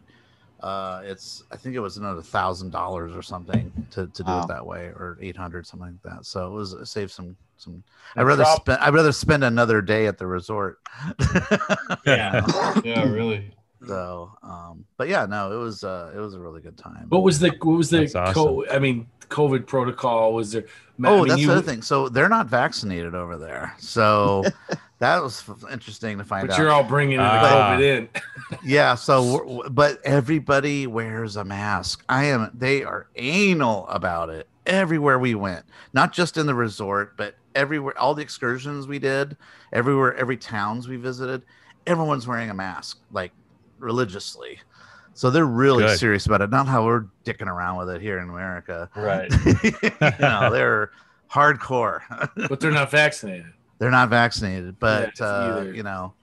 Speaker 7: uh, it's I think it was another thousand dollars or something to, to do
Speaker 13: Wow.
Speaker 7: it that way, or eight hundred something like that. So it was it saved some some.
Speaker 9: No
Speaker 7: I'd rather
Speaker 9: prob-
Speaker 7: spend I'd rather spend another day at the resort.
Speaker 3: Yeah.
Speaker 13: yeah, really.
Speaker 7: So, um, but yeah, no, it was uh, it was a really good time.
Speaker 5: What was the what was the
Speaker 4: That's awesome.
Speaker 5: co- I mean COVID protocol was there? I
Speaker 7: oh,
Speaker 5: mean,
Speaker 7: that's
Speaker 5: you-
Speaker 7: the other thing. So they're not vaccinated over there.
Speaker 5: (laughs)
Speaker 7: So that was f- interesting to find
Speaker 5: But
Speaker 7: out.
Speaker 5: you're all bringing in the
Speaker 4: Ah.
Speaker 5: COVID in.
Speaker 7: yeah. So, we're- w- but everybody wears a mask. I am. They are anal about it everywhere we went. Not just in the resort, but everywhere. All the excursions we did, everywhere, every towns we visited, everyone's wearing a mask, like religiously. So they're really
Speaker 4: Good.
Speaker 7: serious about it. Not how we're dicking around with it here in America. (laughs)
Speaker 9: Right.
Speaker 7: no, they're hardcore.
Speaker 5: But they're not vaccinated.
Speaker 7: they're not vaccinated, but
Speaker 5: Yeah,
Speaker 7: uh,
Speaker 5: either.
Speaker 7: you know,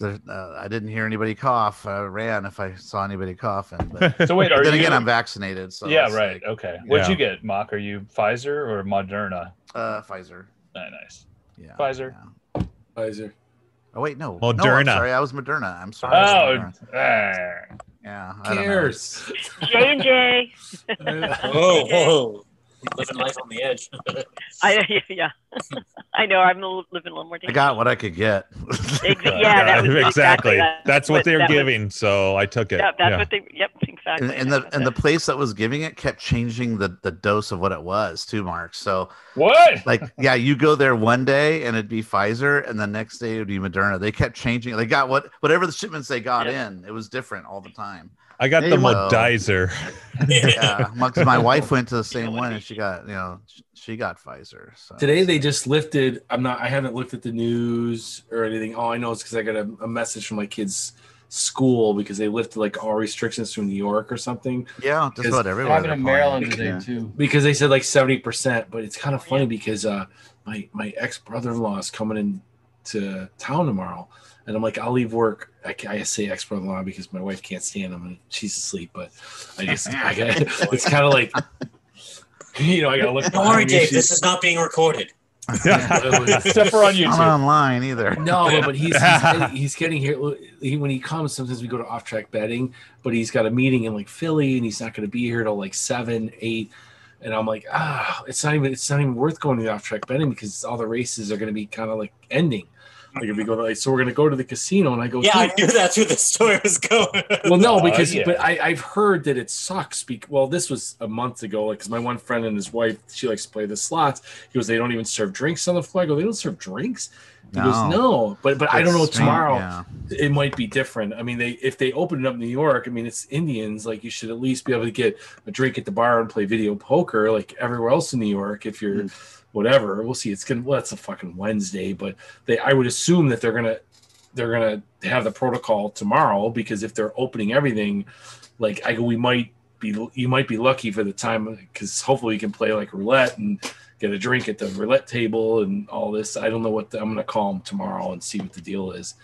Speaker 7: there- uh, I didn't hear anybody cough. I ran if I saw anybody coughing.
Speaker 4: (laughs)
Speaker 7: But
Speaker 9: So
Speaker 7: (laughs)
Speaker 9: wait, (laughs) are
Speaker 7: then
Speaker 9: you?
Speaker 7: again, I'm vaccinated. So
Speaker 9: yeah,
Speaker 7: it's
Speaker 9: right.
Speaker 7: like,
Speaker 9: okay. What'd
Speaker 4: Yeah.
Speaker 9: you get, Mock? Are you Pfizer or Moderna?
Speaker 7: uh, Pfizer.
Speaker 9: Ah, nice.
Speaker 7: Yeah.
Speaker 9: Pfizer.
Speaker 7: yeah.
Speaker 5: Pfizer.
Speaker 7: Oh wait, no. No, I'm
Speaker 4: Moderna.
Speaker 7: sorry, I was Moderna. I'm sorry. I was
Speaker 9: Oh,
Speaker 7: Moderna.
Speaker 9: ah.
Speaker 7: yeah. (laughs) I don't know. (laughs)
Speaker 5: Cares.
Speaker 1: J and J.
Speaker 3: Whoa, (laughs) whoa. Living life on the edge.
Speaker 1: I (laughs) yeah. I know. I'm a- living a little more.
Speaker 7: I got what I could get.
Speaker 1: Ex- yeah, that was
Speaker 4: exactly.
Speaker 1: that.
Speaker 4: That's what they're
Speaker 1: that was-
Speaker 4: giving, so I took it.
Speaker 1: Yeah, that's
Speaker 4: Yeah.
Speaker 1: what they. Yep, exactly.
Speaker 7: (laughs) and, and the and the place that was giving it kept changing the the dose of what it was too, Mark. So
Speaker 9: What?
Speaker 7: like yeah you go there one day and it'd be pfizer and the next day it would be moderna they kept changing it. they got what whatever the shipments they got
Speaker 1: Yeah.
Speaker 7: in it was different all
Speaker 5: (laughs)
Speaker 7: the time
Speaker 4: I got
Speaker 7: Hey,
Speaker 4: the
Speaker 7: well. (laughs)
Speaker 4: Modizer. (laughs)
Speaker 7: yeah my,
Speaker 5: (laughs)
Speaker 7: 'cause my wife went to the
Speaker 1: know
Speaker 7: same
Speaker 1: what
Speaker 7: one
Speaker 1: I
Speaker 7: and she got you know sh- she got pfizer so
Speaker 5: Today they just lifted. I'm not. I haven't looked at the news or anything. All I know is because I got a, a message from my kids' school because they lifted like all restrictions from New York or something.
Speaker 7: yeah just about
Speaker 13: It
Speaker 7: everywhere
Speaker 13: happened
Speaker 7: they're
Speaker 13: in
Speaker 7: calling it.
Speaker 13: Maryland today
Speaker 12: Yeah.
Speaker 13: too.
Speaker 5: because they said like 70% but it's kind of funny because uh my my ex-brother-in-law is coming in to town tomorrow and i'm like i'll leave work i, ca- I say ex-brother-in-law because my wife can't stand him and she's asleep but
Speaker 3: (laughs)
Speaker 5: i just I got, it's kind of like (laughs) you know i gotta
Speaker 3: (laughs)
Speaker 5: look
Speaker 3: Don't worry,
Speaker 5: behind me,
Speaker 3: Dave.
Speaker 5: she's-
Speaker 3: This is not being (laughs) recorded.
Speaker 9: Except for on
Speaker 7: i'm
Speaker 9: YouTube.
Speaker 7: not online either
Speaker 5: no,
Speaker 7: (laughs)
Speaker 5: but, but he's he's getting, he's getting here. He, when he comes, sometimes we go to off track betting, but he's got a meeting in like Philly, and he's not going to be here till like seven, eight. And I'm like, ah, it's not even it's not even worth going to the off track betting because all the races are going to be kind of like ending. Like if we go to like, so we're going to go to the casino, and I go,
Speaker 3: Yeah, I
Speaker 5: dude,
Speaker 3: knew that's where the story was going.
Speaker 5: well, no,
Speaker 9: Uh,
Speaker 5: because
Speaker 9: yeah.
Speaker 5: but I, I've heard that it sucks. Because well, this was a month ago. Like, because my one friend and his wife, she likes to play the slots. He goes, they don't even serve drinks on the floor. I go, they don't serve drinks. He
Speaker 7: No.
Speaker 5: goes, no, but but I don't know
Speaker 7: It's strange,
Speaker 5: tomorrow.
Speaker 7: yeah.
Speaker 5: It might be different. I mean, they if they open it up in New York, I mean, it's Indians. Like, you should at least be able to get a drink at the bar and play video poker, like everywhere else in New York. If you're whatever, we'll see. It's gonna well, it's a fucking Wednesday, but they I would assume that they're gonna they're gonna have the protocol tomorrow because if they're opening everything, like I we might be you might be lucky for the time because hopefully you can play like roulette and get a drink at the roulette table and all this. I don't know what the, I'm gonna call them tomorrow and see what the deal is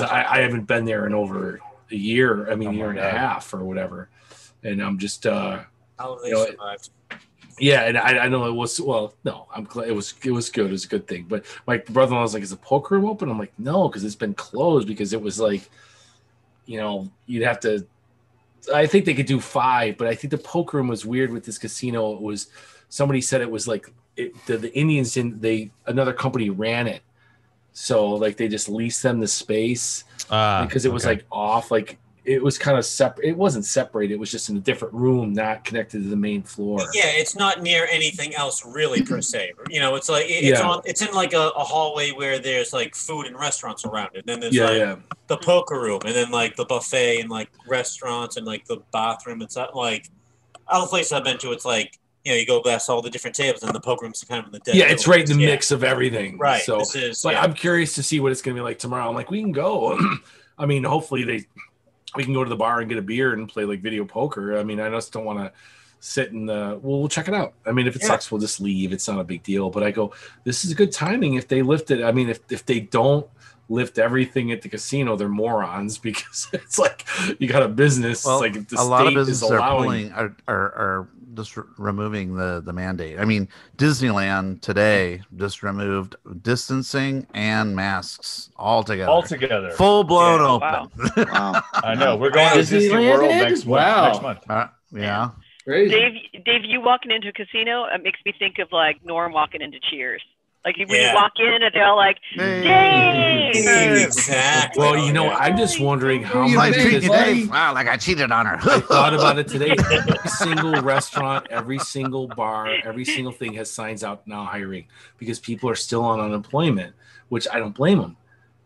Speaker 3: (laughs) yeah.
Speaker 5: I, I haven't been there in over a year. I mean, a
Speaker 9: Oh my
Speaker 5: year and a
Speaker 9: God.
Speaker 5: half or whatever. And I'm just, uh,
Speaker 3: How have they
Speaker 5: You know, it-
Speaker 3: survived?
Speaker 5: Yeah, and I, I know it was well. No, I'm glad it was. It was good. It was a good thing. But my brother-in-law was like, "Is the poker room open?" I'm like, "No," because it's been closed. Because it was like, you know, you'd have to. I think they could do five, but I think the poker room was weird with this casino. It was somebody said it was like it, the, the Indians didn't. They another company ran it, so like they just leased them the space
Speaker 4: Ah,
Speaker 5: because it was
Speaker 4: okay.
Speaker 5: like off. Like it was kind of separate. It wasn't separated. It was just in a different room, not connected to the main floor.
Speaker 3: Yeah, it's not near anything else really per se. You know, it's like it- it's
Speaker 5: Mm-hmm. Yeah.
Speaker 3: on it's in like a, a hallway where there's like food and restaurants around it. And then there's
Speaker 5: Yeah,
Speaker 3: like
Speaker 5: yeah.
Speaker 3: the poker room and then like the buffet and like restaurants and like the bathroom. It's not like all the places I've been to, it's like you know, you go past all the different tables and the poker room's kind of in the dead.
Speaker 5: yeah, it's
Speaker 3: middle.
Speaker 5: right in the
Speaker 3: Yeah.
Speaker 5: mix of everything.
Speaker 3: Right,
Speaker 5: So,
Speaker 3: this is-
Speaker 5: but
Speaker 3: yeah.
Speaker 5: I'm curious to see what it's going to be like tomorrow. I'm like, we can go. (clears throat) I mean, hopefully they, we can go to the bar and get a beer and play like video poker. I mean, I just don't want to sit in the. Well, we'll check it out. I mean, if it
Speaker 3: Yeah.
Speaker 5: sucks, we'll just leave. It's not a big deal. But I go, this is good timing. If they lift it, I mean, if if they don't lift everything at the casino, they're morons (laughs) because it's like you got a business.
Speaker 7: Well,
Speaker 5: it's like if the
Speaker 7: a lot of
Speaker 5: state is
Speaker 7: businesses are
Speaker 5: allowing-
Speaker 7: pulling are, are are just r removing the the mandate. I mean, Disneyland today just removed distancing and masks altogether.
Speaker 9: Altogether.
Speaker 7: full blown
Speaker 9: Yeah.
Speaker 7: open.
Speaker 9: Wow. I know. We're going to Disney Disneyland World is? next month- Wow. next month.
Speaker 7: Uh, yeah.
Speaker 1: Dave, Dave, you walking into a casino, it makes me think of like Norm walking into Cheers. Like when
Speaker 5: Yeah.
Speaker 1: you walk in and they're all
Speaker 7: (laughs)
Speaker 1: like, Dave!
Speaker 5: Exactly. Well, you
Speaker 3: Oh,
Speaker 5: know, I'm just wondering how
Speaker 7: You
Speaker 5: much
Speaker 7: like
Speaker 5: this-
Speaker 7: treating Dave? Wow, like I cheated on her.
Speaker 5: I thought
Speaker 7: (laughs)
Speaker 5: about it today. Every single restaurant, every single bar, every single thing has signs out now hiring because people are still on unemployment, which I don't blame them.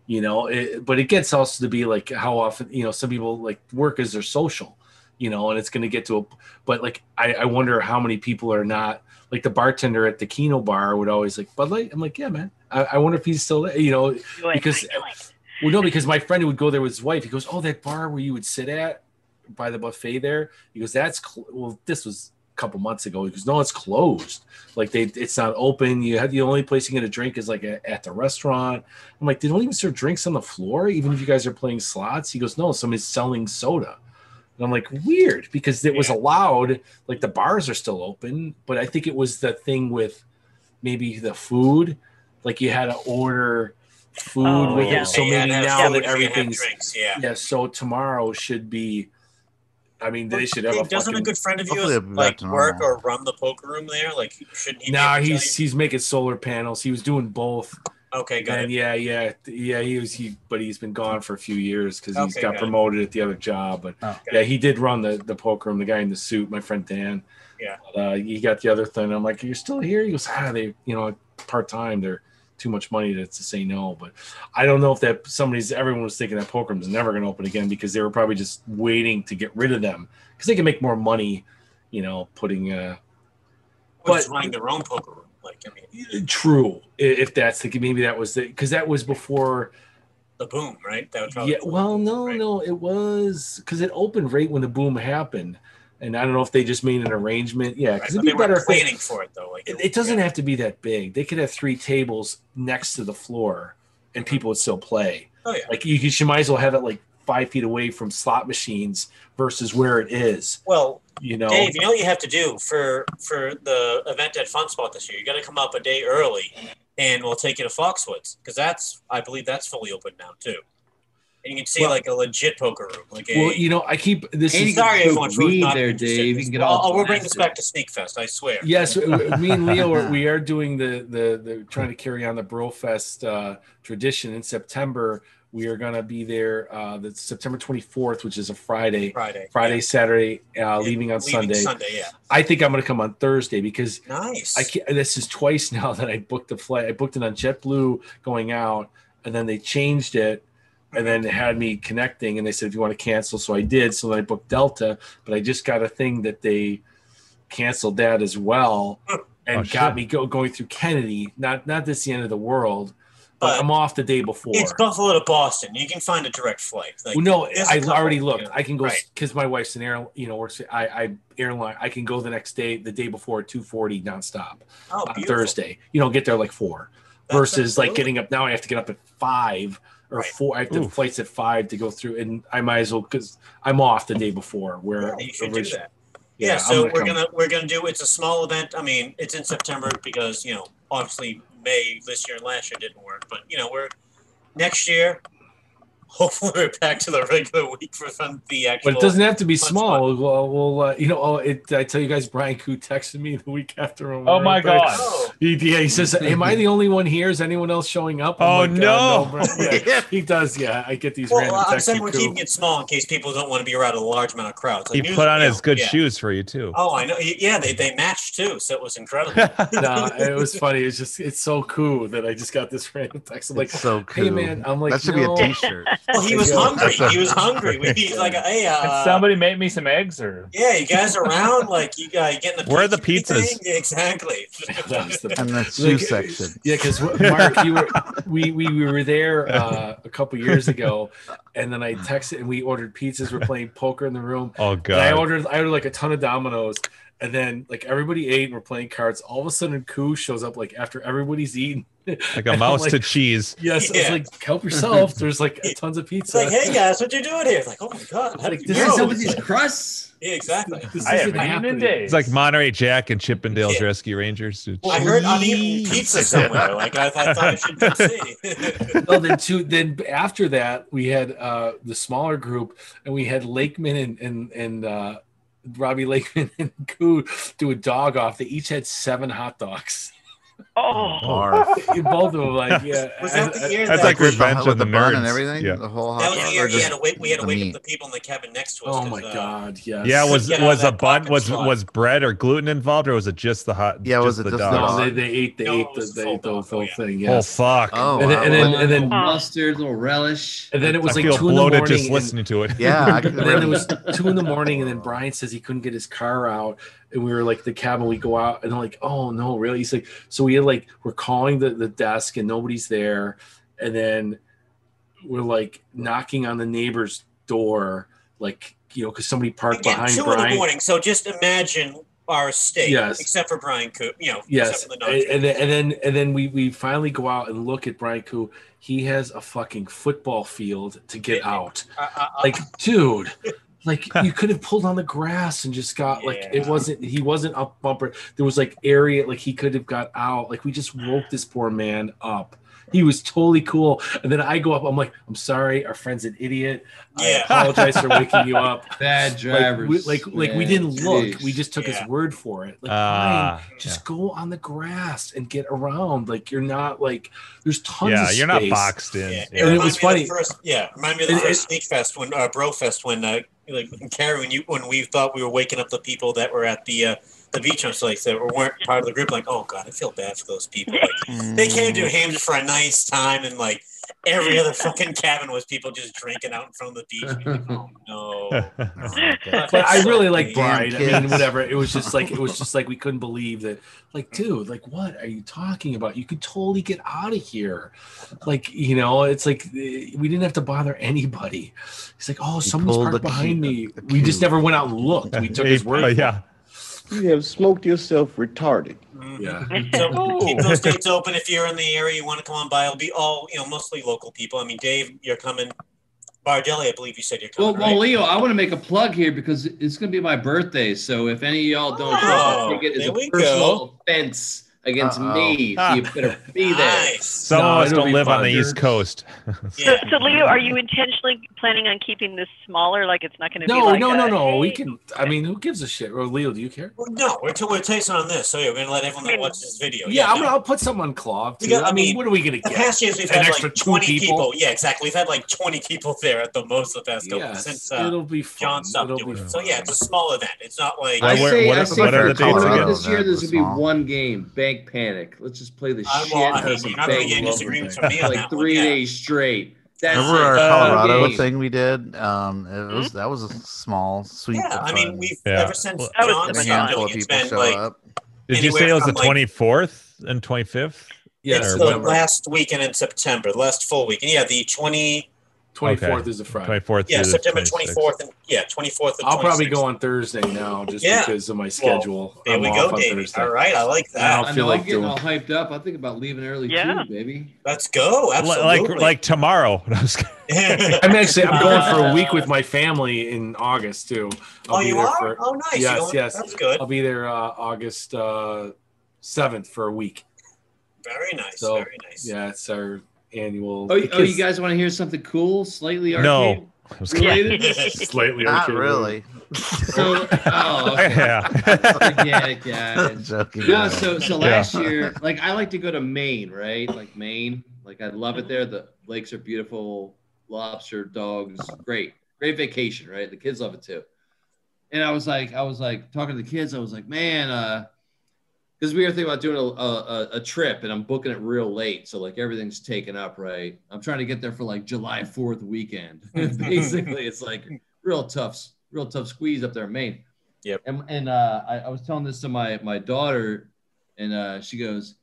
Speaker 5: You know, it, but it gets also to be like how often you know some people like work as their social, you know, and it's going to get to a. But like, I, I wonder how many people are not like the bartender at the Kino bar would always like Bud Light. I'm like, yeah, man. I, I wonder if he's still there, you know, because well, no, because my friend who would go there with his wife. He goes, "Oh, that bar where you would sit at by the buffet there." He goes, "That's cl-. well, this was a couple months ago." He goes, "No, it's closed. Like they, it's not open. You have the only place you get a drink is like a, at the restaurant." I'm like, "They don't even serve drinks on the floor, even if you guys are playing slots." He goes, "No, somebody's selling soda." And I'm like, "Weird," because it was allowed. Like the bars are still open, but I think it was the thing with maybe the food. Like you had to order food
Speaker 3: Oh,
Speaker 5: with
Speaker 3: yeah.
Speaker 5: it. So
Speaker 3: Yeah,
Speaker 5: maybe
Speaker 3: that's
Speaker 5: now
Speaker 3: true.
Speaker 5: that
Speaker 3: Yeah, have
Speaker 5: everything's
Speaker 3: drinks, yeah.
Speaker 5: So tomorrow should be. I mean, they should have.
Speaker 3: Hey,
Speaker 5: a
Speaker 3: doesn't
Speaker 5: fucking,
Speaker 3: a good friend of yours like work or run the poker room there? Like shouldn't he be
Speaker 5: Nah,
Speaker 3: able to tell
Speaker 5: he's he's making solar panels. He was doing both.
Speaker 3: Okay, got
Speaker 5: and
Speaker 3: it.
Speaker 5: Yeah, yeah, yeah. He was he, but he's been gone for a few years because he's
Speaker 3: Okay,
Speaker 5: got
Speaker 3: got it.
Speaker 5: promoted at the other job. But
Speaker 9: Oh.
Speaker 5: yeah, he did run the the poker room. The guy in the suit, my friend Dan.
Speaker 3: Yeah.
Speaker 5: But, uh, he got the other thing. I'm like, you're still here? He goes, ah, they, you know, part time. They're too much money to, to say no. But I don't know if that somebody's everyone was thinking that poker room's never going to open again because they were probably just waiting to get rid of them because they can make more money, you know, putting. uh
Speaker 3: Or just running their own poker room? Like I mean
Speaker 5: True, i- if that's the maybe that was the because that was before.
Speaker 3: the boom, right? That would probably
Speaker 5: Yeah, well, no, no, it was because it opened right when the boom happened, and I don't know if they just made an arrangement. Yeah,
Speaker 3: But
Speaker 5: because it'd be
Speaker 3: they were
Speaker 5: better if they-
Speaker 3: planning for it though. Like
Speaker 5: it, it doesn't have to be that big. They could have three tables next to the floor, and people would still play.
Speaker 3: Mm-hmm. Oh, yeah.
Speaker 5: Like you, could- you might as well have it like five feet away from slot machines versus where it is.
Speaker 3: Well,
Speaker 5: you know,
Speaker 3: Dave, you know what you have to do for for the event at Fun Spot this year. You got to come up a day early, and we'll take you to Foxwoods because that's I believe that's fully open now too. And you can see
Speaker 5: Well-
Speaker 3: like a legit poker room, like a.
Speaker 5: well, you know, I keep this.
Speaker 3: And
Speaker 5: is
Speaker 3: sorry, everyone, for not
Speaker 5: there, Dave. You can get
Speaker 3: Well, I'll- we'll bring this back to Sneak Fest. I swear.
Speaker 5: Yes, me and Leo
Speaker 3: (laughs)
Speaker 5: are, we are doing the, the the trying to carry on the Brofest uh, tradition in September. We are going to be there uh, the September 24th, which is a Friday.
Speaker 3: Friday.
Speaker 5: Friday, Saturday, uh, leaving on
Speaker 3: leaving
Speaker 5: Sunday.
Speaker 3: Sunday, yeah.
Speaker 5: I think I'm going to come on Thursday because
Speaker 3: Nice.
Speaker 5: I can't, this is twice (laughs) now that I booked the flight. I booked it on JetBlue going out, and then they changed it, and then it had me connecting, and they said if you want to cancel, so I did. So then I booked Delta, but I just got a thing that they canceled that as well, and
Speaker 9: Oh, shit.
Speaker 5: got me go, going through Kennedy. Not not this the end of the world, but, I'm off the day before.
Speaker 3: It's Buffalo to Boston. You can find a direct flight. Like,
Speaker 5: Well, no,
Speaker 3: there's a
Speaker 5: I
Speaker 3: couple,
Speaker 5: already
Speaker 3: you
Speaker 5: looked.
Speaker 3: know.
Speaker 5: I can go
Speaker 3: Right.
Speaker 5: because my wife's an air, you know, works. I, I airline. I can go the next day, the day before, two forty nonstop
Speaker 3: Oh,
Speaker 5: on
Speaker 3: beautiful.
Speaker 5: Thursday. You know, get there like four,
Speaker 3: That's
Speaker 5: versus like
Speaker 3: absolutely.
Speaker 5: getting up now. I have to get up at five or four. I have to
Speaker 3: Oof.
Speaker 5: flights at five to go through, and I might as well because I'm off the day before. Where
Speaker 3: Yeah, you should do
Speaker 5: orig-
Speaker 3: that. Yeah,
Speaker 5: Yeah, I'm
Speaker 3: so
Speaker 5: gonna
Speaker 3: we're
Speaker 5: come.
Speaker 3: gonna we're gonna do it's a small event. I mean, it's in September because you know obviously May this year and last year didn't work, but you know we're next year. (laughs) Hopefully, we're back to the regular week for some the actual.
Speaker 5: But it doesn't have to be small. Well, well uh, you know, oh, it, I tell you guys, Brian Koo texted me the week after. when we
Speaker 9: Oh
Speaker 5: were
Speaker 9: my
Speaker 5: up there.
Speaker 9: God.
Speaker 5: He, yeah,
Speaker 3: (laughs)
Speaker 5: he says, "Am I the only one here? Is anyone else showing up?" I'm
Speaker 9: Oh,
Speaker 5: like, uh,
Speaker 9: no.
Speaker 5: Brian.
Speaker 3: (laughs)
Speaker 5: yeah, he does. Yeah, I get these
Speaker 3: Well,
Speaker 5: random
Speaker 3: I'm
Speaker 5: texts.
Speaker 3: saying
Speaker 5: from
Speaker 3: we're
Speaker 5: Koo.
Speaker 3: keeping it small in case people don't want to be around a large amount of crowds.
Speaker 4: He
Speaker 3: Like,
Speaker 4: put on
Speaker 3: usually-
Speaker 4: his good
Speaker 3: yeah.
Speaker 4: shoes for you too.
Speaker 3: Oh, I know. Yeah, they, they matched too, so it was incredible.
Speaker 5: (laughs) no, it was funny. It's just it's so cool that I just got this random text. I'm like,
Speaker 7: so
Speaker 5: Hey
Speaker 7: cool.
Speaker 5: man, I'm like,
Speaker 7: That should be a
Speaker 5: no.
Speaker 7: t-shirt.
Speaker 3: Well, he was hungry. He was hungry. We- He's like, hey,
Speaker 9: Can
Speaker 3: uh,
Speaker 9: somebody make me some eggs or?
Speaker 3: yeah, you guys around? Like, you guys getting the
Speaker 9: Where are the
Speaker 3: pizza
Speaker 9: pizzas?
Speaker 3: thing? Exactly.
Speaker 7: And the
Speaker 5: (laughs)
Speaker 7: shoe
Speaker 5: Like,
Speaker 7: section.
Speaker 5: (laughs) Yeah, because Mark, you were we we, we were there uh, a couple years ago, and then I texted and we ordered pizzas. We're playing poker in the room.
Speaker 4: Oh,
Speaker 5: And I
Speaker 4: God.
Speaker 5: ordered I ordered like a ton of dominoes, and then like everybody ate and we're playing cards. All of a sudden, Koo shows up like after everybody's eaten,
Speaker 4: Like
Speaker 5: And
Speaker 4: a
Speaker 5: I'm
Speaker 4: mouse
Speaker 5: like,
Speaker 4: to cheese.
Speaker 5: Yes,
Speaker 3: Yeah.
Speaker 5: it's like help yourself. There's like tons of
Speaker 3: It's
Speaker 5: (laughs) pizza.
Speaker 3: like, hey guys, what you doing here? It's like, oh my god, how
Speaker 5: Like,
Speaker 3: do you
Speaker 5: this is
Speaker 3: know?
Speaker 5: some of these
Speaker 3: crusts. Yeah, exactly.
Speaker 5: This
Speaker 9: I
Speaker 5: is
Speaker 9: haven't eaten in
Speaker 5: happening.
Speaker 9: days.
Speaker 4: It's like Monterey Jack and Chippendales Rescue Rangers.
Speaker 3: I heard I'm eating pizza somewhere. Like I, I thought I should
Speaker 5: (laughs)
Speaker 3: come see. (laughs)
Speaker 5: well, then two. Then after that, we had uh, the smaller group, and we had Lakeman and and, and uh, Robbie Lakeman (laughs) and Koo do a dog off. They each had seven hot dogs. (laughs)
Speaker 1: Oh,
Speaker 5: both of them like yeah. uh,
Speaker 3: Was that the year
Speaker 4: That's
Speaker 3: that-
Speaker 4: like revenge
Speaker 7: with
Speaker 4: of the,
Speaker 7: the bun and
Speaker 4: nerds.
Speaker 7: everything?
Speaker 4: Yeah.
Speaker 7: The whole hot
Speaker 3: That was
Speaker 7: dog,
Speaker 3: the
Speaker 7: or
Speaker 3: year we
Speaker 7: Oh, just
Speaker 3: had to wake we had to
Speaker 7: the
Speaker 3: wake
Speaker 7: meat?
Speaker 3: up the people in the cabin next to us.
Speaker 5: Oh
Speaker 3: 'cause,
Speaker 5: my
Speaker 3: uh,
Speaker 5: god! Yes.
Speaker 4: Yeah, was
Speaker 3: Get out of
Speaker 4: was a
Speaker 3: that
Speaker 4: bun
Speaker 3: pocket
Speaker 4: was
Speaker 3: slot.
Speaker 4: was bread or gluten involved or was it just the hot?
Speaker 7: Yeah, was
Speaker 4: just
Speaker 7: it
Speaker 4: the
Speaker 7: just
Speaker 4: dogs?
Speaker 5: no. They, they ate they
Speaker 3: No,
Speaker 5: ate
Speaker 3: it
Speaker 5: the
Speaker 3: was
Speaker 5: they
Speaker 3: full
Speaker 5: ate the
Speaker 3: dog,
Speaker 5: whole
Speaker 3: yeah.
Speaker 5: thing.
Speaker 4: Oh
Speaker 5: Yes.
Speaker 4: fuck!
Speaker 7: Oh,
Speaker 5: And then-
Speaker 7: wow.
Speaker 5: and then- and then-
Speaker 7: little mustard, little relish.
Speaker 5: and then it was
Speaker 4: I
Speaker 5: like
Speaker 4: feel
Speaker 5: two in the
Speaker 4: bloated
Speaker 5: morning.
Speaker 4: just
Speaker 5: and-
Speaker 4: listening to it. (laughs)
Speaker 7: Yeah,
Speaker 3: (laughs)
Speaker 7: I could
Speaker 5: And then it
Speaker 7: really- (laughs)
Speaker 5: was two in the morning, and then Brian says he couldn't get his car out, and we were like the cabin. We go out, and I'm like, oh no, really? He's like, so we had like we're calling the the desk, and nobody's there, and then we're like knocking on the neighbor's door, like you know, because somebody parked
Speaker 3: Again,
Speaker 5: behind
Speaker 3: two in the
Speaker 5: Brian.
Speaker 3: morning. So just imagine our state,
Speaker 5: Yes.
Speaker 3: except for Brian Coop. You know,
Speaker 5: Yes,
Speaker 3: except for
Speaker 5: and,
Speaker 3: the dogs.
Speaker 5: and then and then and then we we finally go out and look at Brian Koo. He has a fucking football field to get out.
Speaker 3: I- I- I-
Speaker 5: like dude like you could have pulled on the grass and just got like it
Speaker 3: Yeah.
Speaker 5: wasn't he wasn't up bumper there was like area like he could have got out like we just woke this poor man up he was totally cool and then i go up i'm like i'm sorry our friend's an idiot
Speaker 3: Yeah. (laughs)
Speaker 5: i apologize for waking you up
Speaker 6: Bad
Speaker 5: like
Speaker 6: drivers.
Speaker 5: we, like, like we
Speaker 6: man.
Speaker 5: didn't look
Speaker 6: Jeez.
Speaker 5: we just took
Speaker 3: Yeah.
Speaker 5: his word for it like
Speaker 4: Ah,
Speaker 5: fine, just go on the grass and get around like you're not like there's tons
Speaker 4: yeah,
Speaker 5: of
Speaker 4: you're not
Speaker 5: space.
Speaker 4: boxed in. (laughs)
Speaker 3: Yeah,
Speaker 5: And it
Speaker 3: reminded
Speaker 5: was
Speaker 3: me of
Speaker 5: funny.
Speaker 3: The first, yeah, remind me of the
Speaker 5: And it-
Speaker 3: first Sneak Fest when uh, Bro Fest when uh, like when Carrie when you when we thought we were waking up the people that were at the uh, the beach house like that were, weren't part of the group. Like, oh god, I feel bad for those people. Like, they came to
Speaker 5: Mm.
Speaker 3: New Hampshire for a nice time, and like every other fucking cabin was people just drinking out in front of the beach.
Speaker 5: (laughs)
Speaker 3: We're like, oh no.
Speaker 7: Oh,
Speaker 5: but I really like
Speaker 7: Damn
Speaker 5: Bride. I mean,
Speaker 7: kids.
Speaker 5: whatever. It was just like it
Speaker 7: (laughs)
Speaker 5: was just like we couldn't believe that. Like, dude, like what are you talking about? You could totally get out of here. Like, you know, it's like eh, we didn't have to bother anybody. He's like, oh, someone's
Speaker 7: pulled
Speaker 5: parked
Speaker 7: the
Speaker 5: behind me.
Speaker 7: key- the
Speaker 5: We just
Speaker 7: cue.
Speaker 5: never went out and looked. We took his
Speaker 4: Hey,
Speaker 5: word.
Speaker 4: uh,
Speaker 5: for it.
Speaker 4: yeah.
Speaker 14: You have smoked yourself retarded.
Speaker 5: Yeah.
Speaker 3: Mm-hmm. So keep
Speaker 9: Oh.
Speaker 3: those dates open if you're in the area. You want to come on by. It'll be all you know, mostly local people. I mean, Dave, you're coming. Bardelli, I believe you said you're
Speaker 6: Well,
Speaker 3: coming.
Speaker 6: well,
Speaker 3: right?
Speaker 6: Leo, I want to make a plug here because it's going to be my birthday. So if any of y'all don't show
Speaker 3: Oh,
Speaker 6: up, I think it is
Speaker 3: there
Speaker 6: a
Speaker 3: we Ah,
Speaker 6: personal offense against
Speaker 7: Uh-oh.
Speaker 6: me. So you better be there.
Speaker 3: Nice.
Speaker 4: Some
Speaker 5: No,
Speaker 4: of us
Speaker 5: it'll
Speaker 4: don't
Speaker 5: be
Speaker 4: live on
Speaker 5: fun,
Speaker 4: the
Speaker 5: dude.
Speaker 4: East Coast.
Speaker 1: So,
Speaker 3: Yeah.
Speaker 1: so Leo, are you intentionally planning on keeping this smaller? Like it's not going to be
Speaker 5: No,
Speaker 1: like
Speaker 5: no,
Speaker 1: a,
Speaker 5: no, no. We
Speaker 1: hey,
Speaker 5: can. I mean, who gives a shit? Or Leo, do you care?
Speaker 3: Well, no, we're, t- we're tasting on this. So yeah, we're gonna let everyone that watches this video.
Speaker 5: Yeah, I'm
Speaker 3: no.
Speaker 5: gonna. I'll put something on Claw.
Speaker 3: We
Speaker 5: too.
Speaker 3: got-
Speaker 5: I
Speaker 3: I
Speaker 5: mean,
Speaker 3: mean,
Speaker 5: what are we gonna
Speaker 3: The
Speaker 5: get?
Speaker 3: past years we've
Speaker 5: An
Speaker 3: had
Speaker 5: extra
Speaker 3: like
Speaker 5: two
Speaker 3: 20 people.
Speaker 5: people?
Speaker 3: Yeah, exactly. We've had like 20 people there at the most the past couple
Speaker 5: Yes,
Speaker 3: since
Speaker 5: it'll
Speaker 3: uh,
Speaker 5: be fun.
Speaker 3: John stopped
Speaker 5: It'll be
Speaker 3: doing it.
Speaker 5: fun.
Speaker 3: So yeah, it's a small event. It's not like
Speaker 6: I
Speaker 4: I
Speaker 3: I,
Speaker 4: where-
Speaker 6: say,
Speaker 4: what
Speaker 6: I
Speaker 4: are-
Speaker 6: say
Speaker 4: what are
Speaker 6: for
Speaker 4: the dates
Speaker 6: Colorado
Speaker 4: again?
Speaker 6: this year, there's
Speaker 7: That
Speaker 6: going to be
Speaker 7: was
Speaker 6: one game, Bank Panic. Let's just play the shit
Speaker 3: well, I
Speaker 6: out
Speaker 3: mean,
Speaker 6: of
Speaker 3: you're
Speaker 6: some
Speaker 3: not gonna get
Speaker 6: Bank
Speaker 3: any disagreements from me
Speaker 6: for
Speaker 3: on
Speaker 6: like
Speaker 3: that one.
Speaker 6: three
Speaker 3: yeah.
Speaker 6: days straight. That's
Speaker 7: Remember our
Speaker 6: it.
Speaker 3: Uh,
Speaker 6: One
Speaker 7: Colorado
Speaker 6: game.
Speaker 7: thing we did? Um, it was that was a small sweet.
Speaker 3: Hmm? Yeah, I mean, we've
Speaker 4: Yeah.
Speaker 3: ever since
Speaker 4: Well,
Speaker 1: That was
Speaker 3: John
Speaker 1: the
Speaker 7: a
Speaker 1: fun.
Speaker 3: stopped
Speaker 7: handful
Speaker 3: doing it,
Speaker 7: of
Speaker 3: it's
Speaker 7: people
Speaker 3: been
Speaker 7: show
Speaker 3: like
Speaker 7: up.
Speaker 4: Did you
Speaker 3: Anywhere
Speaker 4: say it was the
Speaker 3: from, like-
Speaker 4: 24th and 25th?
Speaker 5: Yeah,
Speaker 3: it's
Speaker 4: or
Speaker 3: the
Speaker 5: whatever.
Speaker 3: last weekend in September, the last full weekend. Yeah, the 20,
Speaker 5: Twenty fourth is a Friday.
Speaker 4: 24th
Speaker 3: yeah,
Speaker 4: through the
Speaker 3: September
Speaker 4: 26th.
Speaker 3: 24th and yeah, 24th. And
Speaker 5: I'll probably
Speaker 3: 26th.
Speaker 5: go on Thursday now, just
Speaker 3: Yeah.
Speaker 5: because of my
Speaker 3: Well,
Speaker 5: schedule.
Speaker 3: there
Speaker 5: I'm
Speaker 3: we
Speaker 5: off
Speaker 3: go,
Speaker 5: on
Speaker 3: Davey.
Speaker 5: Thursday.
Speaker 3: All right, I like that.
Speaker 5: I
Speaker 6: I
Speaker 5: don't
Speaker 6: know,
Speaker 5: feel like
Speaker 6: I'm getting
Speaker 5: doing.
Speaker 6: all hyped up. I think about leaving early
Speaker 3: Yeah.
Speaker 6: too, baby.
Speaker 3: Let's go.
Speaker 4: Li- Like
Speaker 3: Absolutely. (laughs)
Speaker 5: (laughs)
Speaker 4: like tomorrow. (laughs)
Speaker 5: I'm actually I'm
Speaker 6: (laughs)
Speaker 5: going for a week with my family in August too.
Speaker 3: Oh, you
Speaker 5: there
Speaker 3: are? Oh, nice. You
Speaker 5: Yes,
Speaker 3: going-
Speaker 5: yes.
Speaker 3: that's good.
Speaker 5: I'll be there uh, August uh, seventh for a week.
Speaker 3: Very nice.
Speaker 5: So
Speaker 3: very nice.
Speaker 5: yeah, it's our annual.
Speaker 6: Oh, you- oh,
Speaker 5: because-
Speaker 6: you guys want to hear something cool, slightly arcade?
Speaker 5: No.
Speaker 4: I
Speaker 1: (laughs)
Speaker 4: was
Speaker 6: related?
Speaker 4: (laughs)
Speaker 5: Slightly
Speaker 7: Not
Speaker 5: arcade
Speaker 7: really. (laughs)
Speaker 6: So, oh, okay.
Speaker 7: Yeah.
Speaker 6: I get it, guys.
Speaker 7: Joking,
Speaker 6: No,
Speaker 7: guys.
Speaker 6: so so
Speaker 7: Yeah.
Speaker 6: last year, like I like to go to Maine, right? Like Maine, like I love it there. The lakes are beautiful, lobster, dogs, great, great vacation, right? The kids love it too. And I was like, I was like talking to the kids. I was like, man, uh, because we were thinking about doing a, a a- a trip, and I'm booking it real late, so like everything's taken up, right? I'm trying to get there for like July 4th weekend. (laughs)
Speaker 9: Mm-hmm.
Speaker 6: Basically, it's like real tough, real tough squeeze up there in Maine.
Speaker 3: Yep.
Speaker 6: And, and uh, I, I was telling this to my my daughter, and uh, she goes,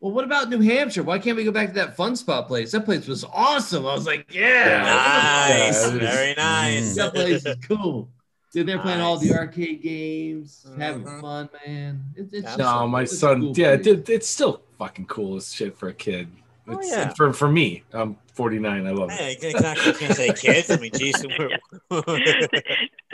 Speaker 6: "Well, what about New Hampshire? Why can't we go back to that fun spot place? That place was awesome." I was like, "Yeah,
Speaker 3: Nice.
Speaker 6: Yeah, it was-
Speaker 3: very
Speaker 5: Mm.
Speaker 3: nice. (laughs)
Speaker 6: that place is cool." Dude, they're playing all the arcade games, having fun, man. It, it's just-
Speaker 5: No, my
Speaker 6: it's a
Speaker 5: son.
Speaker 6: cool
Speaker 5: yeah,
Speaker 6: place.
Speaker 5: it, it's still fucking cool as shit for a kid. It's,
Speaker 3: Oh, yeah.
Speaker 5: and for for me, I'm 49. I love it.
Speaker 3: Yeah, exactly. I was gonna say kids. I mean, geez,
Speaker 1: (laughs)
Speaker 3: we're,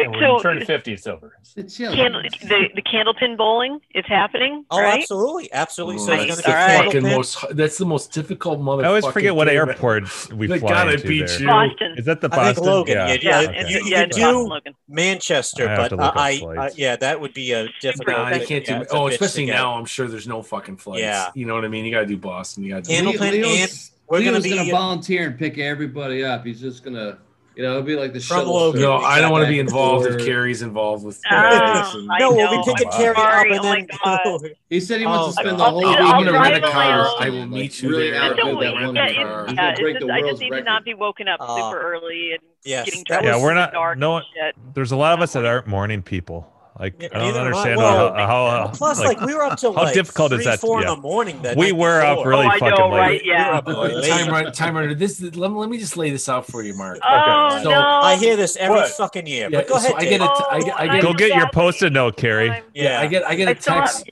Speaker 9: And when you turn 50, it's over.
Speaker 1: Candle, the, the candlepin bowling is happening.
Speaker 3: Oh,
Speaker 1: right?
Speaker 3: absolutely, absolutely. So
Speaker 5: That's
Speaker 3: it's
Speaker 5: the
Speaker 3: gonna be
Speaker 5: fucking
Speaker 3: Candlepin.
Speaker 5: most. That's the most difficult motherfucker.
Speaker 4: I always forget what airport we
Speaker 5: They
Speaker 4: fly
Speaker 5: gotta
Speaker 4: into
Speaker 5: beat
Speaker 4: there.
Speaker 5: you.
Speaker 1: Boston.
Speaker 4: (laughs) Is that the
Speaker 3: I think
Speaker 4: Boston?
Speaker 3: Logan. Yeah,
Speaker 1: Yeah,
Speaker 3: yeah.
Speaker 1: it's-
Speaker 3: You, you
Speaker 1: yeah,
Speaker 3: could
Speaker 1: it's
Speaker 3: do
Speaker 1: Boston, Logan.
Speaker 3: Manchester,
Speaker 4: I have
Speaker 3: but
Speaker 4: to
Speaker 3: uh,
Speaker 4: look up
Speaker 3: I, I,
Speaker 4: flights.
Speaker 3: yeah, that would be a difficult.
Speaker 5: No, they can't do.
Speaker 3: yeah, it's a
Speaker 5: oh,
Speaker 3: bitch
Speaker 5: especially
Speaker 3: to get.
Speaker 5: now. I'm sure there's no fucking flights.
Speaker 3: Yeah.
Speaker 5: You know what I mean? You gotta do Boston. You gotta do.
Speaker 3: Candlepin
Speaker 6: Leo's-
Speaker 3: and we're
Speaker 6: Leo's
Speaker 3: gonna
Speaker 6: gonna,
Speaker 3: be
Speaker 6: volunteer and pick everybody up. He's just gonna, you know, it'll be like the
Speaker 3: From
Speaker 6: shuttle.
Speaker 3: Logan.
Speaker 6: service.
Speaker 5: No, I don't want to be
Speaker 6: Back and
Speaker 5: involved if
Speaker 6: forth.
Speaker 5: Carrie's involved with.
Speaker 1: Oh, I
Speaker 3: No, we'll
Speaker 1: know.
Speaker 3: be picking
Speaker 5: Oh,
Speaker 3: Carrie up
Speaker 1: sorry,
Speaker 3: and
Speaker 1: oh my
Speaker 3: then. (laughs)
Speaker 6: He said he wants
Speaker 3: Oh,
Speaker 6: to spend the
Speaker 1: I'll-
Speaker 6: whole
Speaker 1: I'll-
Speaker 6: weekend
Speaker 1: I'll
Speaker 5: I'm gonna
Speaker 1: drive
Speaker 5: rent a
Speaker 1: my
Speaker 5: car.
Speaker 1: own.
Speaker 5: I will meet you
Speaker 6: really
Speaker 5: there.
Speaker 6: out
Speaker 1: Just don't
Speaker 6: I'll do that
Speaker 1: wait.
Speaker 5: I'll
Speaker 6: one
Speaker 5: rent
Speaker 1: Yeah,
Speaker 5: a
Speaker 1: it's-
Speaker 6: car. He's
Speaker 5: car.
Speaker 6: gonna
Speaker 1: yeah, it's
Speaker 6: break
Speaker 1: just-
Speaker 6: the
Speaker 1: I just
Speaker 6: world's
Speaker 1: need to not
Speaker 6: record.
Speaker 1: be woken up
Speaker 3: Uh,
Speaker 1: super early and
Speaker 3: yes,
Speaker 1: getting
Speaker 3: that
Speaker 1: dark.
Speaker 3: was-
Speaker 4: Yeah, we're not-
Speaker 1: Dark
Speaker 4: no-
Speaker 1: and shit.
Speaker 4: There's a lot of us that aren't morning people. Like I don't
Speaker 3: neither am I.
Speaker 4: understand
Speaker 3: Well,
Speaker 4: how, how, how
Speaker 3: Plus, like, we were up till
Speaker 4: (laughs) how
Speaker 3: like
Speaker 4: difficult
Speaker 3: three,
Speaker 4: is that?
Speaker 3: four
Speaker 4: yeah.
Speaker 3: in the morning. That
Speaker 4: We
Speaker 3: night
Speaker 4: were up
Speaker 3: before.
Speaker 4: really
Speaker 1: Oh, I
Speaker 4: fucking
Speaker 1: know,
Speaker 4: late.
Speaker 1: right? Yeah.
Speaker 3: We were up late.
Speaker 5: Time runner, time runner. This is, let, let me just lay this out for you, Mark.
Speaker 1: Oh
Speaker 5: So-
Speaker 1: no!
Speaker 3: I hear this every
Speaker 5: What?
Speaker 3: fucking year.
Speaker 5: Yeah,
Speaker 3: But go
Speaker 5: so
Speaker 3: ahead,
Speaker 5: I
Speaker 3: Dave.
Speaker 5: get a t-
Speaker 1: Oh,
Speaker 5: I get- I
Speaker 1: I'm
Speaker 5: get-
Speaker 4: Go get your
Speaker 1: sorry.
Speaker 4: post-it note, Carrie.
Speaker 1: I'm-
Speaker 5: Yeah, I get I get a
Speaker 1: I still have-
Speaker 5: text.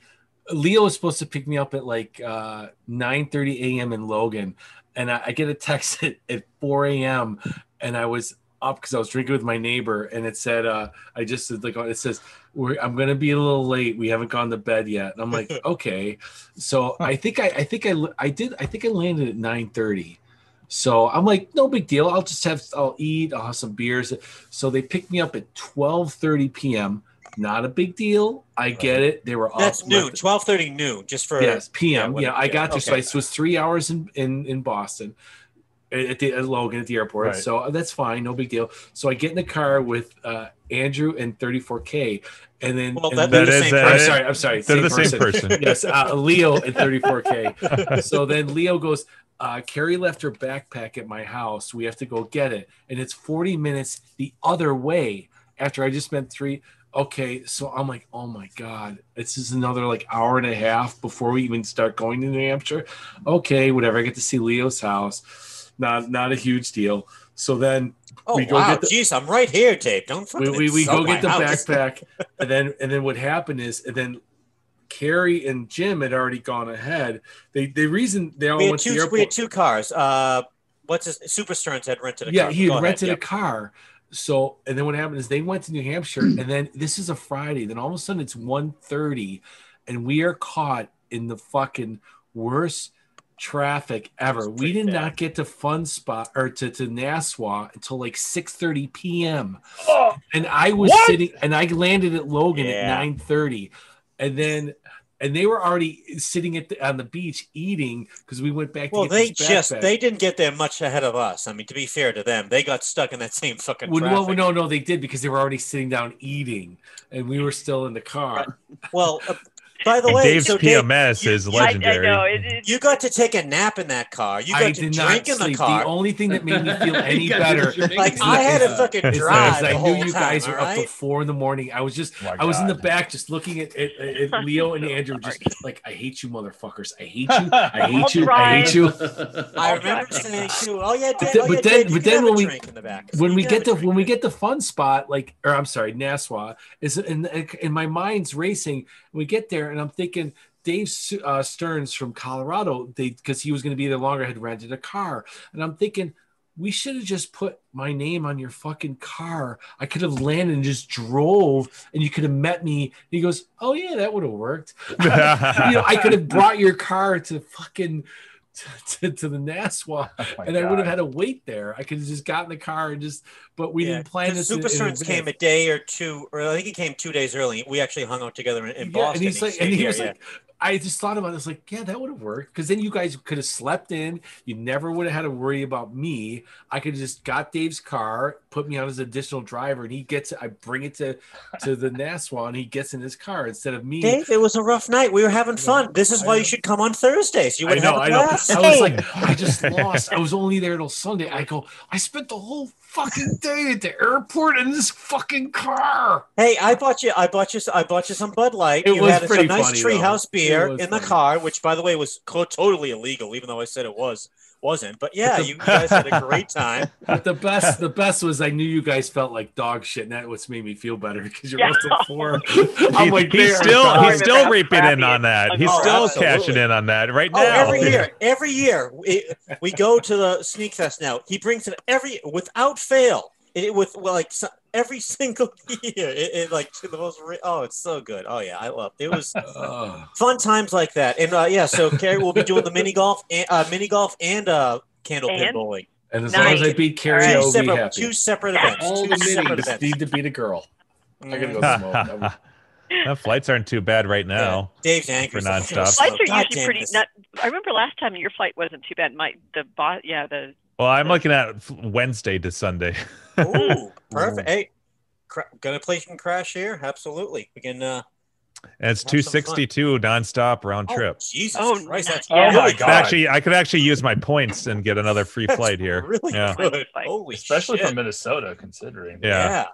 Speaker 5: Leo is supposed to pick me up at like uh, 9 30 a.m. in Logan, and I, I get a text (laughs) at, at 4 a.m. and I was up because I was drinking with my neighbor, and it said uh, I just said like it says We're, I'm gonna be a little late. We haven't gone to bed yet, and
Speaker 3: (laughs)
Speaker 5: I'm like okay. So I think I I think I l- I did I think I landed at 9 30. So I'm like, no big deal. I'll just have, I'll eat, I'll have some beers. So they picked me up at 12:30 p.m. Not a big deal. I get it. They were
Speaker 3: That's
Speaker 5: up.
Speaker 3: noon, twelve thirty noon, just for
Speaker 5: Yes, p.m.
Speaker 3: when-
Speaker 5: Yeah, I got there. So I
Speaker 3: okay.
Speaker 5: so it was three hours in in, in Boston at, the, at Logan at the airport.
Speaker 9: Right.
Speaker 5: So that's fine, no big deal. So I get in the car with uh, Andrew and 34K, and then
Speaker 3: Well,
Speaker 5: and
Speaker 3: that-
Speaker 5: then-
Speaker 3: That is-
Speaker 5: I'm
Speaker 3: that
Speaker 5: sorry,
Speaker 4: is-
Speaker 5: I'm sorry.
Speaker 4: they're the same person.
Speaker 5: yes, uh, Leo
Speaker 3: (laughs)
Speaker 4: (laughs)
Speaker 5: and 34K. so then Leo goes. Uh, Carrie left her backpack at my house. We have to go get it, and it's 40 minutes the other way after I just spent three. Okay, so I'm like, oh my god, this is another like hour and a half before we even start going to New Hampshire. Okay, whatever. I get to see Leo's house. Not not a huge deal. So then
Speaker 3: Oh
Speaker 5: we go
Speaker 3: wow,
Speaker 5: get the
Speaker 3: jeez, I'm right here, Dave. Don't
Speaker 5: we,
Speaker 3: fucking
Speaker 5: we, we go
Speaker 3: insult
Speaker 5: get the
Speaker 3: my house.
Speaker 5: backpack, and then and then what happened is and then Carrie and Jim had already gone ahead. They they reason they all
Speaker 3: We had
Speaker 5: went to the
Speaker 3: two.
Speaker 5: airport.
Speaker 3: We had two cars. Uh, what's his? Super Stearns had rented a
Speaker 5: yeah,
Speaker 3: car.
Speaker 5: he
Speaker 3: Go
Speaker 5: had
Speaker 3: ahead,
Speaker 5: rented
Speaker 3: yeah.
Speaker 5: a car. So, and then what happened is they went to New Hampshire, and then this is a Friday. Then all of a sudden it's 1.30, and we are caught in the fucking worst traffic ever. We did not get to Fun Spot or to, to Nassau until like 6.30 p.m. And I was
Speaker 9: What?
Speaker 5: sitting, and I landed at Logan
Speaker 3: Oh, Yeah.
Speaker 5: at 9.30. And then... And they were already sitting at the, on the beach eating because we went back.
Speaker 3: Well,
Speaker 5: to get
Speaker 3: they
Speaker 5: this
Speaker 3: just
Speaker 5: backpack.
Speaker 3: they didn't get there much ahead of us. I mean, to be fair to them, they got stuck in that same fucking
Speaker 5: Well,
Speaker 3: traffic.
Speaker 5: no, no, no, they did because they were already sitting down eating, and we were still in the car.
Speaker 3: Well, uh, By the
Speaker 4: And
Speaker 3: way,
Speaker 4: Dave's
Speaker 3: so Dave-
Speaker 4: PMS is legendary. (laughs)
Speaker 3: (laughs) you got to take a nap in that car. You got
Speaker 5: I
Speaker 3: to
Speaker 5: did not
Speaker 3: drink in the
Speaker 5: sleep.
Speaker 3: car.
Speaker 5: The only thing that made me
Speaker 3: (laughs)
Speaker 5: feel any
Speaker 3: You got to
Speaker 5: better,
Speaker 3: drink Like, in the I had
Speaker 5: (laughs) uh,
Speaker 3: a car. fucking drive
Speaker 5: because I
Speaker 3: the
Speaker 5: knew
Speaker 3: whole
Speaker 5: you
Speaker 3: time, Oh
Speaker 5: guys were up till
Speaker 3: alright?
Speaker 5: four in the morning. I was just, I was in the
Speaker 9: God.
Speaker 5: back just looking at, at,
Speaker 3: (laughs)
Speaker 5: at Leo and Andrew, just like, I hate you, motherfuckers. I hate you.
Speaker 9: (laughs)
Speaker 3: (laughs)
Speaker 5: I hate you. I hate you.
Speaker 3: I remember
Speaker 5: (laughs)
Speaker 3: saying too. Oh yeah, Dave,
Speaker 5: But then,
Speaker 3: oh, yeah,
Speaker 5: but then,
Speaker 3: Dave, you can
Speaker 5: but then
Speaker 3: have a
Speaker 5: when we
Speaker 3: drink in the back.
Speaker 5: when we
Speaker 3: You can
Speaker 5: get the
Speaker 3: have a
Speaker 5: when we get the fun spot, like or I'm sorry, Nassau is in in my mind's racing. We get there and I'm thinking Dave Su- uh, Stearns from Colorado, they because he was going to be there longer, had rented a car, and I'm thinking. We should have just put my name on your fucking car. I could have landed and just drove, and you could have met me. And he goes, "Oh yeah, that would have worked." you know, I could have brought your car to fucking to, to, to the Nassau, and I would have
Speaker 3: God.
Speaker 5: had to wait there. I could have just got in the car and just, but we didn't plan
Speaker 3: Because
Speaker 5: this.
Speaker 3: Super
Speaker 5: in- in
Speaker 3: Sterns came a
Speaker 5: advance.
Speaker 3: day or two, or I think he came two days early. We actually hung out together in, in
Speaker 5: yeah,
Speaker 3: Boston.
Speaker 5: and he's like,
Speaker 3: stayed
Speaker 5: and he
Speaker 3: here,
Speaker 5: was
Speaker 3: yeah.
Speaker 5: like, I just thought about this, like, yeah, that would have worked because then you guys could have slept in. You never would have had to worry about me. I could have just got Dave's car, put me on as additional driver, and he gets. I bring it to to the Nassau, and he gets in his car instead of me.
Speaker 3: Dave, it was a rough night. We were having fun. This is
Speaker 5: I
Speaker 3: why
Speaker 5: know.
Speaker 3: you should come on Thursdays. You
Speaker 5: I
Speaker 3: would
Speaker 5: know,
Speaker 3: have
Speaker 5: I
Speaker 3: a
Speaker 5: know.
Speaker 3: blast.
Speaker 5: I was like, I just lost. I was only there till Sunday. I go, I spent the whole fucking day at the airport in this fucking car.
Speaker 3: Hey, I bought you. I bought you. I bought you some Bud Light.
Speaker 5: It
Speaker 3: you
Speaker 5: was
Speaker 3: had a-
Speaker 5: pretty
Speaker 3: some nice
Speaker 5: funny, though.
Speaker 3: treehouse beer
Speaker 5: It was
Speaker 3: in the car, which, by the way, was co- totally illegal, even though I said it was wasn't. But
Speaker 5: (laughs)
Speaker 3: yeah,
Speaker 5: the-
Speaker 3: you guys had a great
Speaker 5: (laughs)
Speaker 3: time.
Speaker 5: But
Speaker 4: (laughs)
Speaker 5: the best, the best was I knew you guys felt like dog shit, and that what's made me feel better (laughs) because you're
Speaker 3: Yeah.
Speaker 5: up to
Speaker 3: (laughs)
Speaker 5: four. I'm
Speaker 4: He-
Speaker 5: like,
Speaker 4: he's
Speaker 5: there,
Speaker 4: still
Speaker 5: dog.
Speaker 4: he's still reaping in on that. He's
Speaker 3: Oh,
Speaker 4: still
Speaker 3: absolutely.
Speaker 4: cashing in on that right
Speaker 3: Oh,
Speaker 4: now.
Speaker 3: every year, every year we, we go to the sneak fest. Now he brings it every without fail. It with well, like so- every (laughs) single year, it, it, like to the most. Re- oh, it's so good. Oh yeah, I love it.
Speaker 5: (laughs)
Speaker 3: Was fun times like that, and uh, yeah. So Carrie will be doing the mini golf, and, uh, mini golf, and uh, candle pit
Speaker 5: And?
Speaker 3: bowling.
Speaker 5: And as long as I beat
Speaker 3: All
Speaker 5: Carrie,
Speaker 3: right.
Speaker 5: I'll
Speaker 3: two
Speaker 5: be
Speaker 3: separate,
Speaker 5: happy.
Speaker 3: two separate events.
Speaker 5: All
Speaker 3: two
Speaker 5: the
Speaker 3: separate
Speaker 5: minis
Speaker 3: events.
Speaker 5: need to beat
Speaker 3: (laughs)
Speaker 5: a girl. I gotta go smoke. I'm-
Speaker 4: (laughs) that flights aren't too bad right now.
Speaker 3: Dave's angry.
Speaker 4: for nonstop.
Speaker 1: Flights are
Speaker 3: God
Speaker 1: usually
Speaker 3: damn
Speaker 1: pretty.
Speaker 3: this.
Speaker 1: Not, I remember last time your flight wasn't too bad. My the boss, yeah, the
Speaker 4: Well, I'm looking at f- Wednesday to Sunday.
Speaker 1: (laughs)
Speaker 4: (laughs)
Speaker 1: Oh.
Speaker 3: Ooh, perfect. Hey, cra- gonna play some crash here. Absolutely, we can. Uh,
Speaker 4: And it's
Speaker 3: Have some fun.
Speaker 4: 262 nonstop round
Speaker 3: oh,
Speaker 4: trip.
Speaker 3: Jesus
Speaker 1: Oh,
Speaker 3: Christ, that's
Speaker 1: yeah.
Speaker 3: really
Speaker 4: I could Actually, I could actually use my points and get another
Speaker 3: (laughs)
Speaker 4: free
Speaker 3: That's
Speaker 4: flight here.
Speaker 3: really
Speaker 4: yeah.
Speaker 3: good. Holy
Speaker 9: especially
Speaker 3: shit.
Speaker 9: from Minnesota, considering.
Speaker 4: Yeah.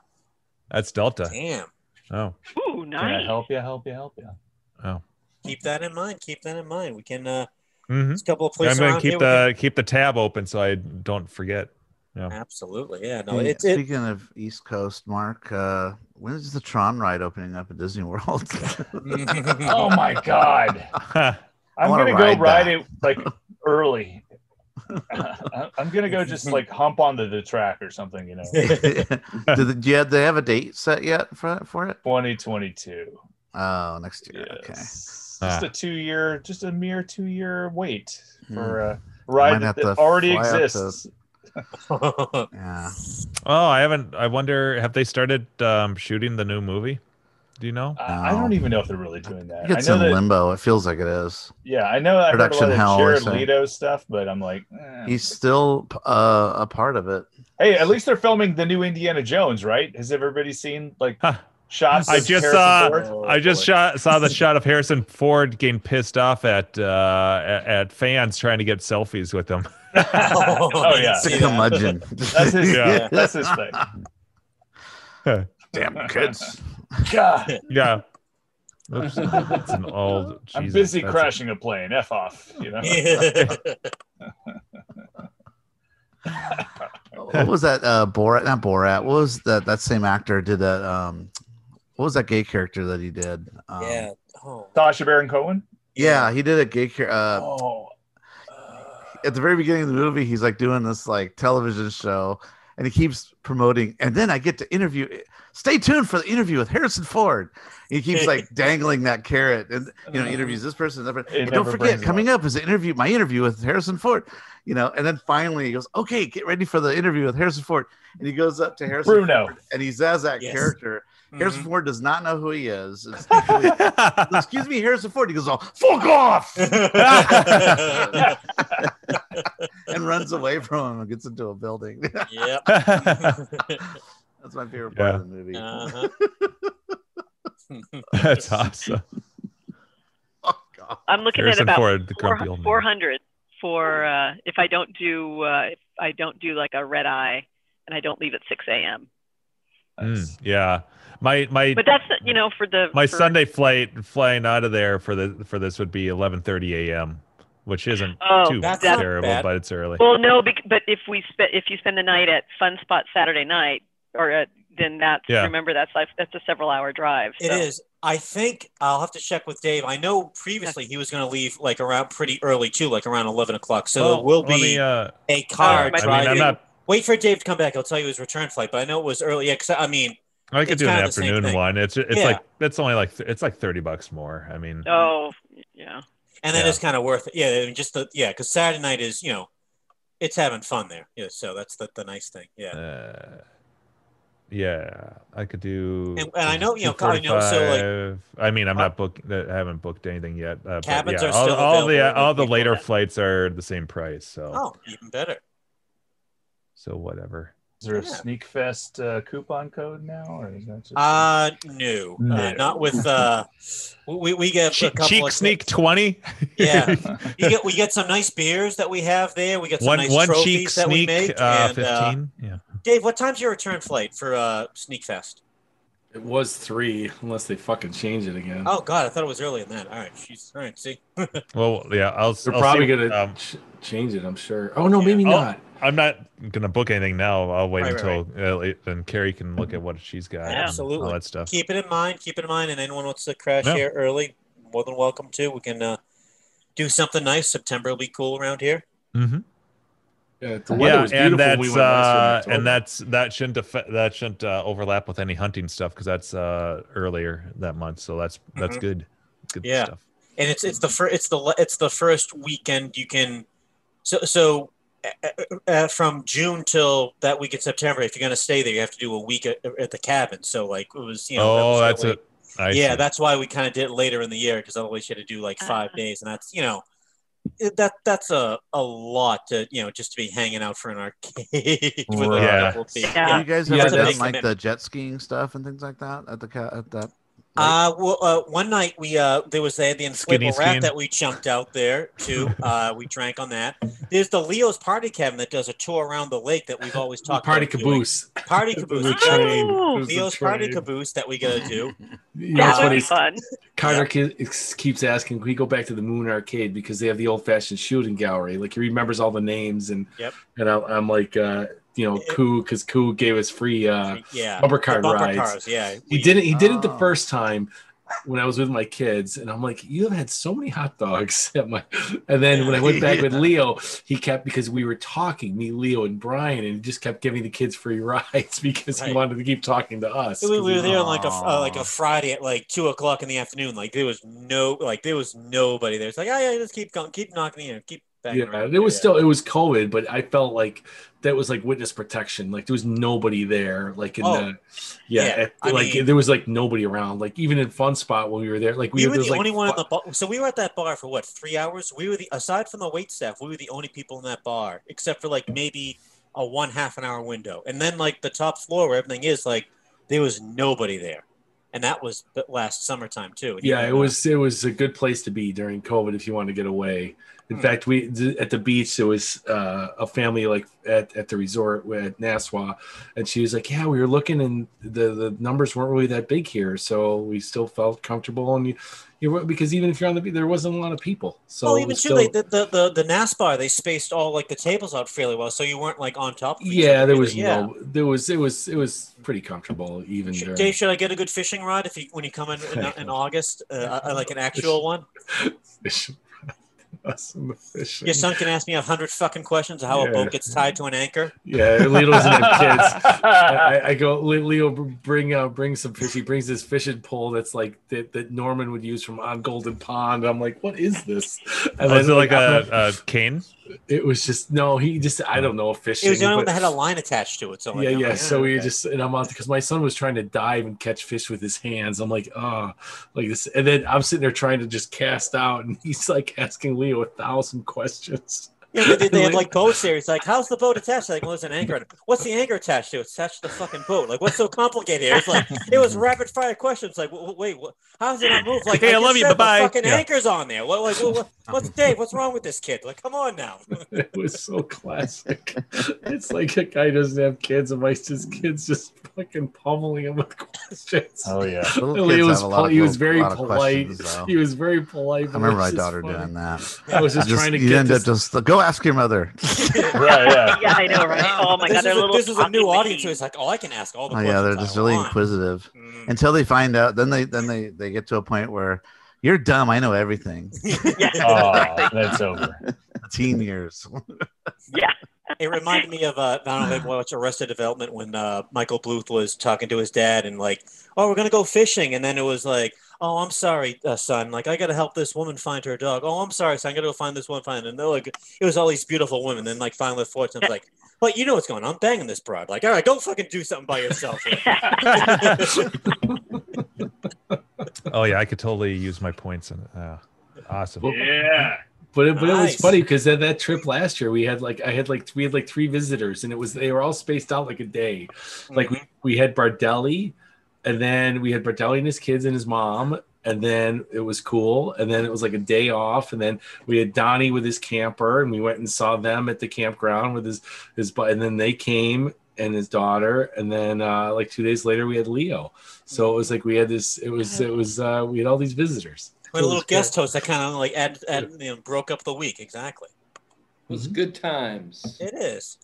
Speaker 4: That's Delta.
Speaker 3: Damn.
Speaker 4: Oh.
Speaker 1: Ooh,
Speaker 9: Can I
Speaker 1: nice.
Speaker 9: help you? Help you? Help you?
Speaker 4: Oh.
Speaker 3: Keep that in mind. Keep that in mind. We can. Uh,
Speaker 4: Mm-hmm.
Speaker 3: there's a couple of
Speaker 4: I'm
Speaker 3: places.
Speaker 4: gonna
Speaker 3: around
Speaker 4: keep
Speaker 3: here we
Speaker 4: the keep the tab open so I don't forget. Yeah.
Speaker 3: can- Absolutely, yeah. No,
Speaker 7: Hey,
Speaker 3: it's (laughs) it.
Speaker 7: speaking of East Coast, Mark, uh, when is the Tron ride opening up at Disney World? (laughs)
Speaker 9: (laughs) Oh my god! I'm
Speaker 7: wanna
Speaker 9: gonna go
Speaker 7: ride
Speaker 9: ride
Speaker 7: that.
Speaker 9: it
Speaker 7: (laughs)
Speaker 9: like early. I- I'm gonna go just like hump onto the track or something,
Speaker 7: (laughs)
Speaker 9: you know.
Speaker 7: do, they, do you have, they have a date set yet for for it?
Speaker 9: 2022.
Speaker 7: Oh, next year.
Speaker 9: Yes.
Speaker 7: Okay.
Speaker 9: Just
Speaker 7: Ah.
Speaker 9: a two year, just a mere two year wait for
Speaker 7: Hmm.
Speaker 9: a ride
Speaker 7: Might have
Speaker 9: that,
Speaker 7: to
Speaker 9: already
Speaker 7: fly out to-
Speaker 9: exists.
Speaker 7: Yeah.
Speaker 4: (laughs) Oh, I haven't. I wonder have they started um, shooting the new movie? Do you know?
Speaker 9: I, I
Speaker 7: No.
Speaker 9: don't even know if they're really doing that. I
Speaker 7: It's
Speaker 9: know
Speaker 7: in
Speaker 9: that.
Speaker 7: limbo. It feels like it is.
Speaker 9: yeah, I know. I heard a
Speaker 7: Production
Speaker 9: lot of
Speaker 7: hell, I
Speaker 9: Jared
Speaker 7: think.
Speaker 9: Leto stuff, but I'm like, eh.
Speaker 7: He's still uh, a part of it.
Speaker 9: hey, at least they're filming the new Indiana Jones, right? Has everybody seen like shots?
Speaker 4: I
Speaker 9: of
Speaker 4: just
Speaker 9: Harrison
Speaker 4: saw.
Speaker 9: Ford?
Speaker 7: (laughs)
Speaker 9: (laughs)
Speaker 4: I just shot, saw the shot of Harrison Ford getting pissed off at uh, at, at fans trying to get selfies with him. (laughs)
Speaker 3: Oh,
Speaker 9: Oh yeah,
Speaker 7: It's a
Speaker 9: (laughs)
Speaker 7: curmudgeon.
Speaker 9: that's his.
Speaker 7: (laughs)
Speaker 4: Yeah.
Speaker 9: that's his thing.
Speaker 7: Damn kids.
Speaker 9: God,
Speaker 4: Yeah. Oops, that's an old.
Speaker 9: I'm
Speaker 4: Jesus,
Speaker 9: busy
Speaker 4: that's-
Speaker 9: crashing a plane. F off. You know.
Speaker 7: what was that? Uh, Borat, not Borat. What was that? That same actor did that. Um, what was that gay character that he did? Um,
Speaker 3: yeah. Oh.
Speaker 9: Sasha Baron Cohen.
Speaker 7: yeah, he did a gay character. Uh,
Speaker 9: Oh,
Speaker 7: at the very beginning of the movie, he's like doing this like television show, and he keeps promoting. And then I get to interview. Stay tuned for the interview with Harrison Ford. He keeps like
Speaker 9: (laughs)
Speaker 7: dangling that carrot, and you know, he interviews this person. That person.
Speaker 9: It
Speaker 7: And don't
Speaker 9: never
Speaker 7: forget,
Speaker 9: brings it
Speaker 7: coming up is the interview, my interview with Harrison Ford. You know, and then finally he goes, "Okay, get ready for the interview with Harrison Ford." And he goes up to Harrison
Speaker 9: Bruno.
Speaker 7: Ford, and he says that
Speaker 3: Yes.
Speaker 7: character. Harrison
Speaker 3: Mhm.
Speaker 7: Ford does not know who he
Speaker 9: (laughs)
Speaker 7: is. It's- Excuse me, Harrison Ford. He goes, "Oh, fuck off!"
Speaker 3: Mm.
Speaker 7: and runs away from him and gets into a building.
Speaker 3: (laughs)
Speaker 7: (laughs)
Speaker 3: yeah. (laughs)
Speaker 4: (laughs)
Speaker 7: That's my favorite part (laughs)
Speaker 4: Yeah.
Speaker 7: of the movie.
Speaker 3: Uh-huh.
Speaker 4: That's awesome.
Speaker 7: Oh,
Speaker 1: I'm looking
Speaker 4: Harrison
Speaker 1: at about
Speaker 4: Ford, the grumpy old man.
Speaker 1: 400 for uh, if I don't do uh, if I don't do like a red eye and I don't leave at 6 a.m.
Speaker 4: Mm, yeah. My my
Speaker 1: But that's you know for the
Speaker 4: my
Speaker 1: for-
Speaker 4: Sunday flight flying out of there for the for this would be 11:30 a.m., which isn't
Speaker 1: Oh,
Speaker 4: too
Speaker 1: that's not
Speaker 4: terrible,
Speaker 1: bad.
Speaker 4: but it's early.
Speaker 1: Well, no, bec- but if we spend if you spend the night at Fun Spot Saturday night or at, then that's
Speaker 3: Yeah.
Speaker 1: remember that's like that's a several hour drive.
Speaker 3: It
Speaker 1: so.
Speaker 3: is. I think I'll have to check with Dave. I know previously he was going to leave like around pretty early too, like around eleven o'clock. So
Speaker 4: Well,
Speaker 3: it will
Speaker 4: let
Speaker 3: be
Speaker 4: me, uh,
Speaker 3: a car
Speaker 4: I mean, I'm
Speaker 3: driving.
Speaker 4: not-
Speaker 3: Wait for Dave to come back. He'll tell you his return flight. But I know it was early. Yeah, 'cause I mean,
Speaker 4: I could
Speaker 3: it's
Speaker 4: do an
Speaker 3: kinda the same
Speaker 4: afternoon
Speaker 3: thing.
Speaker 4: one. It's it's
Speaker 3: Yeah.
Speaker 4: like it's only like it's like 30 bucks more. I mean,
Speaker 1: Oh, yeah.
Speaker 3: and that is kind of worth it. Yeah, I mean, just the yeah, because Saturday night is you know, it's having fun there. Yeah, so that's the, the nice thing. Yeah,
Speaker 4: uh, yeah, I could do.
Speaker 3: And- and I know, you know, I know, so, like-
Speaker 4: 245. I mean, I'm not booked. I haven't booked anything yet. Uh, but
Speaker 3: Cabins
Speaker 4: yeah,
Speaker 3: are
Speaker 4: all,
Speaker 3: still
Speaker 4: all the
Speaker 3: available
Speaker 4: all
Speaker 3: if
Speaker 4: the
Speaker 3: you
Speaker 4: later flights are the same price. So
Speaker 3: oh, even better.
Speaker 4: so whatever.
Speaker 9: Is there a Sneak Fest uh, coupon code now, or is that just
Speaker 3: Uh, no,
Speaker 9: No.
Speaker 3: Uh, not with uh, we we get a
Speaker 4: Cheek,
Speaker 3: couple
Speaker 4: cheek
Speaker 3: of
Speaker 4: sneak 20.
Speaker 3: Yeah,
Speaker 4: (laughs)
Speaker 3: you get, we get some nice beers that we have there. We get some
Speaker 4: One-
Speaker 3: nice
Speaker 4: one
Speaker 3: trophies
Speaker 4: cheek
Speaker 3: that we
Speaker 4: sneak,
Speaker 3: make.
Speaker 4: uh,
Speaker 3: and,
Speaker 4: 15? Yeah.
Speaker 3: Dave, what time's your return flight for uh, Sneak Fest?
Speaker 5: It was three, unless they fucking change it again.
Speaker 3: Oh God, I thought it was earlier than that. All right, she's all right. See,
Speaker 4: Well, yeah, I'll.
Speaker 5: They're
Speaker 4: I'll
Speaker 5: probably
Speaker 4: see- um,
Speaker 5: gonna ch- change it. I'm sure. Oh no, maybe
Speaker 4: I'll-
Speaker 5: not.
Speaker 4: I'm not gonna book anything now. I'll wait
Speaker 3: Right, right,
Speaker 4: until uh, late, and Carrie can look at what she's got. and
Speaker 3: absolutely.
Speaker 4: all that stuff.
Speaker 3: Keep it in mind. Keep it in mind. And anyone wants to crash
Speaker 4: Yeah.
Speaker 3: here early, more than welcome to. We can uh, do something nice. September will be cool around here.
Speaker 4: Mm-hmm.
Speaker 5: Yeah,
Speaker 4: yeah, and that's uh,
Speaker 5: last year in
Speaker 4: and that's that shouldn't affect that shouldn't uh, overlap with any hunting stuff because that's uh, earlier that month, so that's that's
Speaker 3: Mhm.
Speaker 4: good. Good
Speaker 3: yeah.
Speaker 4: stuff.
Speaker 3: And it's it's the first it's the la- it's the first weekend you can so so uh, uh, from June till that week in September. If you're going to stay there, you have to do a week at, at the cabin. So like it was you know that was
Speaker 4: oh,
Speaker 3: the
Speaker 4: that's
Speaker 3: way-
Speaker 4: it. I
Speaker 3: yeah,
Speaker 4: see.
Speaker 3: that's why we kind of did it later in the year because otherwise you had to do like 5 days, and that's you know it- that that's a a lot to you know just to be hanging out for an arcade (laughs) with a
Speaker 4: Right.
Speaker 3: couple of people.
Speaker 7: Have You guys
Speaker 3: That's
Speaker 7: ever
Speaker 3: a
Speaker 7: done
Speaker 3: big
Speaker 7: like
Speaker 3: commitment.
Speaker 7: the jet skiing stuff and things like that at the ca- at that?
Speaker 3: Uh, well, uh, one night we uh, there was uh, the
Speaker 7: Skinny
Speaker 3: inflatable rat
Speaker 7: skin.
Speaker 3: that we jumped out there too. Uh, we drank on that. There's the Leo's Party Cabin that does a tour around the lake that we've always talked
Speaker 5: Party
Speaker 3: about. doing.
Speaker 5: Caboose.
Speaker 3: Party caboose.
Speaker 5: a
Speaker 3: exactly.
Speaker 5: train. There's a
Speaker 3: Leo's Party
Speaker 5: train.
Speaker 3: Caboose that we gotta do.
Speaker 5: You know, it's
Speaker 3: Uh,
Speaker 5: funny. Carter ki- keeps asking, "Can we go back to the Moon Arcade because they have the old-fashioned shooting gallery?" Like he remembers all the names, and
Speaker 3: Yep.
Speaker 5: and I'm, I'm like, uh, you know, Koo because Koo gave us free uh,
Speaker 3: Yeah,
Speaker 5: bumper
Speaker 3: the
Speaker 5: car
Speaker 3: bumper
Speaker 5: rides.
Speaker 3: cars, yeah,
Speaker 5: he didn't.
Speaker 7: Uh.
Speaker 5: He did it the first time when I was with my kids, and I'm like, "You have had so many hot dogs." (laughs) At my, and then when I went back with
Speaker 7: Yeah.
Speaker 5: Leo, he kept because we were talking, me, Leo, and Brian, and he just kept giving the kids free (laughs) rides because he
Speaker 3: Right.
Speaker 5: wanted to keep talking to us.
Speaker 3: We, we were there on like a
Speaker 5: Aw.
Speaker 3: uh, like a Friday at like two o'clock in the afternoon. Like there was no like there was nobody there. It's like oh, yeah, just keep going, keep knocking in, keep back.
Speaker 5: yeah, it was still it was COVID, but I felt like that was like witness protection. Like there was nobody there. Like in
Speaker 3: Oh,
Speaker 5: the yeah,
Speaker 3: yeah,
Speaker 5: it-
Speaker 3: I
Speaker 5: like
Speaker 3: mean-
Speaker 5: there was like nobody around. Like even in Fun Spot when we were there, like we,
Speaker 3: we were
Speaker 5: there
Speaker 3: the
Speaker 5: was, like,
Speaker 3: only one in the bar. So we were at that bar for what three hours. We were the aside from the wait staff, we were the only people in that bar, except for like maybe a one half an hour window, and then like the top floor where everything is, like there was nobody there, and that was the last summertime too. And
Speaker 5: Yeah,
Speaker 3: even,
Speaker 5: it
Speaker 3: uh,
Speaker 5: was it was a good place to be during COVID if you want to get away.
Speaker 3: Hmm.
Speaker 5: In fact, we th- at the beach there was uh, a family like at, at the resort at Nassau, and she was like, "Yeah, we were looking, and the the numbers weren't really that big here, so we still felt comfortable." And you, you were, because even if you're on the beach, there wasn't a lot of people. So
Speaker 3: well,
Speaker 5: it
Speaker 3: even
Speaker 5: was
Speaker 3: too,
Speaker 5: still-
Speaker 3: they, the, the the the NAS bar they spaced all like the tables out fairly well, so you weren't like on top. Of each
Speaker 5: yeah,
Speaker 3: other
Speaker 5: there
Speaker 3: either.
Speaker 5: was
Speaker 3: yeah.
Speaker 5: no, there was it was it was pretty comfortable even during. (laughs)
Speaker 3: Dave, should I get a good fishing rod if you when you come in in, in August, uh, I- I like an actual one? Your son can ask me a hundred fucking questions of how
Speaker 5: Yeah.
Speaker 3: a boat gets tied to an anchor.
Speaker 5: (laughs) Yeah, Leo doesn't have kids. (laughs) I, I-
Speaker 4: (laughs)
Speaker 5: I go, "Le- Leo, br- bring uh, bring some fish. He brings this fishing pole that's like that, that Norman would use from on Golden Pond. I'm like, what is this?
Speaker 4: Oh, is it like a, a cane?
Speaker 5: It was just no. He just I don't know
Speaker 3: It
Speaker 5: fishing.
Speaker 3: was the only one
Speaker 5: but-
Speaker 3: that had a line attached to it. So like,
Speaker 5: yeah,
Speaker 3: I'm
Speaker 5: yeah.
Speaker 3: like,
Speaker 5: So we
Speaker 3: okay.
Speaker 5: just and I'm on because my son was trying to dive and catch fish with his hands. I'm like, oh, like this. (laughs) And then I'm sitting there trying to just cast out, and he's like asking Leo a thousand questions.
Speaker 3: Yeah, they, they, they had like boats there. He's like, "How's the boat attached?" They're Like, well, there's an anchor. on it. What's the anchor attached to? It's attached to the fucking boat. Like, what's so complicated? It's like it was rapid fire questions. Like, w- w- wait, what, how's it not move? Like,
Speaker 4: Hey, I
Speaker 3: just
Speaker 4: love you,
Speaker 3: said, the
Speaker 4: bye-bye.
Speaker 3: Fucking
Speaker 4: Yeah.
Speaker 3: anchor's on there. What, like, what, what- what's Dave? What's wrong with this kid? Like, come on now.
Speaker 1: Oh
Speaker 5: it was so classic. It's like a guy doesn't have kids and likes his kids just fucking pummeling him with questions.
Speaker 7: Oh, yeah. (laughs) Little
Speaker 5: Really, he
Speaker 7: kids
Speaker 5: was,
Speaker 7: have a lot
Speaker 5: pol-
Speaker 7: of
Speaker 5: he was
Speaker 7: little-
Speaker 5: very
Speaker 7: lot of
Speaker 5: polite. (laughs)
Speaker 7: questions, though.
Speaker 5: He was very polite.
Speaker 7: I
Speaker 5: but it
Speaker 7: remember my
Speaker 5: was just
Speaker 7: daughter
Speaker 5: funny.
Speaker 7: doing that.
Speaker 5: I was just, trying to
Speaker 7: you
Speaker 5: get
Speaker 7: end
Speaker 5: this.
Speaker 7: up just go ask your mother.
Speaker 9: right, yeah.
Speaker 1: Yeah, I know,
Speaker 3: (laughs)
Speaker 1: right? Oh my
Speaker 3: this
Speaker 1: god,
Speaker 3: is
Speaker 1: they're
Speaker 3: a,
Speaker 1: little.
Speaker 3: this is a new
Speaker 1: talking
Speaker 3: audience. So it's like, oh, I can ask all the
Speaker 7: Oh
Speaker 3: questions. Mm.
Speaker 7: yeah, they're just really inquisitive until they find out. Then they then they they get to a point where you're dumb. I know everything. (laughs)
Speaker 9: Oh, that's over.
Speaker 7: Teen years. (laughs)
Speaker 3: It reminded me of uh, I don't know if you watched Arrested Development when uh, Michael Bluth was talking to his dad and like, "Oh, we're gonna go fishing," and then it was like, "Oh, I'm sorry, uh, son. Like, I gotta help this woman find her dog. Oh, I'm sorry, son. I gotta go find this one. Find." And they're like, it was all these beautiful women. Then like finally, fortunate like, "But you know what's going on? I'm banging this broad. Like, all right, go fucking do something by
Speaker 1: (laughs)
Speaker 3: yourself." (laughs)
Speaker 4: Oh yeah, I could totally use my points. And uh, awesome.
Speaker 5: Yeah. But it, but it was
Speaker 4: Nice.
Speaker 5: funny because at that trip last year we had like I had like we had like three visitors and it was they were all spaced out like a day,
Speaker 3: (laughs)
Speaker 5: like we, we had Bardelli, and then we had Bardelli and his kids and his mom, and then it was cool, and then it was like a day off, and then we had Donnie with his camper, and we went and saw them at the campground with his his bu- and then they came and his daughter, and then uh, like two days later we had Leo, so it was like we had this it was it was uh, we had all these visitors.
Speaker 3: With a
Speaker 5: It
Speaker 3: little
Speaker 5: was cool.
Speaker 3: guest host that kind of like add, add, you know, broke up the week. Exactly.
Speaker 6: It was good times.
Speaker 3: It is.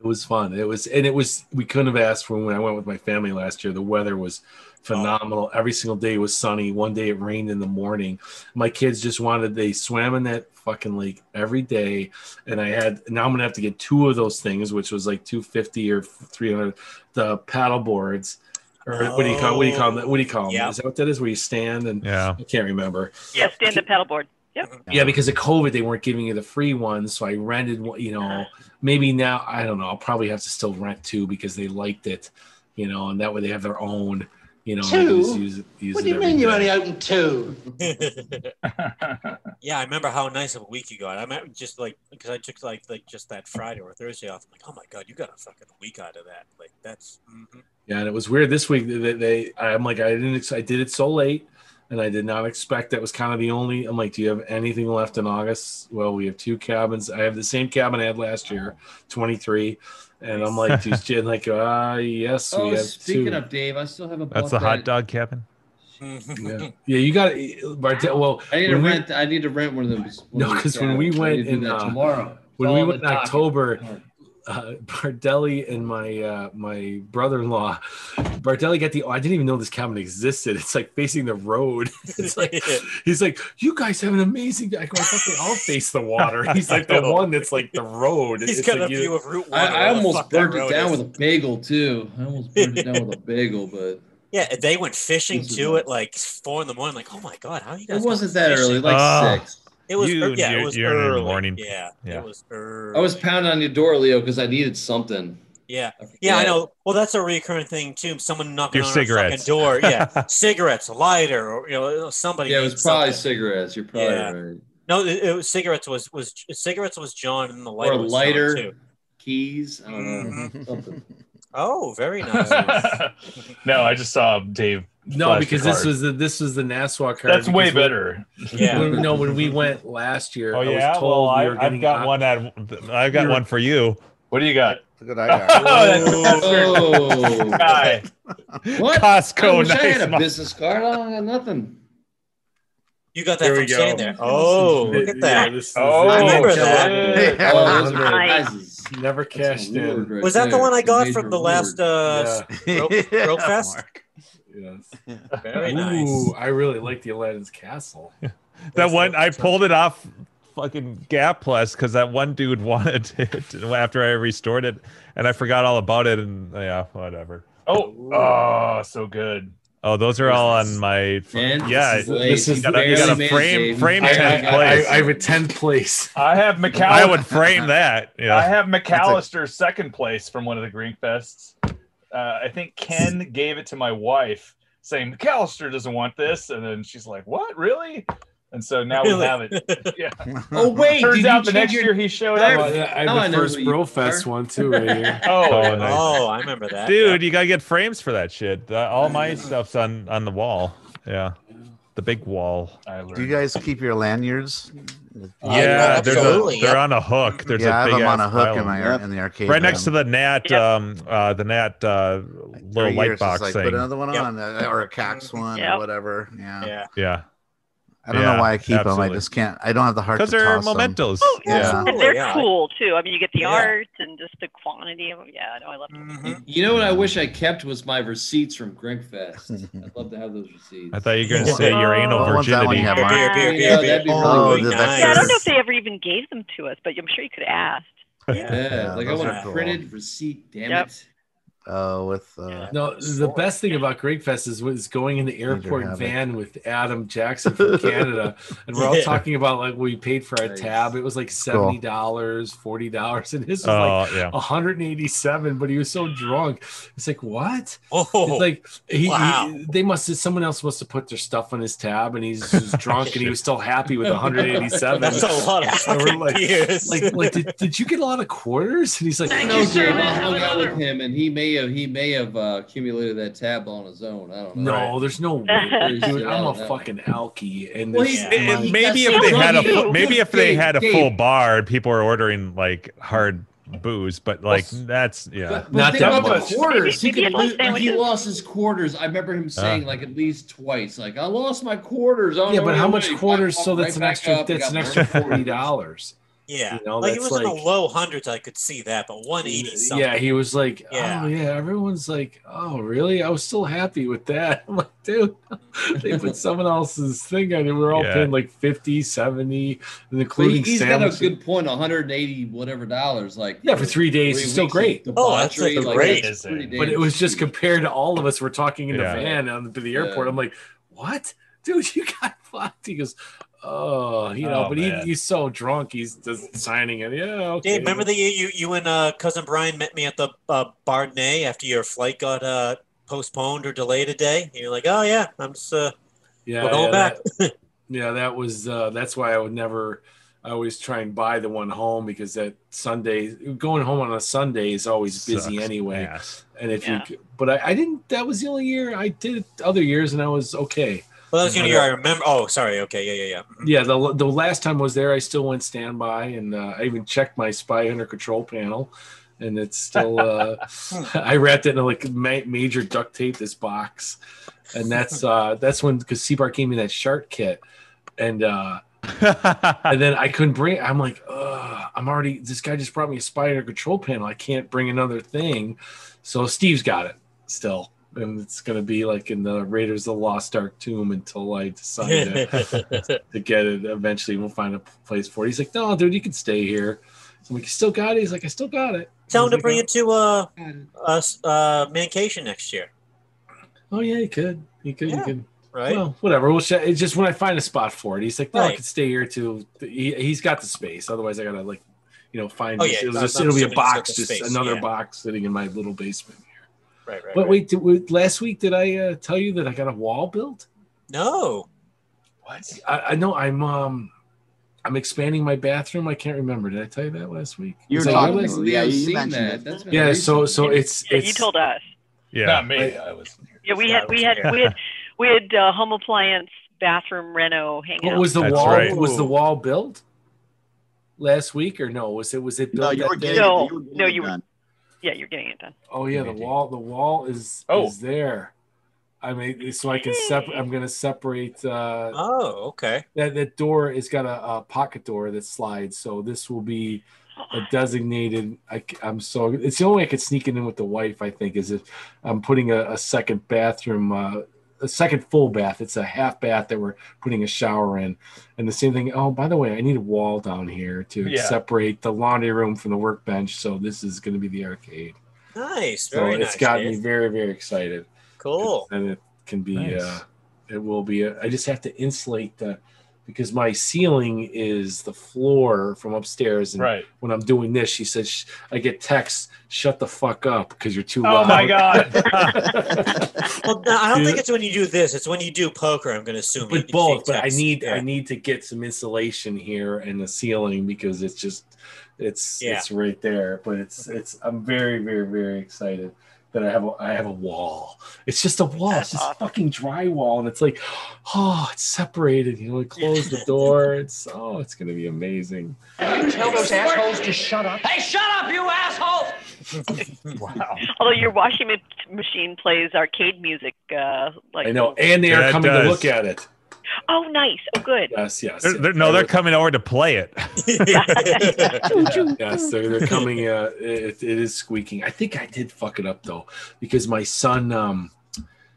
Speaker 5: It was fun. It was, and it was. We couldn't have asked for when I went with my family last year. The weather was phenomenal. Every single day was sunny. One day it rained in the morning. My kids just wanted. They swam in that fucking lake every day, and I had. Now I'm gonna have to get two of those things, which was like 250 or 300. The paddle boards, or what do you call? What do you call them? What do you call them?
Speaker 1: Yeah.
Speaker 5: Is that what that is? Where you stand and
Speaker 4: yeah,
Speaker 5: I can't remember.
Speaker 1: Yeah, stand up paddleboard. Yep.
Speaker 8: Um,
Speaker 5: Yeah, because of COVID, they weren't giving you the free ones, so I rented one. You know, maybe now I don't know. I'll probably have to still rent two because they liked it, you know, and that way they have their own. You know, and they
Speaker 8: Two?
Speaker 5: just use it- use
Speaker 8: What
Speaker 5: it
Speaker 8: do you
Speaker 5: every
Speaker 8: mean you
Speaker 5: day.
Speaker 8: only opened two?
Speaker 3: Yeah, I remember how nice of a week you got. I mean, just like because I took like like just that Friday or Thursday off. I'm like, oh my god, you got a fucking week out of that. Like that's mhm.
Speaker 5: Yeah, and it was weird this week. They, they I'm like, I didn't, ex- I did it so late, and I did not expect that was kind of the only. I'm like, do you have anything left in August? Well, we have two cabins. I have the same cabin I had last year, 23, and I'm like,
Speaker 8: (laughs)
Speaker 5: geez, Jen, like, ah, yes,
Speaker 6: Oh,
Speaker 5: we have
Speaker 6: speaking
Speaker 5: two.
Speaker 6: of Dave, I still haven't. bought
Speaker 4: that's the hot
Speaker 6: that.
Speaker 4: dog cabin.
Speaker 5: yeah. (laughs) yeah, you got Bartel. Well,
Speaker 6: I need to
Speaker 5: when we-
Speaker 6: rent. I need to rent one of them.
Speaker 5: No, because when we went in uh,
Speaker 6: tomorrow,
Speaker 5: when
Speaker 6: It's
Speaker 5: we
Speaker 6: all
Speaker 5: went in
Speaker 6: the docket.
Speaker 5: October, uh, (laughs) Bardelli and my uh, my brother-in-law, Bardelli got the. Oh, I didn't even know this cabin existed. It's like facing the road. (laughs) It's like he's like, you guys have an amazing. I go, I thought they all face the water. He's like the one that's like the
Speaker 3: (laughs)
Speaker 5: road.
Speaker 3: He's
Speaker 5: It's
Speaker 3: got
Speaker 5: like
Speaker 3: a
Speaker 5: you-
Speaker 3: view of Route One.
Speaker 6: I, I
Speaker 3: or whatever the
Speaker 6: almost
Speaker 3: fuck that
Speaker 6: burnt it
Speaker 3: road
Speaker 6: down
Speaker 3: is.
Speaker 6: with a bagel too. I almost burnt it down with a bagel, but
Speaker 3: Yeah, and they went fishing
Speaker 6: This is
Speaker 3: too
Speaker 6: nice.
Speaker 3: at like four in the morning. Like, oh my god, how you guys?
Speaker 6: it
Speaker 3: going
Speaker 6: wasn't that
Speaker 3: fishing?
Speaker 6: early. Like
Speaker 4: Ah.
Speaker 6: six.
Speaker 3: It was.
Speaker 4: You-
Speaker 3: ear- yeah,
Speaker 4: you're-
Speaker 3: it was
Speaker 4: you're in the
Speaker 3: early.
Speaker 4: morning.
Speaker 3: Yeah,
Speaker 4: Yeah.
Speaker 3: it was early.
Speaker 6: I was pounding on your door, Leo, because I needed something.
Speaker 3: Yeah. Yeah, I
Speaker 6: Yeah.
Speaker 3: know. Well, that's a recurring thing too. Someone knocking
Speaker 4: Your
Speaker 3: on
Speaker 4: cigarettes.
Speaker 3: our fucking door. Yeah, cigarettes, a lighter, or you know, somebody.
Speaker 6: Yeah, it
Speaker 3: needs
Speaker 6: was probably
Speaker 3: something.
Speaker 6: cigarettes. You're probably
Speaker 3: Yeah.
Speaker 6: right.
Speaker 3: No, it, it was cigarettes. Was was cigarettes was John and the lighter
Speaker 6: Or
Speaker 3: was John,
Speaker 6: lighter
Speaker 3: too.
Speaker 6: keys. I don't
Speaker 9: Mm-hmm.
Speaker 6: know.
Speaker 3: Mhm.
Speaker 6: something.
Speaker 3: Oh, very nice.
Speaker 9: no, I just saw Dave.
Speaker 5: (laughs) No,
Speaker 9: flash
Speaker 5: because
Speaker 9: the
Speaker 5: this
Speaker 9: card.
Speaker 5: was the this was the Nassau card.
Speaker 9: That's way
Speaker 5: because when-
Speaker 9: better.
Speaker 3: Yeah.
Speaker 5: (laughs) when- no, when we went last year,
Speaker 4: Oh
Speaker 5: I
Speaker 4: yeah,
Speaker 5: was told
Speaker 4: well
Speaker 5: we
Speaker 4: I,
Speaker 5: were
Speaker 4: I've
Speaker 5: getting
Speaker 4: got
Speaker 5: on-
Speaker 4: one. At, I've got
Speaker 5: You're-
Speaker 4: one for you.
Speaker 9: What do you got?
Speaker 7: Look what I got.
Speaker 9: Oh,
Speaker 6: Oh,
Speaker 9: guy.
Speaker 6: what?
Speaker 4: Costco
Speaker 6: I wish I
Speaker 4: nice
Speaker 6: had a
Speaker 4: mo-
Speaker 6: business card. I don't got nothing.
Speaker 3: You got that
Speaker 5: There we
Speaker 3: from
Speaker 5: go.
Speaker 3: Stan there. Oh,
Speaker 5: Yeah,
Speaker 3: look at that.
Speaker 5: this is-
Speaker 9: Oh,
Speaker 3: I remember
Speaker 7: (laughs)
Speaker 3: that.
Speaker 9: shit.
Speaker 6: Oh, those are
Speaker 1: Nice.
Speaker 6: prizes.
Speaker 5: Never
Speaker 6: That's
Speaker 5: cashed
Speaker 6: a reward
Speaker 5: in.
Speaker 6: right
Speaker 3: Was that the
Speaker 6: there.
Speaker 3: one I
Speaker 6: It's a
Speaker 3: got
Speaker 6: major
Speaker 3: from the
Speaker 6: reward.
Speaker 3: last uh,
Speaker 7: (laughs)
Speaker 3: rope,
Speaker 7: Yeah,
Speaker 3: rope fest?
Speaker 7: Mark.
Speaker 5: (laughs) Yes.
Speaker 3: Very
Speaker 5: Ooh,
Speaker 3: nice.
Speaker 5: I really like the Aladdin's Castle.
Speaker 4: (laughs) that one
Speaker 3: the-
Speaker 4: I pulled it off fucking Gap Plus because that one dude (laughs) wanted it after I restored it, and I forgot all about it. And yeah, whatever.
Speaker 9: Oh, oh, so good.
Speaker 4: Oh, those are all on my. fu-
Speaker 6: Man,
Speaker 4: yeah,
Speaker 6: this is
Speaker 4: you
Speaker 6: late.
Speaker 5: this is-
Speaker 6: You
Speaker 4: got a, you got
Speaker 6: barely
Speaker 4: a
Speaker 6: made it,
Speaker 4: frame
Speaker 6: Dave.
Speaker 4: frame
Speaker 5: I, I,
Speaker 4: tenth place.
Speaker 5: I, I have a 10th place.
Speaker 9: I have McAllister.
Speaker 4: I would frame that.
Speaker 9: I
Speaker 4: Yeah.
Speaker 9: have McAllister second place from one of the Green Fests. Uh, I think Ken gave it to my wife, saying McAllister doesn't want this, and then she's like, "What, really?" And so now we
Speaker 5: Really? (laughs)
Speaker 9: have it. Yeah.
Speaker 5: Oh, wait,
Speaker 9: Turns
Speaker 5: did
Speaker 9: out
Speaker 5: you
Speaker 9: the
Speaker 5: change
Speaker 9: next
Speaker 5: your-
Speaker 9: year he showed
Speaker 5: Now (laughs)
Speaker 9: up.
Speaker 5: (laughs) I- I have Now the I know first who you Brofest are. one, too, right here. (laughs)
Speaker 9: Oh,
Speaker 4: Oh,
Speaker 9: nice.
Speaker 3: Oh, I remember that.
Speaker 4: dude, you gotta get frames for that shit. Uh, all my stuff's on on the wall. Yeah, the big wall.
Speaker 7: Do you guys keep your lanyards?
Speaker 4: Uh, Yeah, there's a, they're on a hook. There's
Speaker 7: yeah, I
Speaker 4: a
Speaker 7: have
Speaker 4: big
Speaker 7: them on
Speaker 4: ass
Speaker 7: a hook
Speaker 4: pile.
Speaker 7: in, my, in the arcade.
Speaker 4: Right next to
Speaker 7: room.
Speaker 4: the Nat, um, uh, the Nat uh, little
Speaker 7: Three years,
Speaker 4: light
Speaker 7: it's
Speaker 4: box
Speaker 7: like,
Speaker 4: thing.
Speaker 7: Put another one on, uh, or a Cax one, or whatever. Yeah.
Speaker 3: Yeah.
Speaker 4: yeah,
Speaker 7: I don't
Speaker 4: Yeah,
Speaker 7: know why I keep them. I
Speaker 4: absolutely.
Speaker 7: just can't. I don't have the heart.
Speaker 4: because
Speaker 7: Because
Speaker 4: they're mementos.
Speaker 7: Yeah.
Speaker 1: Oh, And
Speaker 5: Oh,
Speaker 1: they're
Speaker 6: yeah.
Speaker 1: cool too. I mean, you get the art and just the quantity of them. Yeah, I know. I love them.
Speaker 3: mm-hmm.
Speaker 6: You know what I wish I kept
Speaker 9: (laughs)
Speaker 6: was my receipts from Grinkfest. I'd love to have those receipts.
Speaker 4: I thought you were gonna say your anal
Speaker 7: What one's that one
Speaker 4: virginity.
Speaker 7: you have, Mark? Beer, beer,
Speaker 6: beer, Yeah, beer. that'd be really
Speaker 7: the
Speaker 6: nice.
Speaker 1: Yeah, I don't know if
Speaker 7: vectors.
Speaker 1: they ever even gave them to us, but I'm sure you could ask.
Speaker 6: Yeah, like I
Speaker 7: those
Speaker 6: want
Speaker 7: are
Speaker 6: a
Speaker 7: cool.
Speaker 6: printed receipt. Damn
Speaker 1: Yep.
Speaker 6: it.
Speaker 7: Oh, with uh,
Speaker 5: No, the best thing about Great Fest is was going in the airport
Speaker 7: have it.
Speaker 5: van with Adam Jackson (laughs) from Canada, and we're all
Speaker 7: Yeah.
Speaker 5: talking about like we paid for our tab. It was like seventy dollars, forty dollars, and his was like
Speaker 4: Oh, yeah.
Speaker 5: one hundred and eighty-seven. But he was so drunk. It's like what?
Speaker 3: Oh,
Speaker 5: it's like he,
Speaker 3: wow.
Speaker 5: he- they must. Have, someone else must have put their stuff on his tab, and he's
Speaker 3: (laughs)
Speaker 5: just drunk, and he was still happy with one hundred eighty-seven.
Speaker 3: That's a lot of fucking
Speaker 5: like,
Speaker 3: beers.
Speaker 5: (laughs) like, like, did, did you get a lot of quarters? And he's like,
Speaker 6: No, dude, I hung out with him, and he may have he may have uh, accumulated that tab on his own. I don't know.
Speaker 5: No, there's no way.
Speaker 6: (laughs)
Speaker 5: Dude, I'm a fucking alkie. And
Speaker 6: Well,
Speaker 5: this-
Speaker 6: he's-
Speaker 5: I'm
Speaker 6: and
Speaker 5: a-
Speaker 4: maybe if
Speaker 6: That's
Speaker 4: they
Speaker 6: so
Speaker 4: had a
Speaker 6: funny.
Speaker 4: fu- maybe if they
Speaker 6: Dave,
Speaker 4: had a
Speaker 6: Dave.
Speaker 4: full bar, and people were ordering like hard booze, but like that's yeah,
Speaker 6: But think about the quarters. He, could lose, like, he lost his quarters. I remember him saying like at least twice, like I lost my quarters. I don't
Speaker 5: yeah,
Speaker 6: know
Speaker 5: but
Speaker 6: where
Speaker 5: how
Speaker 6: they
Speaker 5: much
Speaker 6: went."
Speaker 5: quarters?
Speaker 6: I
Speaker 5: So
Speaker 6: walked
Speaker 5: that's an
Speaker 6: right back
Speaker 5: extra.
Speaker 6: up and
Speaker 5: That's an
Speaker 6: got
Speaker 5: extra
Speaker 6: more. (laughs)
Speaker 5: forty dollars.
Speaker 3: Yeah,
Speaker 5: You know,
Speaker 3: like it
Speaker 5: that's
Speaker 3: was in
Speaker 5: like-
Speaker 3: the low hundreds. I could see that, but 180 something.
Speaker 5: Yeah, he was like,
Speaker 3: Yeah.
Speaker 5: oh yeah, everyone's like, oh really? I was still happy with that. (laughs) I'm like, dude, they put someone else's thing on it. We're all
Speaker 4: Yeah.
Speaker 5: paying like 50, 70, and
Speaker 6: But he,
Speaker 5: including
Speaker 6: he's got a
Speaker 5: sandwiches.
Speaker 6: good point. 180 whatever dollars, like
Speaker 5: Yeah, for three days, it's still
Speaker 6: weeks of
Speaker 5: great.
Speaker 6: debauchery, like, that's pretty
Speaker 5: But it
Speaker 6: damn
Speaker 5: was just compared to all of us. We're talking in
Speaker 4: Yeah.
Speaker 5: the van on the, the airport.
Speaker 6: Yeah.
Speaker 5: I'm like, what, dude? You got (laughs) fucked. He goes, oh, you know.
Speaker 9: Oh,
Speaker 5: but he,
Speaker 9: man.
Speaker 5: he's so drunk. He's just signing it. Yeah. Okay.
Speaker 3: Dave, remember the year you, you and uh, cousin Brian met me at the uh, Barnay after your flight got uh, postponed or delayed a day? And you're like, oh yeah, I'm just uh,
Speaker 5: Yeah,
Speaker 3: we're going
Speaker 5: yeah,
Speaker 3: back.
Speaker 5: that- yeah, that was uh, that's why I would never. I always try and buy the one home because that Sunday going home on a Sunday is always busy
Speaker 4: Sucks
Speaker 5: anyway.
Speaker 4: ass.
Speaker 5: And if
Speaker 3: Yeah.
Speaker 5: you, but I, I didn't. That was the only year I did it other years, and I was okay.
Speaker 3: Well, that was the only
Speaker 5: But,
Speaker 3: year
Speaker 5: uh,
Speaker 3: I remember. Oh, sorry. Okay, yeah, yeah, yeah.
Speaker 5: yeah the, the last time I was there i still went standby and uh, i even checked my spy hunter control panel and it's still uh, (laughs) i wrapped it in like ma- major duct tape this box and that's uh that's when because seabar gave me that shark kit and uh and then i couldn't bring i'm like Ugh, i'm already this guy just brought me a spy hunter control panel i can't bring another thing so steve's got it still and it's going to be like in the raiders of the lost ark tomb until i decide
Speaker 3: (laughs)
Speaker 5: to to get it. Eventually, we'll find a place for it. He's like, no, dude, you can stay here. So I'm like, you still got it? He's like, I still got it.
Speaker 3: Tell him
Speaker 5: I was
Speaker 3: to
Speaker 5: like,
Speaker 3: bring it to uh, us uh, Mancation next year,
Speaker 5: Oh, yeah, you could. You could. You could.
Speaker 3: right?
Speaker 5: Well, whatever. We'll sh- it's just when I find a spot for it. He's like, no, I
Speaker 3: Right.
Speaker 5: could stay here too. He, he's got the space. Otherwise, I got to, like, you know, find
Speaker 3: Oh,
Speaker 5: this-
Speaker 3: yeah,
Speaker 5: it'll,
Speaker 3: not-
Speaker 5: just,
Speaker 3: not
Speaker 5: it'll be a
Speaker 3: somebody's got
Speaker 5: box,
Speaker 3: the
Speaker 5: just
Speaker 3: space,
Speaker 5: another
Speaker 3: yeah.
Speaker 5: box sitting in my little basement here.
Speaker 3: right, right.
Speaker 5: but
Speaker 3: right.
Speaker 5: wait, did, wait, last week, did I uh, tell you that I got a wall built?
Speaker 3: no.
Speaker 5: What? I, I know I'm, um, I'm expanding my bathroom. I can't remember. Did I tell you that last week?
Speaker 12: You were
Speaker 5: Was that
Speaker 12: talking
Speaker 5: last-
Speaker 12: about it. Yeah, you- you mentioned it.
Speaker 6: That's been
Speaker 5: yeah so
Speaker 6: recent.
Speaker 5: so it's
Speaker 1: Yeah,
Speaker 5: it's
Speaker 1: you told us.
Speaker 4: (laughs) yeah,
Speaker 9: Not me. I was.
Speaker 1: Yeah, we had we had we had we had uh, home appliance bathroom reno hanging
Speaker 5: what
Speaker 1: out.
Speaker 5: was the
Speaker 4: That's
Speaker 5: wall
Speaker 4: right.
Speaker 5: was the wall built last week or no was it was it built that day?
Speaker 1: no, no, you (laughs) were. Yeah, you're getting it done.
Speaker 5: oh yeah the wall the wall is
Speaker 9: Oh.
Speaker 5: is there i mean so i can separate i'm gonna separate uh
Speaker 3: Oh, okay.
Speaker 5: that that door is got a, a pocket door that slides so this will be a designated I, am so it's the only way i could sneak it in with the wife i think is if i'm putting a, a second bathroom uh, a second full bath it's a half bath that we're putting a shower in and the same thing oh by the way i need a wall down here to
Speaker 9: Yeah.
Speaker 5: separate the laundry room from the workbench so this is going to be the arcade
Speaker 3: Nice.
Speaker 5: so
Speaker 3: Very
Speaker 5: it's
Speaker 3: nice.
Speaker 5: got me
Speaker 3: Dave.
Speaker 5: very very excited
Speaker 3: Cool.
Speaker 5: and it can be
Speaker 4: Nice.
Speaker 5: uh, it will be a, i just have to insulate the because my ceiling is the floor from upstairs. And
Speaker 9: Right.
Speaker 5: when I'm doing this, she says, sh- I get texts, shut the fuck up because you're too
Speaker 9: Oh
Speaker 5: loud.
Speaker 9: my god!
Speaker 3: Well, no, I don't
Speaker 5: Yeah.
Speaker 3: think it's when you do this. It's when you do poker. I'm going to assume. you
Speaker 5: But
Speaker 3: can
Speaker 5: both,
Speaker 3: see
Speaker 5: but I
Speaker 3: text.
Speaker 5: need
Speaker 3: Yeah.
Speaker 5: I need to get some insulation here and the ceiling because it's just it's
Speaker 3: Yeah.
Speaker 5: it's right there. But it's it's I'm very very very excited that I have a, I have a wall. It's just a wall. It's just fucking drywall, and it's like oh, it's separated. You know, I close the
Speaker 3: (laughs)
Speaker 5: door. It's oh, it's gonna be amazing.
Speaker 11: Tell those assholes to shut up. Hey, shut up, you assholes!
Speaker 5: Wow.
Speaker 1: (gasps) Although your washing ma- machine plays arcade music, uh, like
Speaker 5: I know, and they are
Speaker 4: That
Speaker 5: coming to
Speaker 4: does.
Speaker 5: look at it.
Speaker 1: Oh, nice. Oh, good.
Speaker 5: Yes, yes.
Speaker 4: They're- they're- no, they're coming over to play it. (laughs)
Speaker 3: (laughs)
Speaker 5: Yeah, yes, they're, they're coming. Uh, it, it is squeaking. I think I did fuck it up though, because my son, um,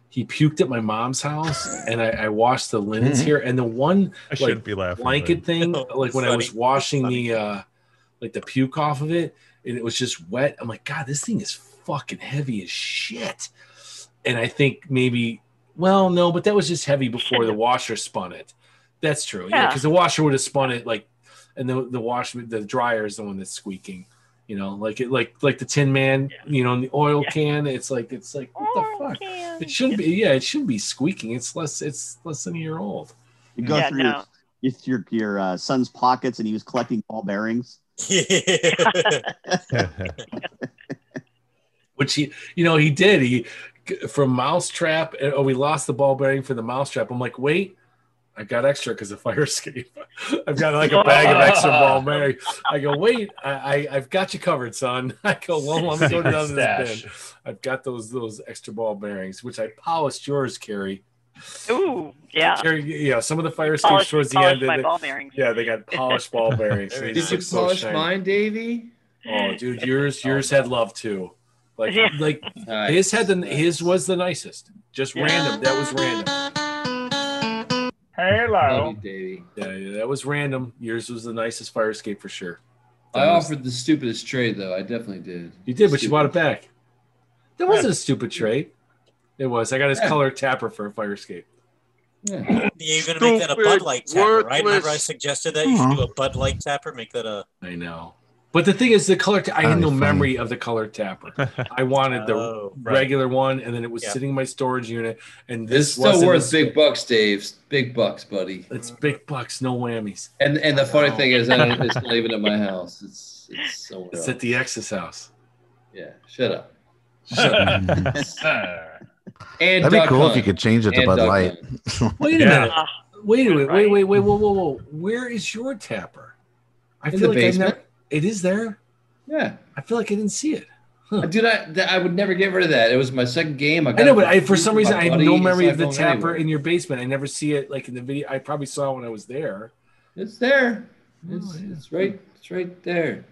Speaker 5: he puked at my mom's house, and I, I washed the linens here, and the one
Speaker 4: I
Speaker 5: like
Speaker 4: shouldn't be laughing,
Speaker 5: blanket
Speaker 4: but-
Speaker 5: thing, like when I was washing the uh, like the puke off of it, and it was just wet. I'm like, God, this thing is fucking heavy as shit. And I think maybe, well, no, but that was just heavy before the washer spun it. That's true. Yeah,
Speaker 9: Yeah.
Speaker 5: because the washer would have spun it like, and the the wash the dryer is the one that's squeaking. You know, like it like like the Tin Man. You know, in the oil can. It's like it's like
Speaker 1: Oh,
Speaker 5: what the fuck. It shouldn't be. Yeah, it shouldn't be squeaking. It's less. It's less than a year old.
Speaker 12: You go
Speaker 5: Yeah,
Speaker 12: through
Speaker 5: no.
Speaker 12: your, your, your uh, son's pockets and he was collecting ball bearings.
Speaker 5: which he you know he did he from mousetrap oh we lost the ball bearing for the mousetrap i'm like wait i got extra because of fire (laughs) escape i've got like a bag of extra ball bearing i go wait I, I i've got you covered son (laughs) i go well i'm going down to this
Speaker 9: Stash.
Speaker 5: bin i've got those those extra ball bearings which i polished yours carrie
Speaker 1: Ooh, yeah.
Speaker 5: Carrie, yeah some of the fire escapes
Speaker 1: Polished-
Speaker 5: towards the
Speaker 1: polished
Speaker 5: end they-
Speaker 1: my ball bearings.
Speaker 5: yeah they got polished ball bearings They
Speaker 6: Did
Speaker 5: just
Speaker 6: you
Speaker 5: look so
Speaker 6: polish
Speaker 5: shiny.
Speaker 6: mine, Davey?
Speaker 5: Oh, dude, yours yours had love too. Like
Speaker 6: Yeah.
Speaker 5: like
Speaker 6: Nice.
Speaker 5: his had the his was the nicest. Just
Speaker 6: Yeah.
Speaker 5: random. That was random.
Speaker 9: Hello.
Speaker 6: Davey.
Speaker 5: Yeah, yeah, that was random. Yours was the nicest fire escape for sure.
Speaker 6: I offered the stupidest trade though. I definitely did.
Speaker 5: You did, but you bought it back. That wasn't a stupid trade. It was. I got his
Speaker 6: Yeah.
Speaker 5: color tapper for a fire escape.
Speaker 3: You're going to make that a Bud
Speaker 5: Stupid,
Speaker 3: Light tapper, right? Remember I
Speaker 5: worthless.
Speaker 3: suggested that you should
Speaker 5: Mhm.
Speaker 3: do a Bud Light tapper. Make that a.
Speaker 5: I know. But the thing is, the color. I had
Speaker 9: That'd be
Speaker 5: no
Speaker 9: funny.
Speaker 5: memory of the color tapper. I wanted the
Speaker 3: Oh, right.
Speaker 5: regular one, and then it was
Speaker 3: Yeah.
Speaker 5: sitting in my storage unit. And
Speaker 6: It's
Speaker 5: this
Speaker 6: still
Speaker 5: wasn't
Speaker 6: worth
Speaker 5: a-
Speaker 6: big bucks, Dave. Big bucks, buddy.
Speaker 5: It's big bucks, no whammies.
Speaker 6: And and the funny thing is, I don't, it's not even at my house. It's it's somewhere
Speaker 5: It's
Speaker 6: else.
Speaker 5: at the ex's house.
Speaker 6: yeah. Shut
Speaker 5: (laughs)
Speaker 6: up.
Speaker 9: Uh,
Speaker 6: And
Speaker 7: That'd be
Speaker 6: duck
Speaker 7: cool if
Speaker 6: hunt.
Speaker 7: you could change it to
Speaker 6: And
Speaker 7: Bud
Speaker 6: duck
Speaker 7: Light.
Speaker 6: hunt.
Speaker 5: Wait a
Speaker 7: Yeah.
Speaker 5: minute. Wait a minute. Wait, wait, wait, whoa, whoa, whoa. Where is your tapper? I
Speaker 6: In
Speaker 5: feel
Speaker 6: the
Speaker 5: like I
Speaker 6: basement.
Speaker 5: never, it is there.
Speaker 6: Yeah.
Speaker 5: I feel like I didn't see it.
Speaker 6: Dude, I, that, I would never get rid of that. It was my second game. I, got
Speaker 5: I know,
Speaker 6: it
Speaker 5: but I, for
Speaker 6: free
Speaker 5: some
Speaker 6: from
Speaker 5: reason,
Speaker 6: my
Speaker 5: I have
Speaker 6: buddy.
Speaker 5: no
Speaker 6: It's
Speaker 5: memory
Speaker 6: not
Speaker 5: of the
Speaker 6: going
Speaker 5: tapper
Speaker 6: anywhere.
Speaker 5: in your basement. I never see it like in the video. I probably saw it when I was there.
Speaker 6: It's there.
Speaker 5: Oh,
Speaker 6: It's, it's right. It's right there.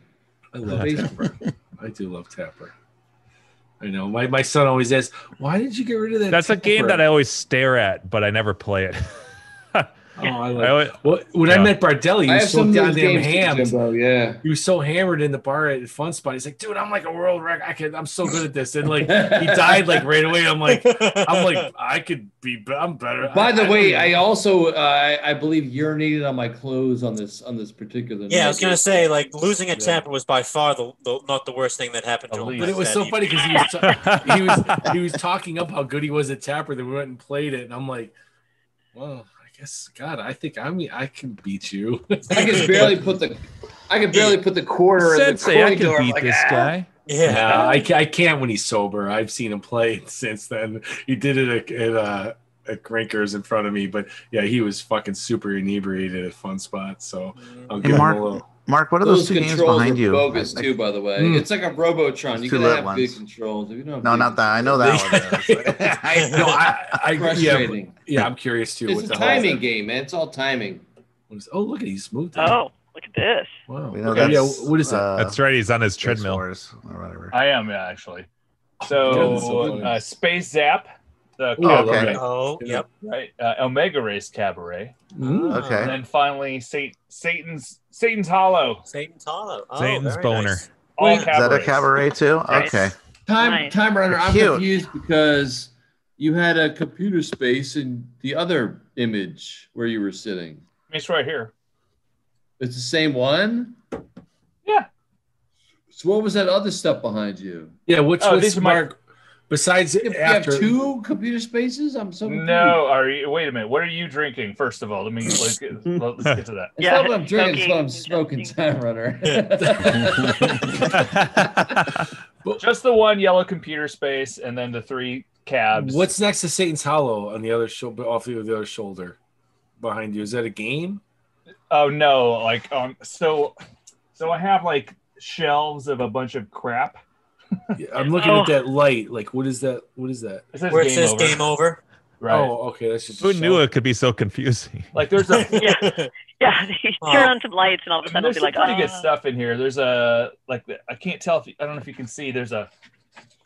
Speaker 5: I love
Speaker 6: Basement.
Speaker 5: tapper. I do love tapper. I know. My, my son always asks, why did you get rid of
Speaker 4: (laughs)
Speaker 5: that?
Speaker 4: That's a game
Speaker 5: tapper?"
Speaker 4: that I always stare at, but I never play it. (laughs)
Speaker 5: Oh, I
Speaker 4: I
Speaker 5: like.
Speaker 4: always-
Speaker 5: well, when I
Speaker 4: Yeah.
Speaker 5: met Bardelli, he
Speaker 6: I
Speaker 5: was
Speaker 6: have
Speaker 5: so
Speaker 6: some of those
Speaker 5: goddamn
Speaker 6: games too,
Speaker 5: hammed.
Speaker 6: Jimbo, yeah.
Speaker 5: He was so hammered in the bar at Fun Spot. He's like, dude, I'm like a world record. I can, I'm so good at this. And like, he died like right away. I'm like, I'm like, I could be, be- I'm better.
Speaker 6: (laughs) By the
Speaker 5: I-
Speaker 6: way,
Speaker 5: I,
Speaker 6: I also uh, I, I believe urinated on my clothes on this on this particular.
Speaker 3: (laughs) Yeah, I was
Speaker 6: night.
Speaker 3: gonna say like losing a
Speaker 6: Yeah.
Speaker 3: tapper was by far the, the not the worst thing that happened to him.
Speaker 5: but it was
Speaker 3: that
Speaker 5: so
Speaker 3: evening.
Speaker 5: funny because he was,
Speaker 4: (laughs)
Speaker 5: ta- (laughs) he uh, was, he was talking up how good he was at Tapper. Then we went and played it, and I'm like, well, I guess, God, I think I'm, I can beat you.
Speaker 6: I could barely put the I could barely put the quarter in the
Speaker 5: Sensei, I
Speaker 6: coin
Speaker 5: can
Speaker 6: door. I'm
Speaker 5: beat
Speaker 6: like,
Speaker 5: this
Speaker 6: "Ah."
Speaker 5: guy.
Speaker 3: Yeah,
Speaker 5: (laughs) Yeah, I, ca- I can't when he's sober. I've seen him play (laughs) since then. He did it at, at, uh, at Grinkers in front of me, but yeah, he was fucking super inebriated at Fun Spot. So I'll
Speaker 7: Hey,
Speaker 5: give him a
Speaker 7: Mark,
Speaker 5: little.
Speaker 7: Mark, what are
Speaker 6: Those
Speaker 7: those, two games
Speaker 6: controls
Speaker 7: behind
Speaker 6: are
Speaker 7: you?
Speaker 6: bogus
Speaker 7: I- I-
Speaker 6: too, by the way.
Speaker 7: Mm.
Speaker 6: It's like a Robotron. You
Speaker 7: Two
Speaker 6: gotta
Speaker 7: lit
Speaker 6: have
Speaker 7: ones.
Speaker 6: good controls. If you don't have
Speaker 7: No,
Speaker 6: good
Speaker 7: not that. I know that
Speaker 4: (laughs)
Speaker 7: one.
Speaker 5: (laughs) I, no, I, I, yeah, but-
Speaker 6: Frustrating.
Speaker 5: yeah, I'm curious too.
Speaker 6: It's a
Speaker 5: hell is
Speaker 6: timing
Speaker 5: that?
Speaker 6: game, man. It's all timing.
Speaker 5: What is- Oh, look at he's moved.
Speaker 1: Oh, look at this.
Speaker 5: Wow.
Speaker 7: We know
Speaker 5: Okay, yeah,
Speaker 7: that's,
Speaker 5: what is that?
Speaker 7: uh,
Speaker 4: That's right. He's on his
Speaker 7: Space
Speaker 4: treadmill.
Speaker 7: Wars or whatever.
Speaker 9: I am actually.
Speaker 5: Goodness, so
Speaker 9: So
Speaker 5: funny.
Speaker 9: uh, Space Zap. The
Speaker 5: Ooh,
Speaker 9: cabaret,
Speaker 5: okay.
Speaker 3: Oh, yep.
Speaker 9: Right. Uh, Omega Race Cabaret.
Speaker 5: Ooh.
Speaker 9: And
Speaker 7: Okay.
Speaker 9: then finally Sat- Satan's Satan's Hollow.
Speaker 3: Satan's Hollow. Oh,
Speaker 4: Satan's
Speaker 3: very
Speaker 4: boner.
Speaker 3: nice.
Speaker 9: All
Speaker 6: Wait, is
Speaker 7: Is that a
Speaker 9: cabarets.
Speaker 7: cabaret too? Okay.
Speaker 6: Time
Speaker 1: Nice.
Speaker 6: time runner, I'm
Speaker 7: Cute.
Speaker 6: confused because you had a computer space in the other image where you were sitting.
Speaker 9: It's right here.
Speaker 6: It's the same one.
Speaker 9: Yeah.
Speaker 6: So what was that other stuff behind you?
Speaker 5: Yeah, what's
Speaker 9: Oh,
Speaker 5: with
Speaker 9: these are my-
Speaker 5: Mark? Besides,
Speaker 6: If
Speaker 5: after
Speaker 6: you have two computer spaces, I'm so confused.
Speaker 9: No, are you? Wait a minute. What are you drinking? First of all, let me
Speaker 6: (laughs)
Speaker 9: let's get, let's get to that.
Speaker 6: It's not what I'm drinking. It's what I'm smoking. Time runner. (laughs)
Speaker 9: Just the one yellow computer space, and then the three cabs.
Speaker 5: What's next to Satan's Hollow on the other shoulder, off of the other shoulder, behind you? Is that a game?
Speaker 9: Oh no! Like um, so, so I have like shelves of a bunch of crap.
Speaker 5: I'm looking
Speaker 9: Oh.
Speaker 5: at that light. Like, what is that? What is that?
Speaker 9: It says Where it game says over. game over. Right.
Speaker 5: Oh, okay. That's just
Speaker 4: (laughs)
Speaker 5: a
Speaker 4: Who
Speaker 5: shelf.
Speaker 4: knew it could be so confusing? (laughs)
Speaker 9: Like there's (laughs) a
Speaker 5: (laughs)
Speaker 1: yeah, yeah. (laughs) Turn on some lights, and all of a sudden, it'll
Speaker 9: there's
Speaker 1: be
Speaker 9: some
Speaker 1: like,
Speaker 9: pretty good
Speaker 1: "Ah."
Speaker 9: stuff in here. There's a like the- I can't tell if you, I don't know if you can see. There's a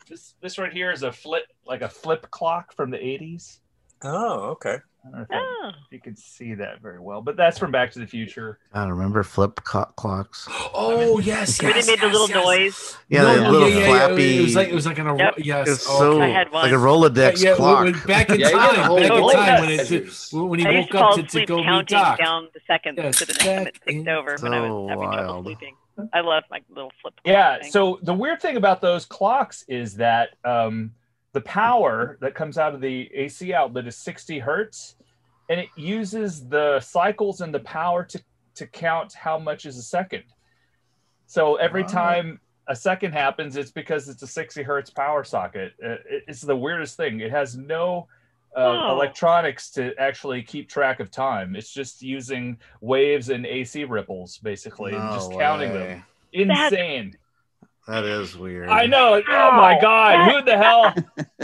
Speaker 9: this this right here is a flip like a flip clock from the 80s.
Speaker 3: (laughs) Oh, okay.
Speaker 9: I don't know if,
Speaker 1: Ah. "Oh."
Speaker 9: that- if you can see that very well, but that's from Back to the Future.
Speaker 7: I don't remember flip co- clocks.
Speaker 5: Oh yes,
Speaker 1: Where they
Speaker 5: yes,
Speaker 1: made the
Speaker 5: yes,
Speaker 1: little
Speaker 5: yes.
Speaker 1: noise.
Speaker 7: Yeah,
Speaker 5: No,
Speaker 7: the
Speaker 5: no,
Speaker 7: little
Speaker 5: yeah, yeah, yeah,
Speaker 7: flappy.
Speaker 5: It was like it was like an
Speaker 1: Yep.
Speaker 5: yes.
Speaker 7: It's
Speaker 5: oh,
Speaker 7: so
Speaker 1: I had one.
Speaker 7: like a Rolodex
Speaker 5: yeah, yeah,
Speaker 7: clock.
Speaker 5: when- back in
Speaker 7: Yeah, you got a
Speaker 5: time,
Speaker 7: whole
Speaker 5: back in
Speaker 7: Rolodex.
Speaker 5: time when it when he
Speaker 1: I used
Speaker 5: woke
Speaker 1: to fall
Speaker 5: up to, to
Speaker 1: asleep
Speaker 5: go meet
Speaker 1: counting
Speaker 5: Doc.
Speaker 1: down the seconds
Speaker 5: Yes,
Speaker 1: to the next time it ticked over when I was
Speaker 9: so
Speaker 1: having trouble
Speaker 9: wild.
Speaker 1: sleeping. I love my little flip.
Speaker 9: Yeah. So the weird thing about those clocks is that um, the power that comes out of the AC outlet is 60 hertz, and it uses the cycles and the power to to count how much is a second. So every
Speaker 5: Wow.
Speaker 9: time a second happens, it's because it's a 60 hertz power socket. Uh, it- It's the weirdest thing. It has no uh,
Speaker 1: Wow.
Speaker 9: electronics to actually keep track of time. It's just using waves and AC ripples, basically, and
Speaker 7: No
Speaker 9: just counting them.
Speaker 7: That's-
Speaker 9: Insane.
Speaker 7: That is weird.
Speaker 9: I know. like, Oh my
Speaker 1: Wow.
Speaker 9: God! Who the hell?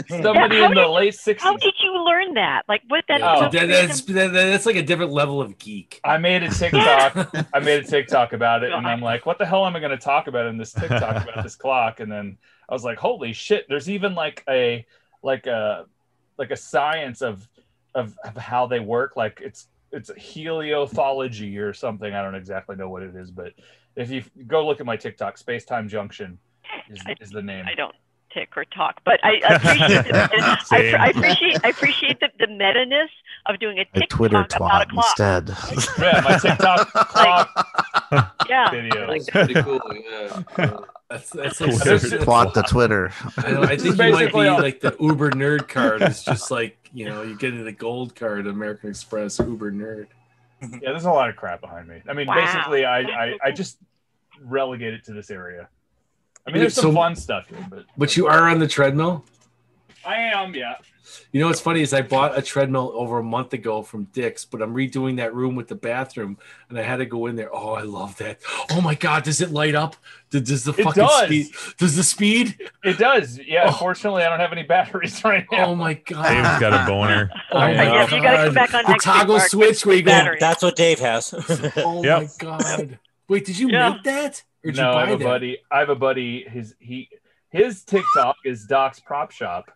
Speaker 9: (laughs) Somebody
Speaker 1: Yeah, how
Speaker 9: in the
Speaker 1: did-
Speaker 9: late
Speaker 1: How
Speaker 9: '60s.
Speaker 1: did you learn that? Like, what that?
Speaker 9: Oh.
Speaker 5: That- that's that, that's like a different level
Speaker 1: (laughs)
Speaker 5: of geek.
Speaker 9: I made a TikTok. I made a TikTok about it, and I'm like, "What the hell am I going to talk about in this TikTok about this clock?" And then I was like, "Holy shit!" There's even like a like a like a science of of, of how they work. Like it's it's heliothology or something. I don't exactly know what it is, but if you go look at my TikTok, Space Time Junction is, is the name.
Speaker 1: I don't tick or talk, but I
Speaker 5: (laughs)
Speaker 1: appreciate the, I,
Speaker 9: Same.
Speaker 1: I appreciate I appreciate the, the meta ness of doing a
Speaker 7: I
Speaker 1: TikTok
Speaker 7: Twitter
Speaker 1: about a
Speaker 7: twat
Speaker 1: clock.
Speaker 9: (laughs)
Speaker 7: instead. (laughs)
Speaker 9: Yeah,
Speaker 1: (laughs)
Speaker 9: my TikTok clock
Speaker 1: Yeah.
Speaker 9: video.
Speaker 1: uh, Like,
Speaker 6: Pretty cool. Yeah.
Speaker 5: (laughs) That's that's like
Speaker 7: Twat the Twitter.
Speaker 5: I, know, I
Speaker 9: This is
Speaker 5: think you might be
Speaker 9: basically all-
Speaker 5: like the Uber nerd card. It's just like you know you get the gold card, American Express Uber nerd.
Speaker 9: yeah, there's a lot of crap behind me. I mean,
Speaker 1: Wow.
Speaker 9: basically, I, I I just relegate it to this area. I mean, there's
Speaker 5: Wait,
Speaker 9: some
Speaker 5: so-
Speaker 9: fun stuff here, but
Speaker 5: But you are on the treadmill.
Speaker 9: I am, yeah.
Speaker 5: You know what's funny is I bought a treadmill over a month ago from Dick's, but I'm redoing that room with the bathroom, and I had to go in there. Oh, I love that. Oh my God, does it light up? Does, does the
Speaker 9: It
Speaker 5: fucking
Speaker 9: does.
Speaker 5: speed? Does the
Speaker 9: (laughs)
Speaker 5: speed?
Speaker 9: It does. Yeah.
Speaker 5: Oh.
Speaker 9: Unfortunately, I don't have any batteries (laughs) right now.
Speaker 5: Oh my God.
Speaker 4: Dave's got a boner.
Speaker 5: Oh
Speaker 3: Yeah,
Speaker 5: my
Speaker 3: you
Speaker 1: gotta come back on
Speaker 5: the
Speaker 1: next week,
Speaker 5: toggle
Speaker 1: Mark.
Speaker 5: switch where you go.
Speaker 1: Battery.
Speaker 3: That's what Dave
Speaker 5: (laughs)
Speaker 3: has. (laughs)
Speaker 5: Oh my
Speaker 4: Yep.
Speaker 5: God. Wait, did you
Speaker 1: Yeah.
Speaker 5: make that? Or did
Speaker 9: no,
Speaker 5: you
Speaker 9: I
Speaker 5: buy
Speaker 9: have a
Speaker 5: that?
Speaker 9: buddy. I have a buddy. His he his TikTok is Doc's Prop Shop.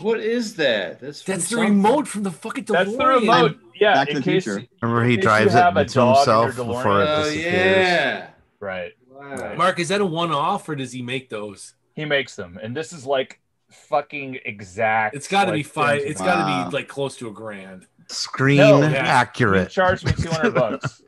Speaker 6: what is that? That's from
Speaker 5: That's the
Speaker 6: something.
Speaker 5: remote from the fucking DeLorean.
Speaker 9: That's the remote. yeah.
Speaker 12: Back to
Speaker 9: in
Speaker 12: the
Speaker 9: case
Speaker 12: Future.
Speaker 7: Remember, he
Speaker 9: If you
Speaker 7: drives it
Speaker 9: have a
Speaker 7: into
Speaker 9: dog in
Speaker 7: himself
Speaker 9: your
Speaker 7: before it
Speaker 9: DeLorean.
Speaker 6: Oh
Speaker 7: disappears.
Speaker 6: yeah.
Speaker 9: right.
Speaker 6: Wow.
Speaker 5: Mark, is that a one-off or does he make those?
Speaker 9: He makes them, and this is like fucking exact.
Speaker 5: It's got to be
Speaker 9: like,
Speaker 5: five.
Speaker 9: things
Speaker 5: It's
Speaker 9: like-
Speaker 5: got to
Speaker 12: Wow.
Speaker 5: be like close to a grand.
Speaker 7: Screen
Speaker 9: No, yeah.
Speaker 7: accurate.
Speaker 9: He charged me two
Speaker 5: (laughs)
Speaker 9: hundred
Speaker 7: (laughs)
Speaker 9: bucks.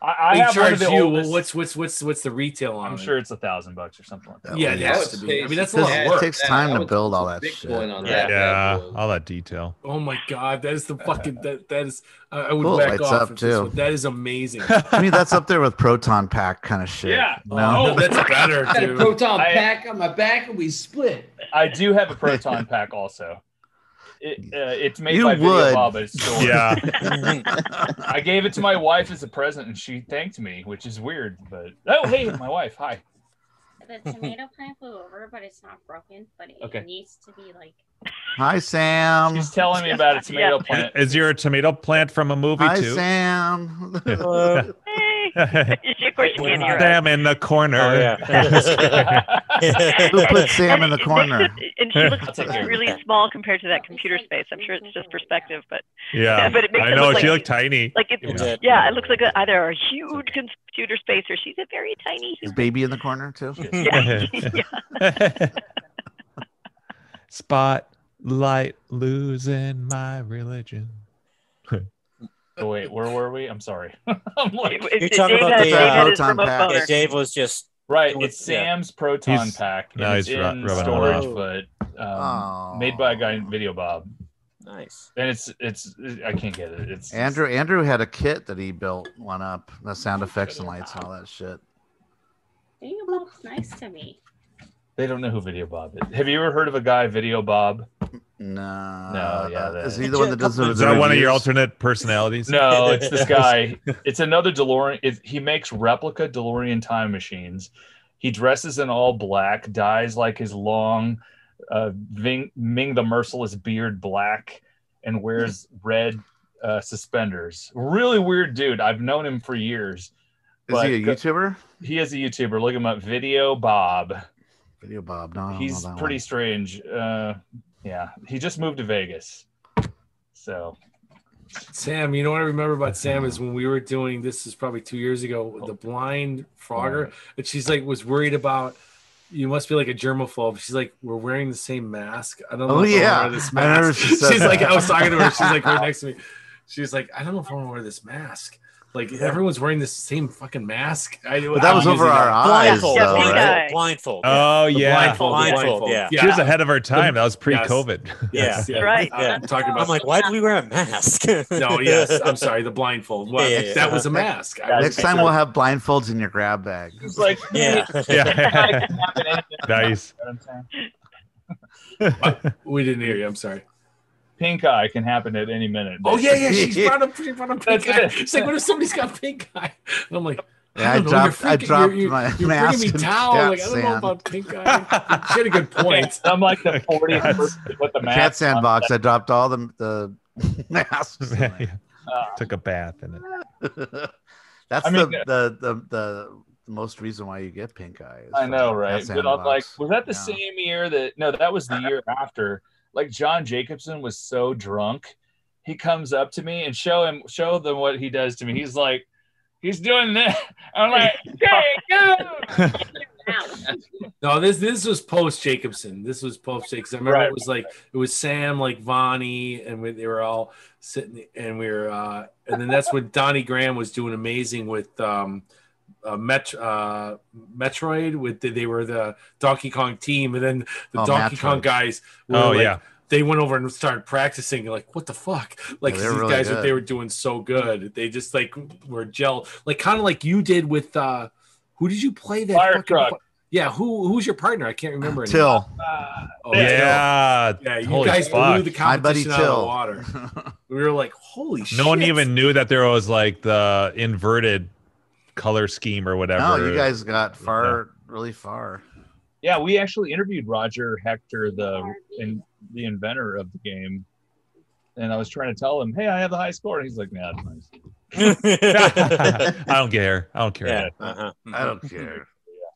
Speaker 9: I, I
Speaker 5: They
Speaker 9: have one of
Speaker 5: charge
Speaker 9: the
Speaker 5: you. Well,
Speaker 9: oldest-
Speaker 5: what's what's what's what's the retail on?
Speaker 9: I'm
Speaker 5: it?
Speaker 9: sure it's a thousand bucks or something like that.
Speaker 5: Yeah, it
Speaker 7: Yeah.
Speaker 5: has to be. I mean, that's a lot
Speaker 7: It
Speaker 5: of work.
Speaker 7: takes time to build all that shit.
Speaker 6: Bitcoin on
Speaker 9: Yeah.
Speaker 6: that.
Speaker 4: Yeah,
Speaker 6: bad boy.
Speaker 4: all that detail.
Speaker 5: Oh my god, that is
Speaker 9: (laughs)
Speaker 5: the fucking that that is. I I would
Speaker 7: Cool,
Speaker 5: whack
Speaker 7: lights
Speaker 5: off
Speaker 7: up,
Speaker 5: if this
Speaker 7: too.
Speaker 5: was- That is
Speaker 7: (laughs)
Speaker 5: amazing.
Speaker 7: I mean, that's up there with proton pack kind of shit.
Speaker 9: Yeah.
Speaker 7: you know?
Speaker 5: Oh,
Speaker 7: (laughs)
Speaker 5: that's
Speaker 9: (laughs)
Speaker 5: better,
Speaker 6: I got a
Speaker 5: dude.
Speaker 6: proton
Speaker 9: I-
Speaker 6: pack on my back and we split.
Speaker 9: I do have a proton pack also. It, uh, it's made
Speaker 7: You
Speaker 9: by Video
Speaker 7: would.
Speaker 9: Bob at its store.
Speaker 7: (laughs)
Speaker 4: Yeah,
Speaker 9: I gave it to my wife as a present, and she thanked me, which is weird. But oh, hey, my wife. Hi.
Speaker 10: The tomato pie flew over, but it's not broken. But it
Speaker 9: Okay.
Speaker 10: needs to be like
Speaker 7: Hi, Sam.
Speaker 9: She's telling me about a tomato
Speaker 1: Yeah.
Speaker 9: plant.
Speaker 4: is your tomato plant from a movie
Speaker 7: Hi,
Speaker 4: too? (laughs)
Speaker 7: Sam.
Speaker 3: Hello.
Speaker 1: hey.
Speaker 4: Sam.
Speaker 1: of course you can hear us.
Speaker 4: in the corner.
Speaker 3: Oh, yeah. (laughs)
Speaker 7: Who put Sam in
Speaker 1: And
Speaker 7: the
Speaker 1: it-
Speaker 7: corner?
Speaker 1: And she
Speaker 7: (laughs)
Speaker 1: looks
Speaker 3: I'll take care of
Speaker 1: really
Speaker 3: that.
Speaker 1: small compared to that computer space. I'm sure it's just perspective, but
Speaker 4: (laughs) Yeah,
Speaker 1: but it makes
Speaker 4: I
Speaker 1: it
Speaker 4: know
Speaker 1: look
Speaker 4: she
Speaker 1: like-
Speaker 4: looked tiny.
Speaker 1: like it's
Speaker 3: It did.
Speaker 1: yeah, it looks like a, either a huge computer space or she's a very tiny
Speaker 7: Is
Speaker 1: human.
Speaker 7: baby in the corner too?
Speaker 1: Yeah.
Speaker 4: (laughs)
Speaker 1: yeah.
Speaker 4: Spotlight losing my religion.
Speaker 9: Oh, (laughs) wait, where were we? I'm sorry. (laughs) I'm like,
Speaker 1: It- You're it- talking Dave about had- the, Dave uh, had his proton remote pack. boner.
Speaker 9: Yeah, Dave was just right. It's
Speaker 3: yeah.
Speaker 9: Sam's proton
Speaker 4: He's-
Speaker 9: pack.
Speaker 4: no,
Speaker 9: it's
Speaker 4: he's ru-
Speaker 9: in
Speaker 4: rubbing it
Speaker 9: storage,
Speaker 4: off.
Speaker 9: but um, made by a guy in Video Bob.
Speaker 3: Nice.
Speaker 9: And it's it's I can't get it. It's
Speaker 7: Andrew Andrew had a kit that he built one up, the sound effects and lights and all that shit.
Speaker 10: Video Bob's nice to me.
Speaker 9: They don't know who Video Bob is. Have you ever heard of a guy Video Bob?
Speaker 7: No.
Speaker 9: No, yeah.
Speaker 7: is he the one that does the-
Speaker 4: Is that one of your alternate personalities?
Speaker 9: No, it's this
Speaker 7: (laughs)
Speaker 9: guy. It's another DeLorean. It, he makes replica DeLorean time machines. He dresses in all black, dyes like his long uh, Ving, Ming the Merciless beard black, and wears red uh, suspenders. Really weird dude. I've known him for years.
Speaker 7: Is he a YouTuber?
Speaker 9: He is a YouTuber. Look him up. Video Bob.
Speaker 7: Video Bob. No, I don't
Speaker 9: He's
Speaker 7: know that
Speaker 9: pretty
Speaker 7: one.
Speaker 9: strange. Uh, yeah, he just moved to Vegas. So
Speaker 5: Sam, you know what I remember about Sam is when we were doing this is probably two years
Speaker 7: Oh.
Speaker 5: ago, the blind frogger, and she's like was worried about you must be like a germaphobe. She's like, we're wearing the same mask. I don't know
Speaker 7: Oh,
Speaker 5: if
Speaker 7: yeah.
Speaker 5: I wear this
Speaker 7: I remember
Speaker 5: mask.
Speaker 7: she said
Speaker 5: she's like,
Speaker 7: that.
Speaker 5: I was talking to her. She's like,
Speaker 7: (laughs)
Speaker 5: right next to me. She's like, I don't know if I want to wear this mask. Like everyone's wearing the same fucking mask. I,
Speaker 7: But that was over our eyes, Blindfold. though, Yeah, right?
Speaker 3: blindfold.
Speaker 4: (laughs) Oh
Speaker 5: The
Speaker 4: yeah,
Speaker 5: blindfold, the blindfold.
Speaker 4: She was ahead of her time. That was pre-COVID. (laughs)
Speaker 5: Yes, yeah. I'm talking about.
Speaker 3: I'm like, why do we wear a mask? (laughs)
Speaker 5: no, yes, I'm sorry, the blindfold. Well,
Speaker 3: Yeah, yeah,
Speaker 5: that
Speaker 3: yeah.
Speaker 5: was a mask. I
Speaker 7: Next
Speaker 5: was-
Speaker 7: time we'll have blindfolds in your grab bag.
Speaker 9: It's like
Speaker 3: yeah,
Speaker 4: Yeah. nice.
Speaker 5: we didn't hear you. I'm sorry.
Speaker 9: Pink eye can happen at any minute.
Speaker 5: Oh yeah, yeah.
Speaker 7: (laughs)
Speaker 5: She's brought up, she brought up pink
Speaker 9: That's
Speaker 5: eye.
Speaker 9: it.
Speaker 5: She's like, what if somebody's got pink eye? And (laughs) I'm like,
Speaker 7: Yeah, I
Speaker 5: don't know,
Speaker 7: dropped-
Speaker 5: you're
Speaker 7: I
Speaker 5: freaking-
Speaker 7: dropped
Speaker 5: you're, you're,
Speaker 7: my
Speaker 5: you're
Speaker 7: mask
Speaker 5: bringing
Speaker 7: and
Speaker 5: me towel. Like, I
Speaker 7: cat
Speaker 5: don't know
Speaker 7: sand.
Speaker 5: about pink eye. she had a
Speaker 7: (laughs)
Speaker 5: good point.
Speaker 9: I'm like the 40th person to put the
Speaker 7: The cat
Speaker 9: mask on.
Speaker 7: sandbox. I dropped all the (laughs) the masks. in there.
Speaker 9: Uh,
Speaker 4: (laughs) Took a bath in it.
Speaker 7: (laughs) That's
Speaker 9: I mean,
Speaker 7: the, the the the most reason why you get pink eye. is
Speaker 9: I
Speaker 7: from
Speaker 9: know,
Speaker 7: cat
Speaker 9: right? But I'm
Speaker 7: sandbox.
Speaker 9: like, was that the same year that? No, that was
Speaker 7: (laughs)
Speaker 9: the year after. Like John Jacobson was so drunk, he comes up to me and show him, show them what he does to me. He's like, he's doing this. (laughs) I'm like, hey,
Speaker 7: (laughs)
Speaker 9: dude.
Speaker 5: No, this this was post Jacobson. This was post Jacobson. I remember
Speaker 9: Right.
Speaker 5: it was like it was Sam, like Vonnie, and we, they were all sitting, and we were, uh, and then that's when Donnie Graham was doing amazing with um, uh, Met, uh, Metroid. With the, they were the Donkey Kong team, and then the
Speaker 7: Oh,
Speaker 5: Donkey
Speaker 7: Metroid.
Speaker 5: Kong guys. Were
Speaker 4: Oh,
Speaker 5: like,
Speaker 4: yeah.
Speaker 5: They went over and started practicing. Like, what the fuck? Like
Speaker 7: Yeah,
Speaker 5: these
Speaker 7: they were really
Speaker 5: guys,
Speaker 7: good.
Speaker 5: they were doing so good. They just like were gel, like kind of like you did with uh, who did you play that?
Speaker 9: Fire
Speaker 5: fucking-
Speaker 9: truck.
Speaker 5: yeah, who who's your partner? I can't remember. anymore.
Speaker 7: Till
Speaker 9: Uh,
Speaker 5: Oh,
Speaker 4: yeah.
Speaker 5: Till. Yeah, you
Speaker 4: Holy
Speaker 5: guys blew
Speaker 4: fuck.
Speaker 5: the
Speaker 7: My buddy
Speaker 5: competition out of the
Speaker 7: Till.
Speaker 5: water.
Speaker 7: (laughs)
Speaker 5: We were like, holy shit.
Speaker 4: No one even knew that there was like the inverted color scheme or whatever.
Speaker 7: No, you guys (laughs) got far, really far.
Speaker 9: Yeah, we actually interviewed Roger Hector, the in, the inventor of the game, and I was trying to tell him, "Hey, I have the high score," and he's like, "Nah, it's nice."
Speaker 4: (laughs) (laughs) I don't care. I don't care.
Speaker 9: Yeah.
Speaker 3: Uh-huh.
Speaker 7: I don't care.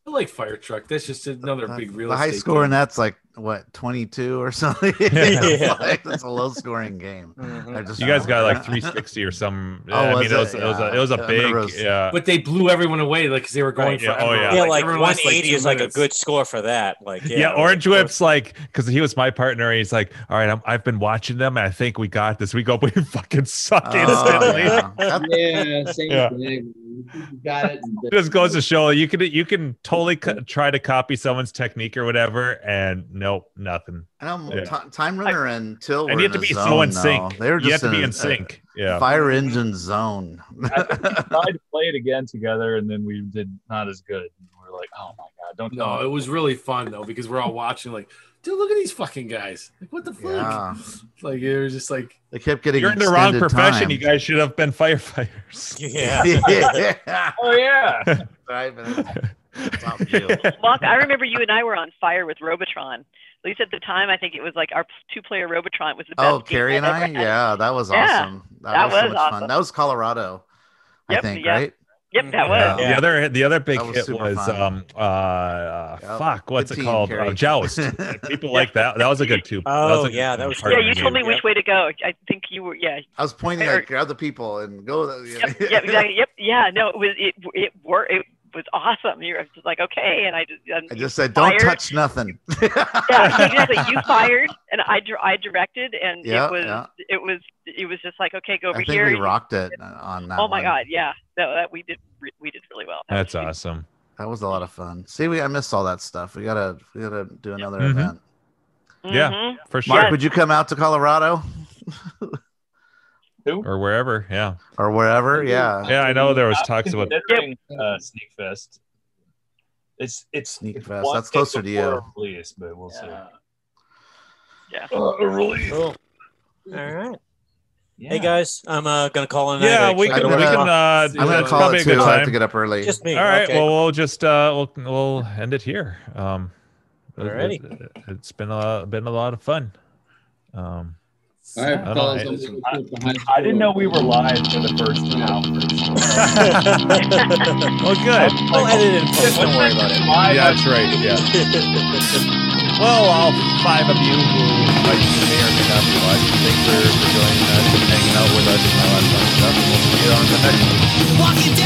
Speaker 5: I like fire truck. That's just another big real
Speaker 7: the high
Speaker 5: estate
Speaker 7: score
Speaker 5: game.
Speaker 7: in that's like what 22 or
Speaker 4: (laughs)
Speaker 7: (laughs) something.
Speaker 3: Yeah.
Speaker 7: Like, that's a low scoring game. I just
Speaker 4: You guys got
Speaker 7: (laughs)
Speaker 4: like 360 or some.
Speaker 7: Oh,
Speaker 4: I mean,
Speaker 7: was
Speaker 4: it was
Speaker 7: it?
Speaker 4: it was a, it was a
Speaker 7: Yeah.
Speaker 4: big.
Speaker 7: Melrose.
Speaker 4: yeah.
Speaker 5: But they blew everyone away, like 'cause they were going
Speaker 4: Right, yeah.
Speaker 5: for.
Speaker 4: Oh, yeah.
Speaker 3: yeah, like
Speaker 5: everyone lost,
Speaker 3: 180
Speaker 5: two
Speaker 3: is like a
Speaker 5: minutes.
Speaker 3: good score for that. Like, yeah,
Speaker 4: Yeah, Orange Whip's like because he was my partner. and He's like, all right, I'm, I've been watching them, and I think we got this. We (laughs) go, we fucking suck (laughs)
Speaker 7: Oh,
Speaker 4: instantly.
Speaker 7: yeah. That-
Speaker 8: Yeah, same
Speaker 4: Yeah.
Speaker 8: thing. You got it. and-
Speaker 4: It just goes to show you can you can totally co- try to copy someone's technique or whatever, and nope, nothing.
Speaker 7: I know
Speaker 4: Yeah.
Speaker 7: Ti- Time Runner and Till.
Speaker 4: And
Speaker 7: were
Speaker 4: you have
Speaker 7: a
Speaker 4: to be
Speaker 7: zone,
Speaker 4: so in
Speaker 7: though.
Speaker 4: sync.
Speaker 7: They were
Speaker 4: You have
Speaker 7: just
Speaker 4: to be
Speaker 7: a-
Speaker 4: in sync. Yeah.
Speaker 7: Fire engine zone. (laughs)
Speaker 9: I think we tried to play it again together, and then we did not as good. And we were like, "Oh my god, don't
Speaker 5: No, it was really fun though because we're all watching. Like, dude, look at these fucking guys. Like, what the fuck?
Speaker 7: Yeah.
Speaker 5: Like, it was just like.
Speaker 7: They kept getting.
Speaker 4: You're in the wrong
Speaker 7: extended
Speaker 4: profession.
Speaker 7: time.
Speaker 4: You guys should have been firefighters.
Speaker 3: (laughs) Yeah.
Speaker 7: (laughs) yeah.
Speaker 9: Oh yeah,
Speaker 7: Right, but that's
Speaker 3: (laughs)
Speaker 7: not you.
Speaker 1: Lock, I remember you and I were on fire with Robotron. At least at the time, I think it was like our two-player Robotron was the best.
Speaker 7: Oh,
Speaker 1: game
Speaker 7: Carrie and
Speaker 1: I've ever
Speaker 7: I.
Speaker 1: had.
Speaker 7: Yeah, that was
Speaker 1: Yeah,
Speaker 7: awesome. That,
Speaker 1: that
Speaker 7: was, so
Speaker 1: was
Speaker 7: much
Speaker 1: awesome.
Speaker 7: fun. That was Colorado, I
Speaker 1: Yep,
Speaker 7: think.
Speaker 1: yep.
Speaker 7: Right.
Speaker 1: Yep, that was.
Speaker 4: Yeah.
Speaker 7: Yeah.
Speaker 4: The other the other big
Speaker 7: That was
Speaker 4: hit
Speaker 7: super
Speaker 4: was
Speaker 7: fun.
Speaker 4: um uh, uh
Speaker 7: Yep.
Speaker 4: fuck what's
Speaker 7: Good
Speaker 4: it
Speaker 7: team,
Speaker 4: called
Speaker 7: Kerry.
Speaker 4: uh,
Speaker 7: (laughs)
Speaker 4: Joust. People like that. That was a good two. that
Speaker 3: Oh,
Speaker 4: was a good
Speaker 3: yeah, that was
Speaker 4: partner
Speaker 1: Yeah, you told me
Speaker 4: game.
Speaker 1: which way to go. I think you were. Yeah.
Speaker 7: I was pointing
Speaker 1: Or-
Speaker 7: at grab the people and go.
Speaker 1: (laughs) Yep. Yep. Exactly. Yep. Yeah. No, it was. It it were. It was awesome. You're just like, okay, and I just I'm
Speaker 7: (laughs) I just said, don't
Speaker 1: fired.
Speaker 7: touch nothing. (laughs)
Speaker 1: yeah, exactly. You fired, and I dir- I directed, and
Speaker 7: Yeah,
Speaker 1: it was
Speaker 7: yeah.
Speaker 1: it was it was just like, okay, go
Speaker 7: I
Speaker 1: over
Speaker 7: think
Speaker 1: here.
Speaker 7: we
Speaker 1: You-
Speaker 7: rocked it on that.
Speaker 1: oh my
Speaker 7: one.
Speaker 1: god, yeah, no, that we did re- we did really well.
Speaker 4: That's awesome.
Speaker 7: That was a lot of fun. See, we I missed all that stuff. We gotta we gotta do another
Speaker 4: Mhm.
Speaker 7: event.
Speaker 4: Yeah,
Speaker 1: Mm-hmm.
Speaker 4: Mhm. for
Speaker 7: Mark,
Speaker 4: sure.
Speaker 7: would you come out to Colorado
Speaker 4: or wherever. Yeah.
Speaker 7: or wherever? Yeah.
Speaker 4: Yeah, I know there was
Speaker 3: (laughs)
Speaker 4: talks about.
Speaker 9: Considering, uh, Sneak Fest. It's it's Sneak
Speaker 7: Fest, that's closer to you.
Speaker 9: Release, but we'll
Speaker 1: Yeah.
Speaker 9: see. Uh, release.
Speaker 3: All right.
Speaker 9: Yeah.
Speaker 3: Hey guys, I'm uh, gonna call in.
Speaker 4: Yeah, we can. We can uh,
Speaker 7: I'm gonna
Speaker 4: it's
Speaker 7: call
Speaker 4: probably
Speaker 7: it
Speaker 4: a good
Speaker 7: too. I have
Speaker 4: time.
Speaker 7: to get up early. Just me,
Speaker 4: All right.
Speaker 7: okay.
Speaker 4: Well, we'll just uh, we'll we'll end it here. Um, it-
Speaker 3: Alrighty.
Speaker 4: It, has been a been a lot of fun. Um,
Speaker 9: All right,
Speaker 4: I don't
Speaker 9: fellas,
Speaker 4: know,
Speaker 9: I'm
Speaker 4: I-
Speaker 9: gonna I didn't know we were live for the first two
Speaker 3: (laughs)
Speaker 9: hours.
Speaker 4: well, good.
Speaker 9: Oh,
Speaker 3: I'll edit it.
Speaker 4: (laughs)
Speaker 3: Just don't worry about it.
Speaker 4: Yeah, that's right.
Speaker 9: (laughs)
Speaker 4: Yeah. well, all five of you who might may or may not be watching, thanks for, for joining us and hanging out with us and all that fun stuff. And we'll see you on the next one.
Speaker 11: Walking